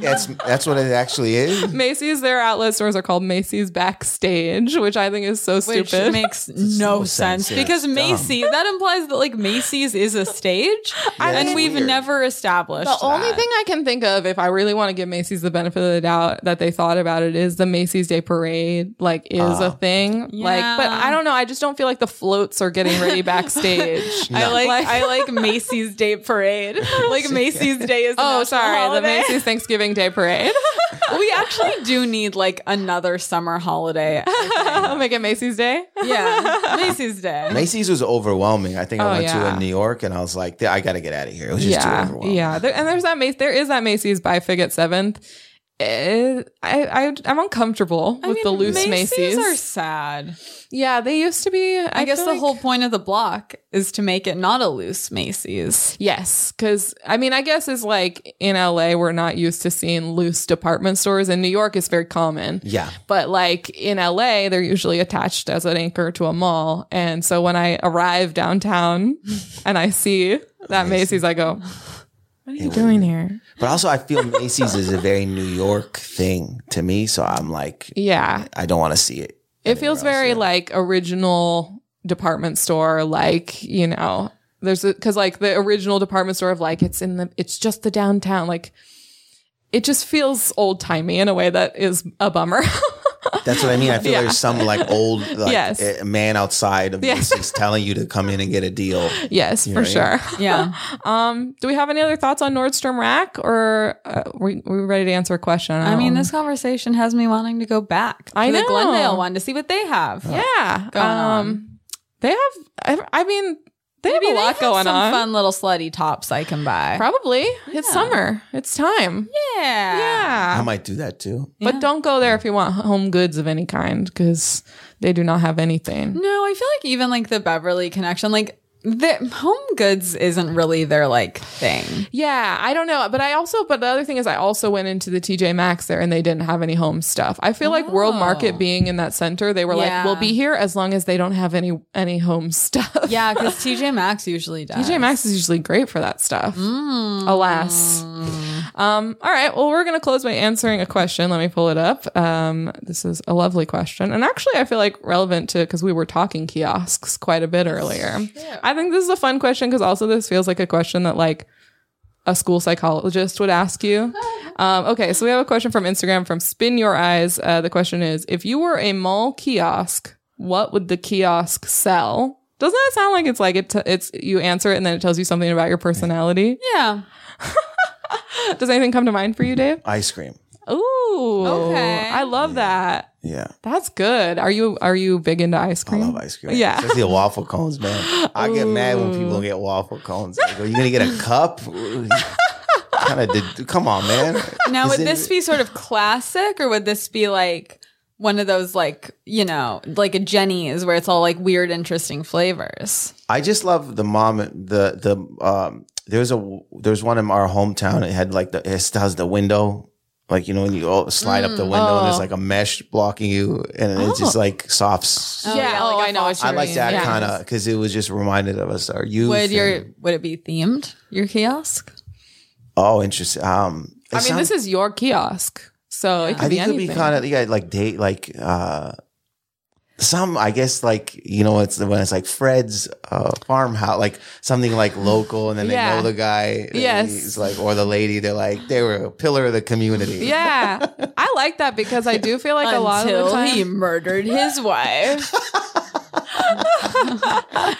Speaker 3: that's that's what it actually is.
Speaker 1: Macy's their outlet stores are called Macy's backstage, which I think is so
Speaker 2: Which
Speaker 1: stupid.
Speaker 2: makes no
Speaker 3: no
Speaker 2: sense
Speaker 3: sense, yeah.
Speaker 2: because
Speaker 3: It's
Speaker 2: Macy, that implies that like Macy's is a stage and
Speaker 3: it's
Speaker 2: we've
Speaker 3: weird.
Speaker 2: never established
Speaker 1: the only
Speaker 2: that.
Speaker 1: thing I can think of, if I really want to give Macy's the benefit of the doubt that they thought about it, is the Macy's Day Parade, like, is a thing. Like, but
Speaker 2: Yeah.
Speaker 1: I don't know. I just don't feel like the floats are getting ready backstage.
Speaker 2: I like,
Speaker 1: Like-
Speaker 2: I like Macy's Day Parade. Like Macy's Day is a
Speaker 1: Oh,
Speaker 2: national
Speaker 1: sorry, the
Speaker 2: holiday.
Speaker 1: Macy's Thanksgiving Day Parade.
Speaker 2: We actually do need like another summer holiday.
Speaker 1: I'll make it Macy's Day.
Speaker 2: Yeah, Macy's Day.
Speaker 3: Macy's was overwhelming. I think I
Speaker 1: Oh,
Speaker 3: went to
Speaker 1: yeah.
Speaker 3: in New York, and I was like, I got to get out of here. It was just too
Speaker 1: Yeah,
Speaker 3: overwhelming.
Speaker 1: yeah. There, and there's that Macy's. There is that Macy's by Fig at Seventh. Eh, I, I I'm uncomfortable with the loose Macy's.
Speaker 2: are sad.
Speaker 1: yeah, they used to be. I,
Speaker 2: I, guess
Speaker 1: feel
Speaker 2: the
Speaker 1: like-
Speaker 2: whole point of the block is to make it not a loose Macy's.
Speaker 1: Yes, because I mean, I guess it's like in LA, we're not used to seeing loose department stores. In New York, it's very common.
Speaker 3: Yeah.
Speaker 1: But like in LA, they're usually attached as an anchor to a mall. And so when I arrive downtown and I see that Macy's, I go, What are you doing here?
Speaker 3: But also, I feel Macy's is a very New York thing to me. So I'm like,
Speaker 1: Yeah.
Speaker 3: I don't want to see it.
Speaker 1: It feels very like original department store, like, you know, there's a, cause like the original department store of like, it's in the, it's just the downtown. Like, it just feels old timey in a way that is a bummer.
Speaker 3: That's what I mean. I feel there's some like old like
Speaker 1: Yes.
Speaker 3: a man outside of
Speaker 1: Yes.
Speaker 3: Macy's telling you to come in and get a deal.
Speaker 1: yes, for
Speaker 3: right.
Speaker 1: sure.
Speaker 2: Yeah.
Speaker 1: Um, do we have any other thoughts on Nordstrom Rack, or uh, we we ready to answer a question?
Speaker 2: I
Speaker 1: don't
Speaker 2: mean,
Speaker 1: know.
Speaker 2: this conversation has me wanting to go back to
Speaker 1: I
Speaker 2: the
Speaker 1: know.
Speaker 2: Glendale one to see what they have.
Speaker 1: yeah.
Speaker 2: Going
Speaker 1: um, they have. I, I mean, they have a lot going
Speaker 2: some
Speaker 1: on.
Speaker 2: fun little slutty tops I can buy.
Speaker 1: Probably it's summer. It's time.
Speaker 2: yeah.
Speaker 1: Yeah.
Speaker 3: I might do that too.
Speaker 1: But don't go there if you want home goods of any kind, because They do not have anything.
Speaker 2: No, I feel like even like the Beverly connection, like the home goods isn't really their like thing.
Speaker 1: Yeah, I don't know, but I also but the other thing is I also went into the TJ Maxx there and they didn't have any home stuff. I feel like World Market being in that center, they were
Speaker 2: Yeah.
Speaker 1: like, "We'll be here as long as they don't have any any home stuff."
Speaker 2: Yeah, because TJ Maxx usually does.
Speaker 1: TJ Maxx is usually great for that stuff. Alas. Um, all right. Well, we're going to close by answering a question. Let me pull it up. Um, this is a lovely question. And actually, I feel like relevant to because we were talking kiosks quite a bit earlier. I think this is a fun question because also this feels like a question that, like, a school psychologist would ask you. Um, okay, so we have a question from Instagram from Spin Your Eyes. Uh, the question is If you were a mall kiosk, what would the kiosk sell? Doesn't that sound like it's like it t- it's you answer it and then it tells you something about your personality?
Speaker 2: Yeah.
Speaker 1: Does anything come to mind for you, Dave?
Speaker 3: Ice cream.
Speaker 1: Ooh,
Speaker 2: Okay.
Speaker 1: I love that.
Speaker 3: Yeah.
Speaker 1: That's good. Are you are you big into ice
Speaker 3: I
Speaker 1: cream?
Speaker 3: love ice cream.
Speaker 1: Yeah.
Speaker 3: Especially waffle cones, man. I get mad when people get waffle cones. I go, you gonna get a cup? kind of did, come on, man.
Speaker 2: Now,
Speaker 3: Is
Speaker 2: would
Speaker 3: it-
Speaker 2: this be sort of classic, or would this be like one of those, like you know, like a Jenny's, where it's all like weird, interesting flavors?
Speaker 3: I just love the mom the the um there's a there's one in our hometown it had like the it still has the window like you know when you all slide up the
Speaker 1: Mm,
Speaker 3: window and
Speaker 1: oh.
Speaker 3: there's like a mesh blocking you and it's just like soft
Speaker 2: Oh,
Speaker 1: yeah,
Speaker 2: yeah,
Speaker 1: oh,
Speaker 2: like a
Speaker 1: I know. what
Speaker 2: fall-
Speaker 1: you
Speaker 3: I like
Speaker 1: mean.
Speaker 3: that
Speaker 1: Yeah.
Speaker 3: kind of because it was just reminded of us our youth.
Speaker 2: Would
Speaker 3: and-
Speaker 2: your would it be themed your kiosk?
Speaker 3: oh interesting? Um,
Speaker 1: I mean, this is your kiosk, so it could
Speaker 3: I
Speaker 1: be
Speaker 3: think it
Speaker 1: anything.
Speaker 3: would be kind of yeah, like date like uh some I guess like you know it's when it's like Fred's uh, farmhouse like something like local and then
Speaker 1: Yeah.
Speaker 3: they know the guy and
Speaker 1: Yes.
Speaker 3: he's like or the lady they're like they were a pillar of the community
Speaker 1: yeah, I like that because I do feel like a lot of the
Speaker 2: Until
Speaker 1: time.
Speaker 2: he murdered his wife.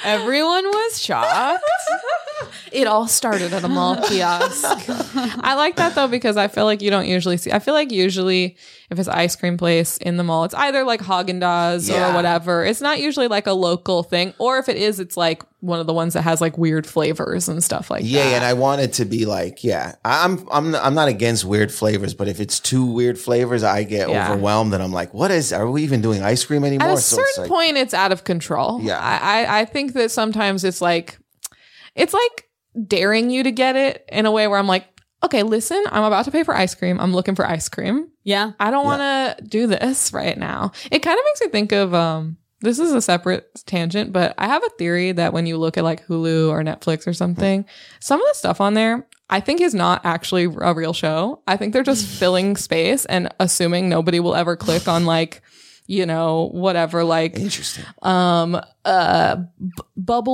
Speaker 2: Everyone was shocked.
Speaker 1: It all started at a mall kiosk. I like that though because I feel like you don't usually see. I feel like usually if it's ice cream place in the mall, it's either like Haagen Dazs
Speaker 3: Yeah.
Speaker 1: or whatever. It's not usually like a local thing, or if it is, it's like one of the ones that has like weird flavors and stuff like
Speaker 3: yeah
Speaker 1: that.
Speaker 3: and I want it to be like yeah I- I'm I'm I'm not against weird flavors but if it's too weird flavors I get
Speaker 1: Yeah.
Speaker 3: overwhelmed and I'm like what is are we even doing ice cream anymore
Speaker 1: At a
Speaker 3: So
Speaker 1: certain
Speaker 3: it's like-
Speaker 1: point, it's out of control.
Speaker 3: Yeah.
Speaker 1: I, I I think that sometimes it's like it's like daring you to get it in a way where I'm like, okay, listen, I'm about to pay for ice cream. I'm looking for ice cream.
Speaker 2: Yeah.
Speaker 1: I don't
Speaker 3: Yeah.
Speaker 1: want to do this right now. It kind of makes me think of um this is a separate tangent, but I have a theory that when you look at like Hulu or Netflix or something, some of the stuff on there I think is not actually a real show. I think they're just filling space and assuming nobody will ever click on like you know whatever like
Speaker 3: interesting
Speaker 1: um uh b-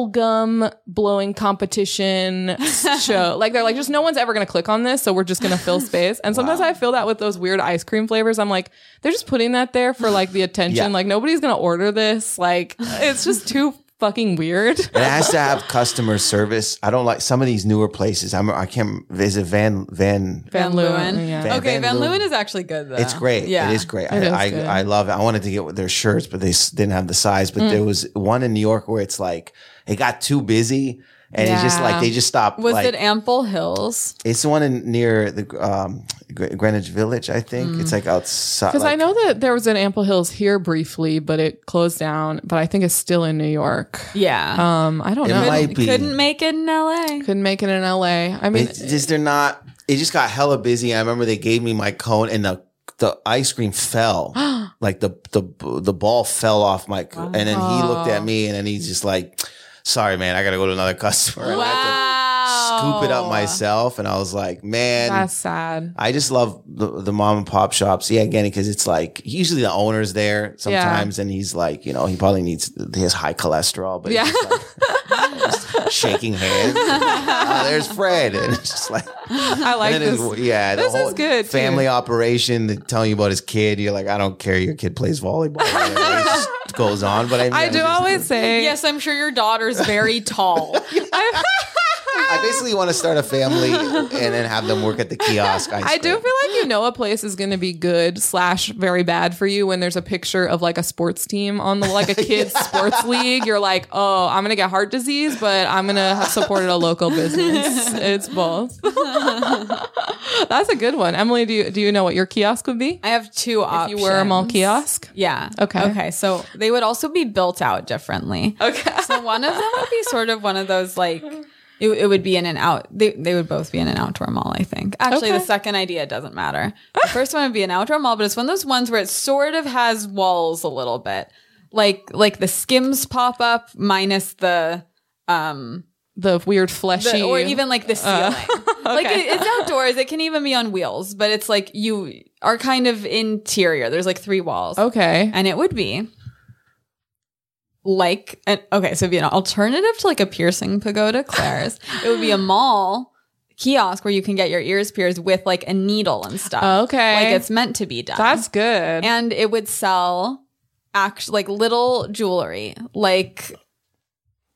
Speaker 1: bubblegum blowing competition show like they're like just no one's ever gonna click on this so we're just gonna fill space and sometimes i feel that with those weird ice cream flavors i'm like they're just putting that there for like the attention
Speaker 3: Yeah.
Speaker 1: like nobody's gonna order this like it's just too fucking weird
Speaker 3: it has to have customer service. I don't like some of these newer places. I'm I can't. Is it Van Van?
Speaker 1: Van Leeuwen, yeah.
Speaker 3: Van-
Speaker 2: okay,
Speaker 3: Van
Speaker 2: Van
Speaker 3: Leeuwen.
Speaker 2: Leeuwen is actually good though.
Speaker 3: It's great.
Speaker 2: Yeah.
Speaker 3: It is great.
Speaker 1: Uh, It is
Speaker 3: I,
Speaker 1: good.
Speaker 3: I, I love it. I wanted to get their shirts, but they s- didn't have the size. But
Speaker 1: Mm.
Speaker 3: there was one in New York where it's like it got too busy, and it's just
Speaker 1: Yeah.
Speaker 3: like they just stopped.
Speaker 2: Was
Speaker 3: like,
Speaker 2: it Ample Hills?
Speaker 3: It's the one in near the um, Gre- Greenwich Village, I think. It's like outside.
Speaker 1: because
Speaker 3: like,
Speaker 1: Mm. i know that there was an ample hills here briefly but it closed down but i think it's still in new york
Speaker 2: Yeah.
Speaker 1: um i don't
Speaker 3: It
Speaker 1: know
Speaker 3: Uh, might be.
Speaker 2: Couldn't make it in LA.
Speaker 1: couldn't make it in la i mean
Speaker 3: It's just they're not. It just got hella busy. I remember they gave me my cone and the the ice cream fell, like the the the ball fell off my. co- And then he looked at me and then he's just like, "Sorry, man, I gotta go to another customer." And I had to
Speaker 2: Wow.
Speaker 3: scoop it up myself, and I was like, "Man."
Speaker 1: that's sad
Speaker 3: I just love the, the mom and pop shops. Yeah, again, because it's like usually the owner's there sometimes, and he's like, you know, he probably needs his high cholesterol, but yeah.
Speaker 1: Yeah.
Speaker 3: shaking hands. Ah, there's Fred, and it's just like
Speaker 1: i like
Speaker 3: and then
Speaker 1: this
Speaker 3: it's- yeah, the
Speaker 1: this is
Speaker 3: whole
Speaker 1: good, too.
Speaker 3: Family operation, they telling you about his kid. You're like, I don't care. Your kid plays volleyball. It just goes on, but I, mean,
Speaker 1: I do
Speaker 3: just-
Speaker 1: always say
Speaker 2: Yes, I'm sure your daughter's very tall.
Speaker 1: I,
Speaker 3: I basically want to start a family and then have them work at the kiosk. Ice
Speaker 1: I do feel
Speaker 3: cream.
Speaker 1: like you know a place is going to be good slash very bad for you when there's a picture of like a sports team on the like a kids sports league. You're like, oh, I'm gonna get heart disease, but I'm gonna have supported a local business. It's both. That's a good one, Emily. Do you do you know what your kiosk would be?
Speaker 2: I have two
Speaker 1: If
Speaker 2: options.
Speaker 1: you were a mall kiosk.
Speaker 2: Yeah.
Speaker 1: Okay.
Speaker 2: Okay. So they would also be built out differently.
Speaker 1: Okay.
Speaker 2: So one of them would be sort of one of those like it, it would be in and out. They, they would both be in an outdoor mall, I think. Actually,
Speaker 1: Okay.
Speaker 2: the second idea doesn't matter. The first one would be an outdoor mall, but it's one of those ones where it sort of has walls a little bit, like like the Skims pop up minus the um
Speaker 1: The weird fleshy,
Speaker 2: the, or even like the
Speaker 1: uh,
Speaker 2: ceiling. Like it, it's outdoors. It can even be on wheels, but it's like you are kind of interior. There's like three walls
Speaker 1: okay.
Speaker 2: and it would be like an okay, so it'd be an alternative to like a piercing pagoda, Claire's. it would be a mall kiosk where you can get your ears pierced with like a needle and stuff.
Speaker 1: Okay.
Speaker 2: like it's meant to be done.
Speaker 1: That's good.
Speaker 2: and it would sell act like little jewelry, like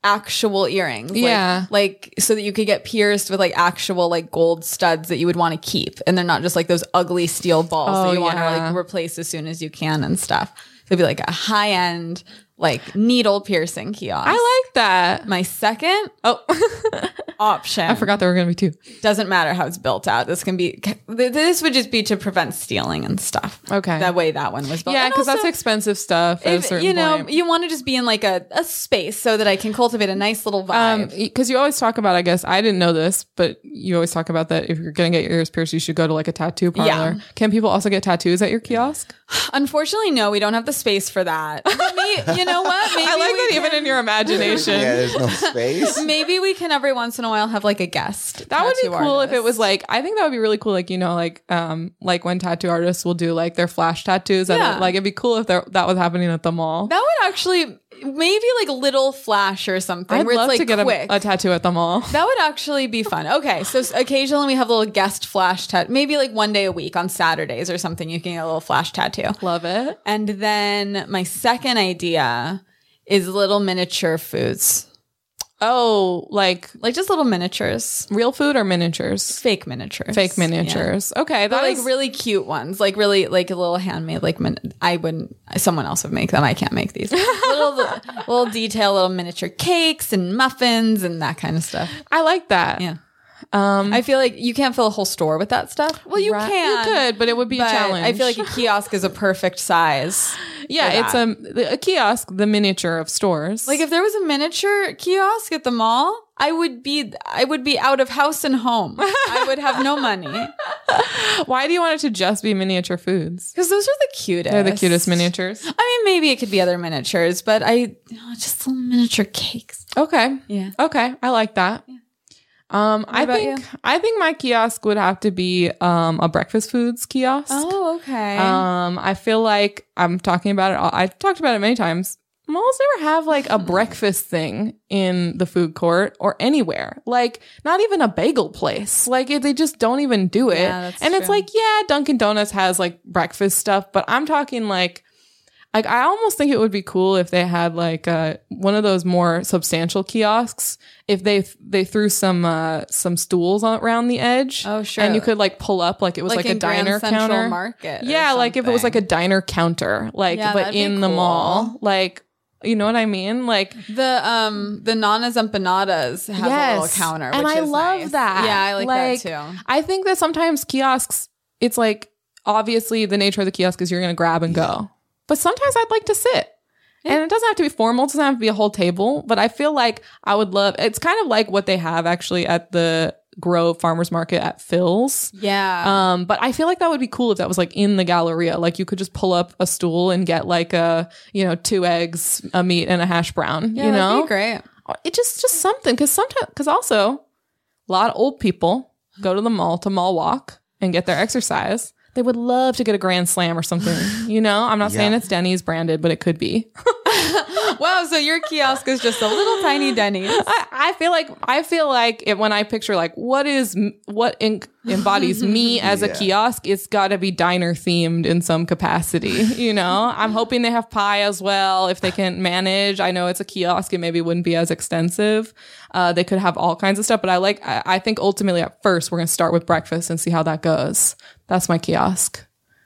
Speaker 2: actual earrings like-
Speaker 1: Yeah.
Speaker 2: like, so that you could get pierced with like actual like gold studs that you would want to keep and they're not just like those ugly steel balls
Speaker 1: Oh,
Speaker 2: that you want to
Speaker 1: yeah.
Speaker 2: like replace as soon as you can and stuff so it'd be like a high end like needle piercing kiosk
Speaker 1: I like that.
Speaker 2: my second
Speaker 1: Oh,
Speaker 2: option
Speaker 1: I forgot there were gonna be two.
Speaker 2: doesn't matter how it's built out this can be th- this would just be to prevent stealing and stuff
Speaker 1: Okay.
Speaker 2: that way that one was built
Speaker 1: yeah,
Speaker 2: And
Speaker 1: because that's
Speaker 2: also-
Speaker 1: expensive stuff. At a
Speaker 2: if,
Speaker 1: certain
Speaker 2: you know,
Speaker 1: point.
Speaker 2: you want to just be in like a, a space so that I can cultivate a nice little vibe.
Speaker 1: Um, because you always talk about, I guess I didn't know this, but you always talk about that if you're gonna get your ears pierced, you should go to like a tattoo parlor. Can people also get tattoos at your kiosk?
Speaker 2: Unfortunately, no, we don't have the space for that. But me- you know what? Maybe
Speaker 1: I like
Speaker 2: we
Speaker 1: that
Speaker 2: can,
Speaker 1: even in your imagination.
Speaker 3: yeah, there's no space.
Speaker 2: Maybe we can every once in a while have like a guest.
Speaker 1: That would be
Speaker 2: tattoo
Speaker 1: cool if it
Speaker 2: artist.
Speaker 1: was like I think that would be really cool like you know like um like when tattoo artists will do like their flash tattoos and
Speaker 2: Yeah.
Speaker 1: like it'd be cool if there- that was happening at the mall.
Speaker 2: that would actually maybe like little flash or something
Speaker 1: I'd
Speaker 2: where
Speaker 1: love
Speaker 2: it's like
Speaker 1: to get
Speaker 2: quick.
Speaker 1: a, a tattoo at the mall.
Speaker 2: that would actually be fun. Okay, so s- occasionally we have little guest flash tat. Maybe like one day a week on Saturdays or something, you can get a little flash tattoo.
Speaker 1: Love it.
Speaker 2: And then my second idea is little miniature foods,
Speaker 1: Oh, like
Speaker 2: like just little miniatures,
Speaker 1: real food or miniatures?
Speaker 2: fake miniatures,
Speaker 1: Fake
Speaker 2: Yeah.
Speaker 1: miniatures. Okay,
Speaker 2: But
Speaker 1: that
Speaker 2: like
Speaker 1: is-
Speaker 2: really cute ones, like really like a little handmade. Like min- I wouldn't, someone else would make them. I can't make these little little detail, little miniature cakes and muffins and that kind of stuff.
Speaker 1: I like that.
Speaker 2: Yeah, um, I feel like you can't fill a whole store with that stuff. Well, you
Speaker 1: Right.
Speaker 2: can.
Speaker 1: You could, but it would be
Speaker 2: but
Speaker 1: a challenge.
Speaker 2: I feel like a kiosk is a perfect size. for
Speaker 1: yeah, it's
Speaker 2: that.
Speaker 1: um, the- a kiosk, the miniature of stores.
Speaker 2: Like if there was a miniature kiosk at the mall, I would be I would be out of house and home. I would have no money
Speaker 1: why do you want it to just be miniature foods?
Speaker 2: because those are the cutest.
Speaker 1: They're the cutest miniatures.
Speaker 2: I mean, maybe it could be other miniatures, but I oh, just little miniature cakes.
Speaker 1: Okay,
Speaker 2: Yeah.
Speaker 1: okay, I like that. Um, I
Speaker 2: about
Speaker 1: think I think my kiosk would have to be um a breakfast foods kiosk.
Speaker 2: Oh, okay.
Speaker 1: Um, I feel like I'm talking about it. all- I've talked about it many times. Malls never have like
Speaker 2: Hmm.
Speaker 1: a breakfast thing in the food court or anywhere. Like not even a bagel place. Like it- they just don't even do it.
Speaker 2: Yeah, that's
Speaker 1: and it's
Speaker 2: true.
Speaker 1: like, yeah, Dunkin' Donuts has like breakfast stuff, but I'm talking like, like I almost think it would be cool if they had like uh, one of those more substantial kiosks. If they they threw some uh, some stools on, around the edge,
Speaker 2: Oh, sure.
Speaker 1: and you could like pull up like it was like, a
Speaker 2: in Grand
Speaker 1: diner
Speaker 2: Central
Speaker 1: counter
Speaker 2: Market. or
Speaker 1: yeah like if it was like
Speaker 2: something.
Speaker 1: a diner counter like
Speaker 2: Yeah,
Speaker 1: but
Speaker 2: that'd be
Speaker 1: in the
Speaker 2: cool.
Speaker 1: mall like you know what i mean like
Speaker 2: the um the nanas empanadas has a little
Speaker 1: Yes.
Speaker 2: counter,
Speaker 1: And
Speaker 2: which
Speaker 1: I
Speaker 2: is
Speaker 1: love
Speaker 2: nice.
Speaker 1: that.
Speaker 2: Yeah, I like,
Speaker 1: Like,
Speaker 2: that too.
Speaker 1: i think that sometimes kiosks it's like obviously the nature of the kiosk is you're gonna grab and go but sometimes i'd like to sit and it doesn't have to be formal it doesn't have to be a whole table but i feel like i would love it's kind of like what they have actually at the grove farmers market at phil's
Speaker 2: Yeah.
Speaker 1: Um, but I feel like that would be cool if that was like in the Galleria. Like you could just pull up a stool and get like a you know two eggs, a meat, and a hash brown.
Speaker 2: yeah,
Speaker 1: you
Speaker 2: that'd
Speaker 1: know,
Speaker 2: be great.
Speaker 1: it just just something because sometimes because also a lot of old people go to the mall to mall walk and get their exercise. They would love to get a grand slam or something. You know, I'm not saying
Speaker 3: Yeah.
Speaker 1: it's Denny's branded, but it could be.
Speaker 2: wow, so your kiosk is just a little tiny Denny's.
Speaker 1: I, I feel like I feel like it, when I picture like what is m- what en- embodies me as a
Speaker 3: Yeah.
Speaker 1: kiosk, it's got to be diner themed in some capacity. You know, I'm hoping they have pie as well if they can manage. I know it's a kiosk; it maybe wouldn't be as extensive. Uh, they could have all kinds of stuff, but I like. I, I think ultimately, at first, we're gonna start with breakfast and see how that goes. That's my kiosk.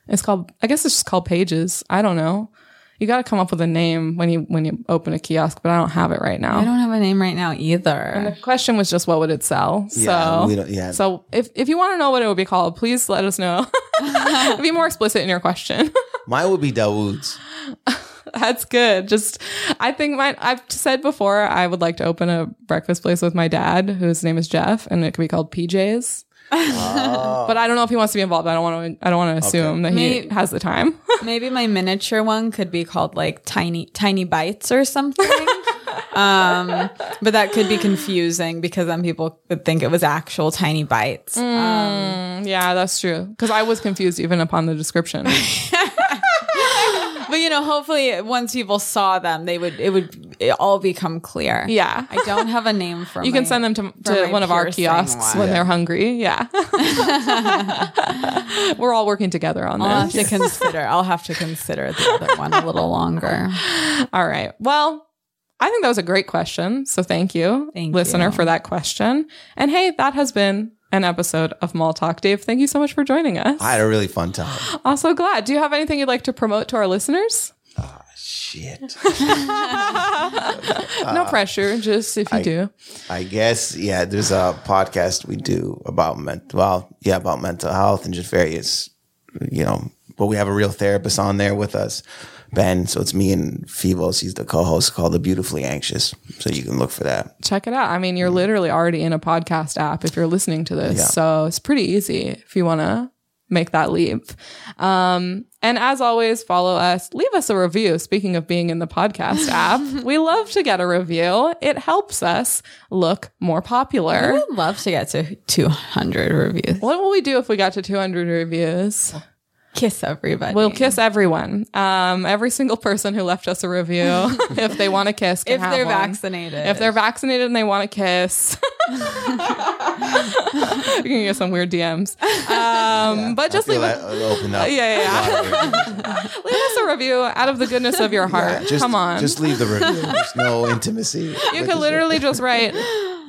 Speaker 1: It's called. I guess it's just called Pages. I don't know. You got to come up with a name when you when you open a kiosk, but I don't have it right now.
Speaker 2: I don't have a name right now
Speaker 1: The
Speaker 2: either.
Speaker 1: question was just what would it sell?
Speaker 3: Yeah,
Speaker 1: so
Speaker 3: we don't- yeah.
Speaker 1: So if if you want to know what it would be called, please let us know. be more explicit in your question.
Speaker 3: Mine would be Dawood's.
Speaker 1: That's good. Just I think my I've said before I would like to open a breakfast place with my dad, whose name is Jeff, and it could be called PJ's.
Speaker 3: Oh.
Speaker 1: But I don't know if he wants to be involved. I don't want to. I don't want to assume that he
Speaker 2: May-
Speaker 1: has the time.
Speaker 2: Maybe my miniature one could be called like tiny tiny bites or something. um, but that could be confusing because then people would think it was actual tiny bites.
Speaker 1: Mm.
Speaker 2: Um,
Speaker 1: yeah, that's true. Because I was confused even upon the description.
Speaker 2: but you know, hopefully once people saw them, they would it would it all become clear.
Speaker 1: Yeah.
Speaker 2: I don't have a name for
Speaker 1: You can send them to,
Speaker 2: for
Speaker 1: to
Speaker 2: my
Speaker 1: one of our
Speaker 2: piercing
Speaker 1: kiosks
Speaker 2: one.
Speaker 1: when they're hungry. Yeah. We're all working together on
Speaker 2: I'll have
Speaker 1: this.
Speaker 2: to consider. I'll have to consider the other one a little longer.
Speaker 1: All right. Well, I think that was a great question. So thank you,
Speaker 2: Thank
Speaker 1: listener,
Speaker 2: you.
Speaker 1: for that question. And hey, that has been an episode of Mall Talk. Dave, thank you so much for joining us.
Speaker 3: I had a really fun time.
Speaker 1: I'm so glad. Do you have anything you'd like to promote to our listeners?
Speaker 3: Shit.
Speaker 1: no pressure, just if you
Speaker 3: I-
Speaker 1: do.
Speaker 3: I guess yeah. There's a podcast we do about mental. Well, yeah, about mental health and just various, you know. But we have a real therapist on there with us, Ben. So it's me and Phoebos. He's the co-host called The Beautifully Anxious. So you can look for that.
Speaker 1: Check it out. I mean, you're literally already in a podcast app if you're listening to this.
Speaker 3: Yeah.
Speaker 1: So it's pretty easy if you want to make that leap. Um, and as always, follow us. Leave us a review. Speaking of being in the podcast app, we love to get a review. It helps us look more
Speaker 2: I
Speaker 1: popular.
Speaker 2: would love to get to 200 reviews.
Speaker 1: What will we do if we got to 200 reviews?
Speaker 2: Kiss everybody.
Speaker 1: We'll kiss everyone. Um, every single person who left us a review, if they want to kiss, can
Speaker 2: if
Speaker 1: have
Speaker 2: they're
Speaker 1: one.
Speaker 2: vaccinated.
Speaker 1: If they're vaccinated and they want to kiss, you can get some weird DMs. Um, but just
Speaker 3: I feel
Speaker 1: leave,
Speaker 3: that it'll open up.
Speaker 1: Yeah, yeah,
Speaker 3: a lot of reviews.
Speaker 1: leave us a review out of the goodness of your heart.
Speaker 3: Just,
Speaker 1: Come on.
Speaker 3: Just leave the review. There's no intimacy.
Speaker 1: you could literally just write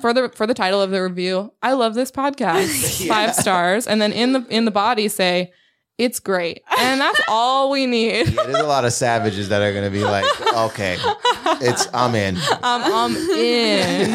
Speaker 1: for the for the title of the review, I love this podcast. Five stars. And then in the in the body say, It's great. And that's all we need.
Speaker 3: Yeah, there's a lot of savages that are gonna be like, okay, it's I'm in.
Speaker 1: Um, I'm in.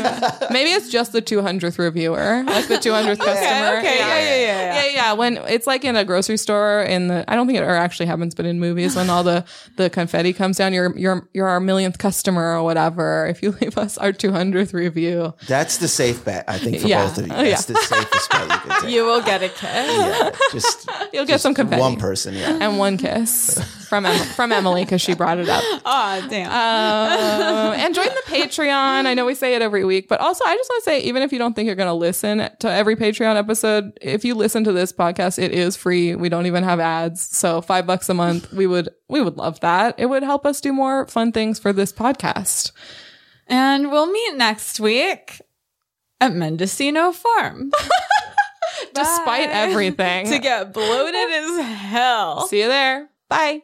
Speaker 1: Maybe it's just the 200th reviewer, like the 200th customer.
Speaker 2: okay, yeah, yeah, yeah,
Speaker 1: yeah, yeah. When it's like in a grocery store, in the I don't think it ever actually happens, but in movies, when all the the confetti comes down, you're you're you're our millionth customer or whatever. If you leave us our 200th review,
Speaker 3: That's the safe bet, I think, for
Speaker 1: Yeah.
Speaker 3: both of you.
Speaker 1: Oh, yeah.
Speaker 3: That's the safest bet you can take.
Speaker 2: you will get a kiss.
Speaker 3: yeah, just
Speaker 1: you'll get some confetti
Speaker 3: one person. Yeah.
Speaker 1: and one kiss from em- from Emily because she brought it up.
Speaker 2: Oh, damn.
Speaker 1: Um, and join the Patreon. I know we say it every week, but also I just want to say, even if you don't think you're going to listen to every Patreon episode, if you listen to this podcast, it is free. We don't even have ads, so five bucks a month. We would we would love that. It would help us do more fun things for this podcast.
Speaker 2: and we'll meet next week at Mendocino Farm
Speaker 1: Despite everything,
Speaker 2: to get bloated as hell.
Speaker 1: see you there. Bye.